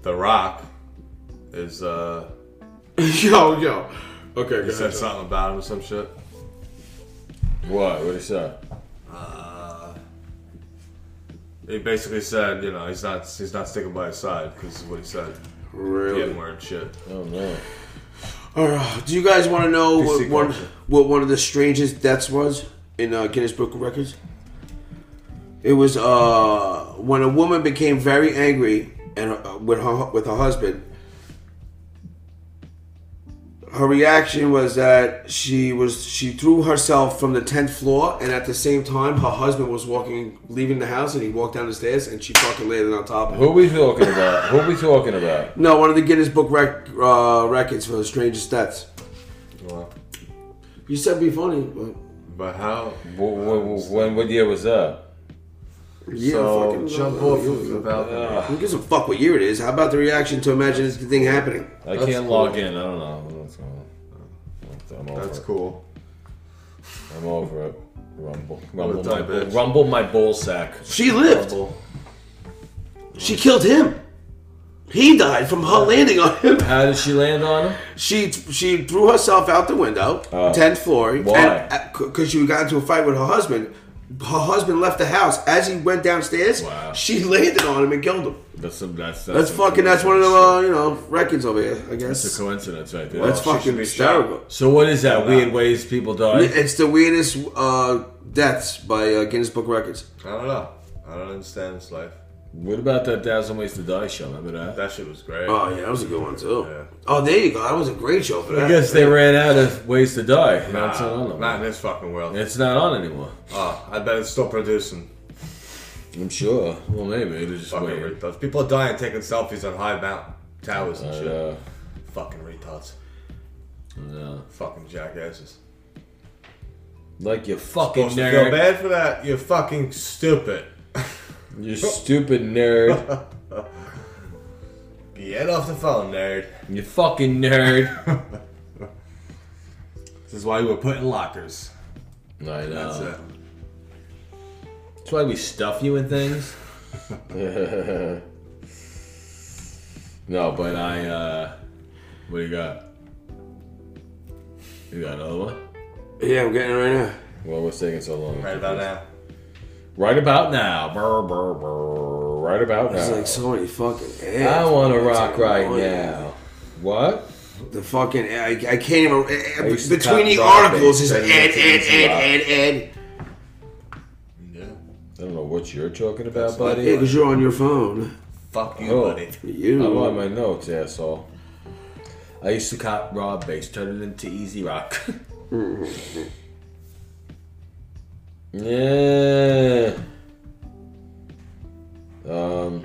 Speaker 2: The Rock is, uh.
Speaker 3: yo, yo. Okay, go
Speaker 2: He
Speaker 3: ahead.
Speaker 2: said something about him or some shit.
Speaker 1: What? What is that?
Speaker 2: He basically said, you know, he's not he's not sticking by his side because is what he said. The
Speaker 3: Really?
Speaker 2: N word shit.
Speaker 1: I don't know.
Speaker 3: All right. Do you guys want to know what
Speaker 2: PC
Speaker 3: one,
Speaker 2: culture.
Speaker 3: what one of the strangest deaths was in uh, Guinness Book of Records? It was uh, when a woman became very angry and uh, with her with her husband, her reaction was that she was she threw herself from the tenth floor, and at the same time, her husband was walking, leaving the house, and he walked down the stairs, and she fucking landed on top of him.
Speaker 1: Who are we talking about? Who are we talking about?
Speaker 3: No, one of the Guinness Book rec- uh, records for strangest deaths.
Speaker 2: Well,
Speaker 3: You said be funny, but
Speaker 2: but how?
Speaker 1: Wh- wh- wh- When what year was that?
Speaker 3: yeah,
Speaker 2: so
Speaker 3: fucking- uh,
Speaker 2: jump off of the balcony.
Speaker 1: Ugh,
Speaker 3: Who gives a fuck what year it is? How about the reaction to imagine this thing happening?
Speaker 1: I
Speaker 2: That's
Speaker 1: can't log
Speaker 2: cool.
Speaker 1: in. I don't know what's going on. I'm over
Speaker 2: That's
Speaker 1: it.
Speaker 2: cool.
Speaker 1: I'm over it. Rumble,
Speaker 2: a
Speaker 1: rumble
Speaker 2: dumb
Speaker 1: my, bull,
Speaker 2: bitch.
Speaker 1: rumble my ball sack.
Speaker 3: She lived.
Speaker 2: Well,
Speaker 3: She killed him. He died from her landing on him.
Speaker 1: How did she land on him?
Speaker 3: She she threw herself out the window,
Speaker 1: Oh.
Speaker 3: tenth floor.
Speaker 1: Why?
Speaker 3: Because she got into a fight with her husband. Her husband left the house. As he went downstairs,
Speaker 1: Wow.
Speaker 3: she landed on him and killed him.
Speaker 1: That's some. That's
Speaker 3: That's
Speaker 1: some
Speaker 3: fucking. That's one of the
Speaker 1: coincidence.
Speaker 3: uh, you know records over here. I
Speaker 1: That's
Speaker 3: guess
Speaker 1: a coincidence right there.
Speaker 3: that's
Speaker 2: she should
Speaker 3: fucking
Speaker 2: be shot.
Speaker 3: hysterical.
Speaker 1: So what is that? Weird ways people die.
Speaker 3: It's the weirdest uh, deaths by uh, Guinness Book Records.
Speaker 2: I don't know. I don't understand this life.
Speaker 1: What about that thousand ways to die show? Remember that?
Speaker 2: That shit was great.
Speaker 3: Oh yeah, that was a good one too.
Speaker 2: Yeah.
Speaker 3: Oh, there you go. That was a great show for that.
Speaker 1: I guess they ran out of ways to die. That's not on
Speaker 2: Nah,
Speaker 1: them.
Speaker 2: not in this fucking world.
Speaker 1: It's not on anymore.
Speaker 2: Oh, I bet it's still producing.
Speaker 1: I'm sure. Well, maybe they're just
Speaker 2: Fucking
Speaker 1: waiting.
Speaker 2: retards. People are dying taking selfies on high mountain towers and
Speaker 1: But,
Speaker 2: shit.
Speaker 1: uh,
Speaker 2: Fucking retards.
Speaker 1: no.
Speaker 2: Fucking jackasses.
Speaker 1: Like you fucking
Speaker 2: Supposed to feel
Speaker 1: nerd.
Speaker 2: bad for that? You're fucking stupid.
Speaker 1: You stupid nerd.
Speaker 2: Get off the phone, nerd.
Speaker 1: You fucking nerd.
Speaker 2: This is why you were put in lockers.
Speaker 1: I know.
Speaker 2: That's it.
Speaker 1: That's why we stuff you in things. no, but I. uh What do you got? You got another one?
Speaker 3: Yeah, I'm getting it right now.
Speaker 1: Well, what's taking so long?
Speaker 2: Right about now.
Speaker 1: Right about now. Brr, brr, brr. Right about
Speaker 3: There's
Speaker 1: now.
Speaker 3: like so many fucking. ads.
Speaker 1: I want to
Speaker 3: It's
Speaker 1: rock
Speaker 3: like
Speaker 1: right
Speaker 3: annoying.
Speaker 1: now. What?
Speaker 3: The fucking I, I can't even I- I-
Speaker 1: used to
Speaker 3: between the
Speaker 1: copy
Speaker 3: articles is
Speaker 1: that
Speaker 3: ad ad
Speaker 1: thing to
Speaker 3: ad ad ad.
Speaker 2: Yeah.
Speaker 1: I don't know what you're talking about,
Speaker 3: Yeah,
Speaker 1: buddy.
Speaker 3: because you're on your phone.
Speaker 2: Fuck you,
Speaker 1: Oh.
Speaker 2: buddy.
Speaker 3: You.
Speaker 1: I'm on my notes, asshole. I used to cop raw bass, turn it into easy rock. yeah. Um.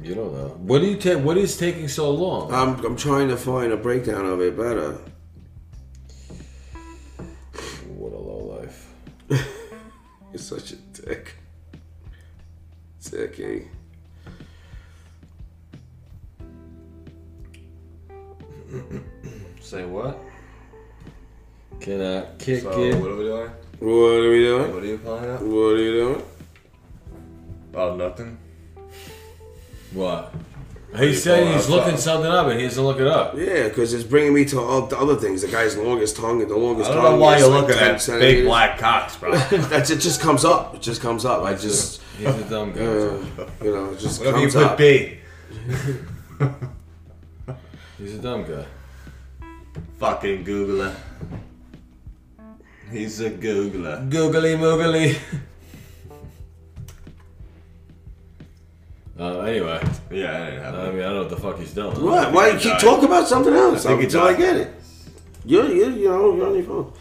Speaker 1: You don't know. What do you take? What is taking so
Speaker 2: Uh.
Speaker 1: long?
Speaker 3: I'm I'm trying to find a breakdown of it better.
Speaker 1: what a low life.
Speaker 3: You're such a dick. eh? Dicky.
Speaker 2: Say what?
Speaker 1: Can I kick
Speaker 2: So,
Speaker 1: it?
Speaker 2: what are we doing?
Speaker 3: What are we doing?
Speaker 2: What are you playing at?
Speaker 3: What are you doing?
Speaker 2: Oh, nothing.
Speaker 1: What?
Speaker 2: you
Speaker 1: He said
Speaker 2: pull
Speaker 1: he's
Speaker 2: up,
Speaker 1: looking
Speaker 2: uh,
Speaker 1: something up and he doesn't look it up.
Speaker 3: Yeah, because it's bringing me to all the other things. The guy's longest tongue and the longest.
Speaker 2: I don't
Speaker 3: tongue
Speaker 2: know why
Speaker 3: is
Speaker 2: you're
Speaker 3: like
Speaker 2: looking
Speaker 3: 10
Speaker 2: at big
Speaker 3: centimeters.
Speaker 2: black cocks, bro.
Speaker 3: That's it. Just comes up. It just comes up. I just.
Speaker 1: he's a dumb guy.
Speaker 3: Uh, you know, it just
Speaker 2: Whatever you
Speaker 3: comes
Speaker 2: put
Speaker 3: up.
Speaker 2: B.
Speaker 1: He's a dumb guy.
Speaker 2: Fucking Googler. He's a Googler.
Speaker 1: Googly moogly. uh, anyway,
Speaker 2: Yeah, I didn't have
Speaker 1: I mean, I don't know what the fuck he's doing.
Speaker 3: What? Why you keep
Speaker 2: died.
Speaker 3: talking about something else?
Speaker 2: think he
Speaker 3: until I
Speaker 2: died.
Speaker 3: get it. You're, you're, you know, you're on your phone.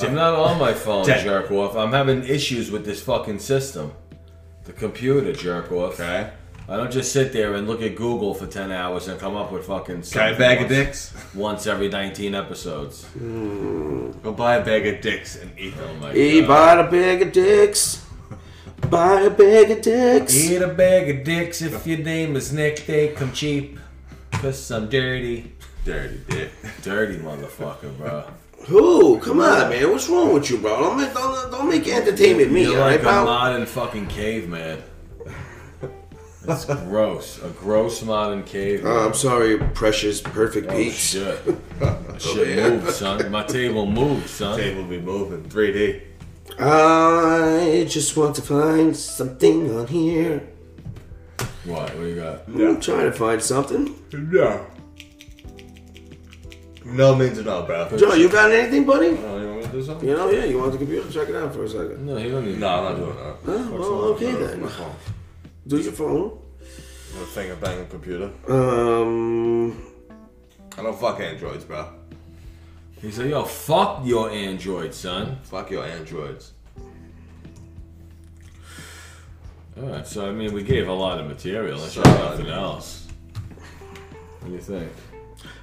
Speaker 1: I'm not on my phone,
Speaker 2: Dead.
Speaker 1: jerk off. I'm having issues with this fucking system. The computer, jerk off.
Speaker 2: Okay.
Speaker 1: I don't just sit there and look at Google for 10 hours and come up with fucking
Speaker 2: Buy a
Speaker 1: something
Speaker 2: bag of
Speaker 1: once-
Speaker 2: dicks.
Speaker 1: once every 19 episodes.
Speaker 2: Hmm. Go buy a bag of dicks and eat
Speaker 1: Oh
Speaker 2: them.
Speaker 1: my
Speaker 3: He
Speaker 1: God.
Speaker 3: bought a bag of dicks. Buy a bag of dicks.
Speaker 1: Eat a bag of dicks if your name is Nick. They come cheap. Cause I'm dirty.
Speaker 2: Dirty dick.
Speaker 1: Dirty motherfucker, bro.
Speaker 3: Who? Come on, man. What's wrong with you, bro? Don't make, don't, don't make entertainment me,
Speaker 1: You're
Speaker 3: all
Speaker 1: like
Speaker 3: right,
Speaker 1: a
Speaker 3: pal?
Speaker 1: modern fucking caveman. That's gross. A gross modern caveman.
Speaker 2: Uh,
Speaker 3: Oh, I'm sorry, precious, perfect
Speaker 1: oh
Speaker 3: peach.
Speaker 1: shit. shit
Speaker 3: yeah.
Speaker 1: moved, son. My table moved, son.
Speaker 2: Table be moving. 3D.
Speaker 3: I just want to find something on here.
Speaker 1: What? What do you got?
Speaker 3: I'm trying to find something.
Speaker 2: No. No means no, bro.
Speaker 3: Joe, you got anything, buddy?
Speaker 2: Oh, you want me to do something?
Speaker 3: You know, yeah, you want the computer? Check it out for a second.
Speaker 1: No, he don't even.
Speaker 2: No, I'm not doing that.
Speaker 3: Oh, well, okay then.
Speaker 2: My phone.
Speaker 3: Do your phone.
Speaker 2: My finger banging computer.
Speaker 3: Um,
Speaker 2: I don't fuck androids, bro.
Speaker 1: He's like, yo, fuck your Android, son.
Speaker 2: Fuck your androids.
Speaker 1: All right, so I mean, we gave a lot of material. That's
Speaker 2: So,
Speaker 1: nothing
Speaker 2: I mean-
Speaker 1: else. What do you think?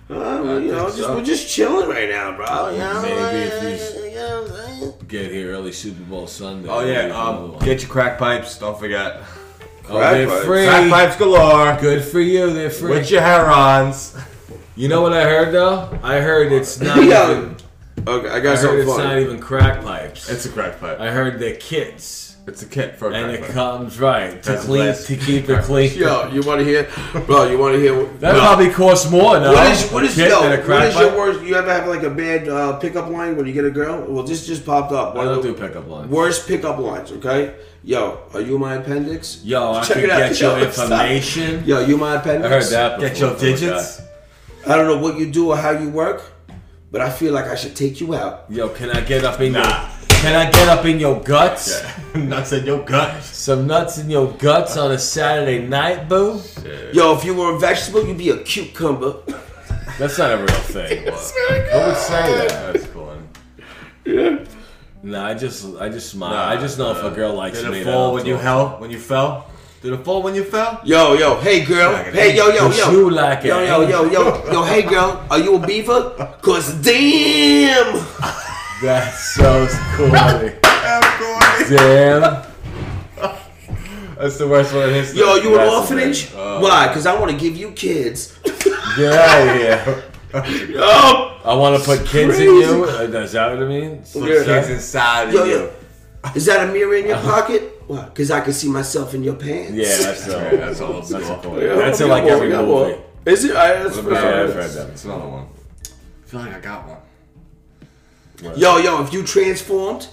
Speaker 3: Uh, well, you
Speaker 2: I
Speaker 3: know,
Speaker 2: think
Speaker 3: just,
Speaker 2: so.
Speaker 3: we're just chilling right now, bro. You know,
Speaker 1: Maybe if
Speaker 3: uh,
Speaker 1: he's-
Speaker 3: you know what I'm saying?
Speaker 1: Get here early Super Bowl Sunday.
Speaker 2: Oh yeah,
Speaker 1: Maybe
Speaker 2: um,
Speaker 1: another
Speaker 2: get your crack pipes. Don't forget.
Speaker 1: one. oh, they're
Speaker 3: Crack
Speaker 1: free.
Speaker 2: Crack pipes galore.
Speaker 1: Good for you. They're free.
Speaker 2: With your herons.
Speaker 1: you know what I heard though? I heard it's not.
Speaker 3: Yeah.
Speaker 1: even,
Speaker 3: Okay, I
Speaker 1: I
Speaker 3: got
Speaker 1: heard
Speaker 3: something
Speaker 1: it's not
Speaker 3: fun.
Speaker 1: even crack pipes.
Speaker 2: It's a crack pipe.
Speaker 1: I heard they're kits,
Speaker 2: It's a kit for a
Speaker 1: and
Speaker 2: crack
Speaker 1: it
Speaker 2: pipe.
Speaker 1: comes right to
Speaker 2: That's
Speaker 1: clean
Speaker 2: less.
Speaker 1: to keep it clean.
Speaker 3: Yo, you want to hear, bro? You want to hear? what-
Speaker 1: That
Speaker 3: No.
Speaker 1: probably costs more. No,
Speaker 3: What is what is
Speaker 1: Kit
Speaker 3: yo?
Speaker 1: than a
Speaker 3: What
Speaker 1: crack
Speaker 3: is your
Speaker 1: pipe?
Speaker 3: worst? You ever have like a bad uh, pickup line when you get a girl? Well, this just popped up.
Speaker 1: I
Speaker 3: One
Speaker 1: don't
Speaker 3: of
Speaker 1: do
Speaker 3: the
Speaker 1: pickup lines.
Speaker 3: worst pickup lines. Okay, yo, are you my appendix?
Speaker 1: Yo, I
Speaker 3: Check
Speaker 1: could
Speaker 3: it out,
Speaker 1: get
Speaker 3: yo,
Speaker 1: your
Speaker 3: stop.
Speaker 1: information.
Speaker 3: Yo, you my appendix?
Speaker 1: I heard that. Before,
Speaker 2: Get your
Speaker 1: something like
Speaker 2: digits.
Speaker 1: that.
Speaker 3: I don't know what you do or how you work, but I feel like I should take you out.
Speaker 1: Yo, can I get up in
Speaker 2: Nah.
Speaker 1: your? Can I get up in your guts?
Speaker 2: Nuts in your gut.
Speaker 1: Some nuts in your guts on a Saturday night, boo.
Speaker 3: Yo, if you were a vegetable, you'd be a cucumber.
Speaker 1: That's not a real thing.
Speaker 2: Who would say that? That's cool.
Speaker 1: No, I just, I just smile.
Speaker 2: Nah,
Speaker 1: I just know if a girl likes
Speaker 2: Did
Speaker 1: me.
Speaker 2: it
Speaker 1: then
Speaker 2: fall
Speaker 1: I'll
Speaker 2: when
Speaker 1: do
Speaker 2: you
Speaker 1: it.
Speaker 2: hell when you fell? Did it fall when you fell?
Speaker 3: Yo, yo, hey girl, hey yo, yo,
Speaker 1: Cause
Speaker 3: yo,
Speaker 1: you like
Speaker 3: yo,
Speaker 1: an
Speaker 3: yo, yo,
Speaker 1: angel.
Speaker 3: yo, yo, hey girl, are you a beaver? Cause damn,
Speaker 1: That's so corny. Damn.
Speaker 2: That's the worst one in history.
Speaker 3: yo, you an
Speaker 1: That's
Speaker 3: orphanage?
Speaker 2: great. Oh.
Speaker 3: Why? Cause I want to give you kids.
Speaker 1: Get out of here.
Speaker 3: Yo,
Speaker 1: I want to put kids in you. Uh, Is that what it means?
Speaker 3: Yeah.
Speaker 2: Kids inside of
Speaker 3: yo,
Speaker 2: you.
Speaker 3: yo, is that a mirror in your pocket? Why? Cause I can see myself in your pants.
Speaker 1: Uh-huh. Yeah, that's so.
Speaker 2: Alright, that's all. That's
Speaker 1: That's, a
Speaker 2: all.
Speaker 1: corny. that's in like
Speaker 3: Yeah,
Speaker 1: every
Speaker 3: yeah,
Speaker 1: movie.
Speaker 3: Is it? I, that's
Speaker 1: Yeah, I've
Speaker 3: yeah,
Speaker 1: heard that.
Speaker 2: It's another one. I feel like I got one.
Speaker 3: yo, yo, if you transformed,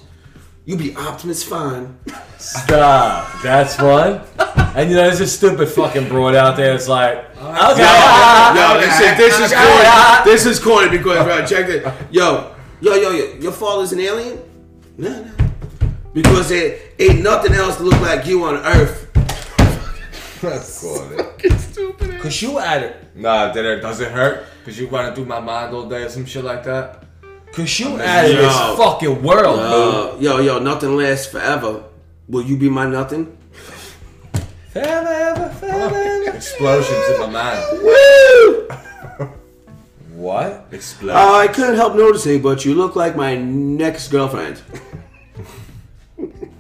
Speaker 3: you'd be Optimus Fine.
Speaker 1: Stop. That's one. And you know, there's a stupid fucking broad out there. It's like, okay.
Speaker 3: Yo, they said this is corny. This is corny because right, check it. Yo, yo, yo, yo, your father's an alien? No, no. Because there ain't nothing else look like you on Earth.
Speaker 2: That's corny.
Speaker 1: Cause you at it.
Speaker 2: Nah, did it? Does it hurt? Cause you running through my mind all day or some shit like that.
Speaker 1: Cause you out of
Speaker 3: Yo.
Speaker 1: this fucking world, bro.
Speaker 3: Uh, yo, yo, nothing lasts forever. Will you be my nothing?
Speaker 1: Forever, ever, forever, ever.
Speaker 2: Explosions in my mind.
Speaker 3: Woo!
Speaker 1: What?
Speaker 2: Explosions.
Speaker 3: Uh, I couldn't help noticing, but you look like my next girlfriend.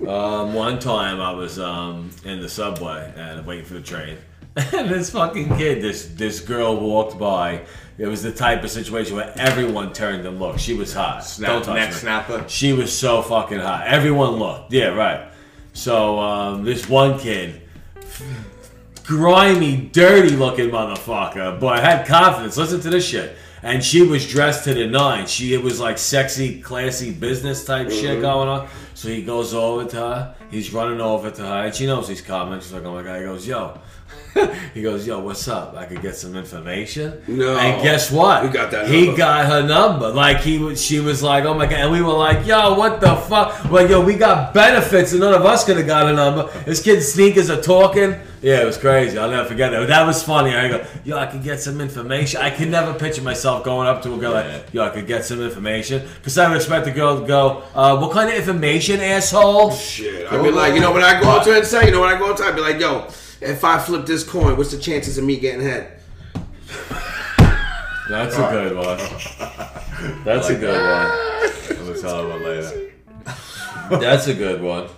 Speaker 1: Um, one time I was um in the subway and waiting for the train, and this fucking kid, this this girl walked by. It was the type of situation where everyone turned and looked. She was hot.
Speaker 2: Snap-
Speaker 1: Don't touch
Speaker 2: neck
Speaker 1: me.
Speaker 2: snapper.
Speaker 1: She was so fucking hot. Everyone looked. Yeah, right. So um, this one kid, grimy, dirty looking motherfucker, but had confidence. Listen to this shit. And she was dressed to the nine. She it was like sexy, classy business type
Speaker 3: Mm-hmm.
Speaker 1: shit going on. So he goes over to her. He's running over to her, and she knows he's coming. She's like, "Oh my god!" He goes, "Yo." he goes, "Yo, what's up? I could get some information."
Speaker 3: No.
Speaker 1: And guess what?
Speaker 3: We got that
Speaker 1: He
Speaker 3: number.
Speaker 1: got her number. Like he was, she was like, "Oh my god!" And we were like, "Yo, what the fuck?" Like, yo, we got benefits, and none of us could have got a number. This kid's sneakers are talking. Yeah, it was crazy. I'll never forget that. That was funny. I go, "Yo, I could get some information." I could never picture myself going up to a girl like, "Yo, I could get some information," because I would expect the girl to go, uh, "What kind of information, asshole?"
Speaker 3: Shit. I'd be like, you know, when I go out to and say, you know, when I go out to, I'd be like, yo, if I flip this coin, what's the chances of me getting hit?
Speaker 1: That's a good one. That's a good one.
Speaker 2: I'm gonna tell everyone later.
Speaker 1: That's a good one.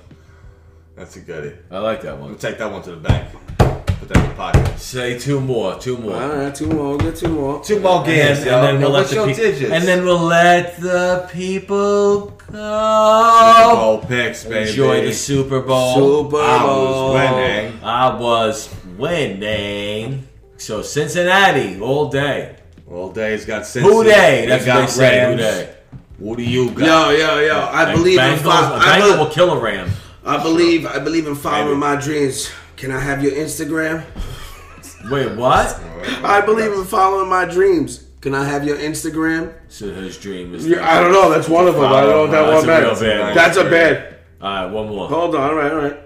Speaker 2: That's a goodie.
Speaker 1: I like that
Speaker 2: We'll
Speaker 1: one.
Speaker 2: take that one to the bank. Put that in your pocket.
Speaker 1: Say two more. Two more.
Speaker 3: All right, two more, get two more.
Speaker 2: Two ball
Speaker 1: And, and then we'll let
Speaker 2: what's
Speaker 1: the
Speaker 2: your
Speaker 1: pe-
Speaker 2: digits?
Speaker 1: and then we'll let the people
Speaker 2: Super
Speaker 1: go.
Speaker 2: Bowl picks, baby.
Speaker 1: Enjoy the Super Bowl.
Speaker 3: Super
Speaker 2: I
Speaker 3: Bowl.
Speaker 2: was winning.
Speaker 1: I was winning. So Cincinnati all day.
Speaker 2: Well, Day's got Cincy.
Speaker 1: Who day? That's
Speaker 2: You
Speaker 1: what they say. Who
Speaker 2: Rams.
Speaker 1: day?
Speaker 2: What do you got?
Speaker 3: Yo, yo, yo! I believe in
Speaker 1: Bengals,
Speaker 3: fo-
Speaker 1: a
Speaker 3: I,
Speaker 1: Bengal
Speaker 3: be-
Speaker 1: will kill a Ram.
Speaker 3: I believe I believe in following my
Speaker 2: Maybe.
Speaker 3: dreams. Can I have your Instagram?
Speaker 1: Wait, what?
Speaker 3: I believe in following my dreams. Can I have your Instagram?
Speaker 1: So his dream is.
Speaker 3: I don't know. That's one of them. I don't know if that
Speaker 1: That's
Speaker 3: one
Speaker 1: a real
Speaker 3: matters.
Speaker 1: bad one.
Speaker 3: That's a bad.
Speaker 1: All right, one more.
Speaker 3: Hold on. All right, all right.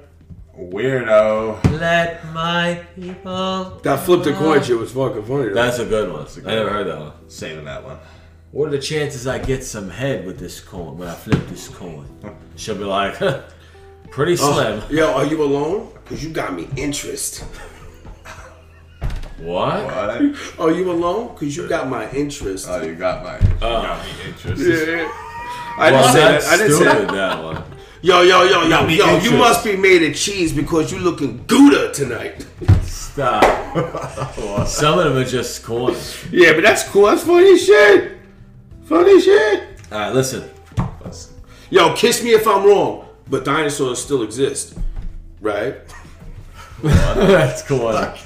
Speaker 2: Weirdo.
Speaker 1: Let my people.
Speaker 3: That flip the coin shit was fucking funny. though.
Speaker 1: That's a good one.
Speaker 2: a
Speaker 1: I
Speaker 2: good
Speaker 1: never
Speaker 2: one.
Speaker 1: heard that one.
Speaker 2: Saving that one.
Speaker 1: What are the chances I get some head with this coin when I flip this coin? She'll be like, pretty slim.
Speaker 3: Oh, yo, are you alone? Cause you got me interest.
Speaker 1: What?
Speaker 2: What?
Speaker 3: Are Oh, you alone? Cause you got my interest.
Speaker 2: Oh, you got my. You
Speaker 1: Uh.
Speaker 2: got me interested.
Speaker 3: I didn't
Speaker 1: Well,
Speaker 3: say that.
Speaker 1: that's
Speaker 3: I didn't say
Speaker 1: stupid,
Speaker 3: that.
Speaker 1: that one.
Speaker 3: Yo, yo, yo, yo,
Speaker 1: me
Speaker 3: yo!
Speaker 1: interest.
Speaker 3: You must be made of cheese because you looking Gouda tonight.
Speaker 1: Stop. Some of them are just coins.
Speaker 3: Yeah, but that's cool. That's funny shit. Funny shit.
Speaker 1: All right, listen.
Speaker 3: Yo, kiss me if I'm wrong, but dinosaurs still exist, right?
Speaker 1: that's cool. All right,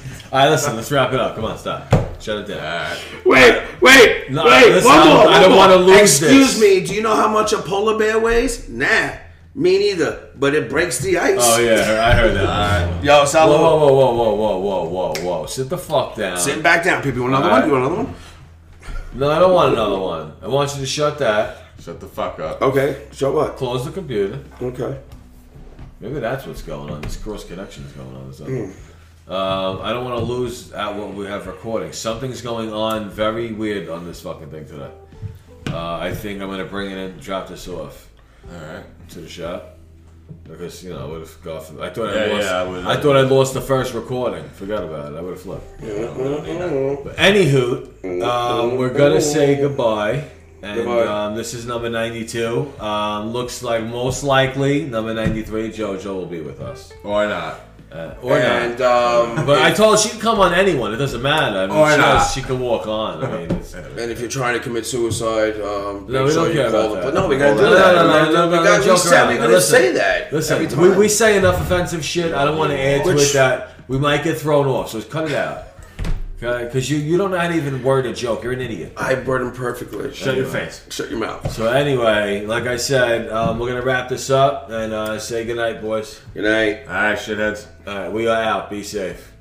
Speaker 1: listen. Let's wrap it up. Come on, stop. Shut it down.
Speaker 3: Wait, wait,
Speaker 1: No,
Speaker 3: wait!
Speaker 1: listen, I
Speaker 3: one
Speaker 1: don't-
Speaker 3: more.
Speaker 1: I
Speaker 3: one
Speaker 1: don't
Speaker 3: more.
Speaker 1: wanna lose
Speaker 3: Excuse
Speaker 1: this.
Speaker 3: me. Do you know how much a polar bear weighs? Nah, me neither. But it breaks the ice.
Speaker 1: Oh yeah, I heard that. All right.
Speaker 3: Yo, Sal,
Speaker 1: Whoa, whoa, whoa, whoa, whoa, whoa, whoa, whoa, whoa! Sit the fuck down.
Speaker 3: sit back down, people. You want another
Speaker 1: All
Speaker 3: one? You want another one?
Speaker 1: No, I don't want another one. I want you to shut that.
Speaker 2: Shut the fuck up.
Speaker 3: Okay. So what?
Speaker 1: Close the computer.
Speaker 3: Okay.
Speaker 1: Maybe that's what's going on. This cross connection is going on. Or something. Um, I don't want to lose out what we have recording. Something's going on very weird on this fucking thing today. Uh, I think I'm gonna bring it in, drop this off
Speaker 2: All right.
Speaker 1: to the shop because you know I would have gone. For, I thought I
Speaker 2: Yeah,
Speaker 1: lost.
Speaker 2: yeah, I
Speaker 1: I,
Speaker 2: would've-
Speaker 1: thought I lost the first recording. Forgot about it. I would have flipped. Yeah, I don't need that. But anywho, um, we're gonna say goodbye. And
Speaker 3: Goodbye.
Speaker 1: Um, this is number 92. Um, looks like most likely number 93, JoJo will be with us.
Speaker 2: Or not.
Speaker 1: Uh, or
Speaker 3: and
Speaker 1: not.
Speaker 3: um,
Speaker 1: But I told her she can come on anyone. It doesn't matter. I mean,
Speaker 2: Or
Speaker 1: she,
Speaker 2: not.
Speaker 1: knows she can walk on. I mean, it's,
Speaker 3: and if you're trying to commit suicide, um,
Speaker 1: No,
Speaker 3: make
Speaker 1: we
Speaker 3: sure
Speaker 1: don't
Speaker 3: you
Speaker 1: care
Speaker 3: call
Speaker 1: about
Speaker 3: the-
Speaker 1: that.
Speaker 3: But no, we gotta do
Speaker 1: No, no,
Speaker 3: that.
Speaker 1: no, no, no,
Speaker 3: we
Speaker 1: no,
Speaker 3: we gotta,
Speaker 1: no,
Speaker 3: we
Speaker 1: joke
Speaker 3: said
Speaker 1: around.
Speaker 3: we're
Speaker 1: Now,
Speaker 3: gonna
Speaker 1: listen.
Speaker 3: say that. every
Speaker 1: Listen,
Speaker 3: time.
Speaker 1: we, we say enough offensive shit. I don't want to add to
Speaker 3: Which-
Speaker 1: it that we might get thrown off. So just cut it out. Okay? Because you, you don't know how to even word a joke. You're an idiot.
Speaker 3: I word them perfectly.
Speaker 1: Shut your face.
Speaker 3: Shut your mouth.
Speaker 1: So anyway, like I said, um, we're going to wrap this up and uh, say goodnight, boys.
Speaker 3: Good night.
Speaker 2: All right, shitheads.
Speaker 1: All right, we are out. Be safe.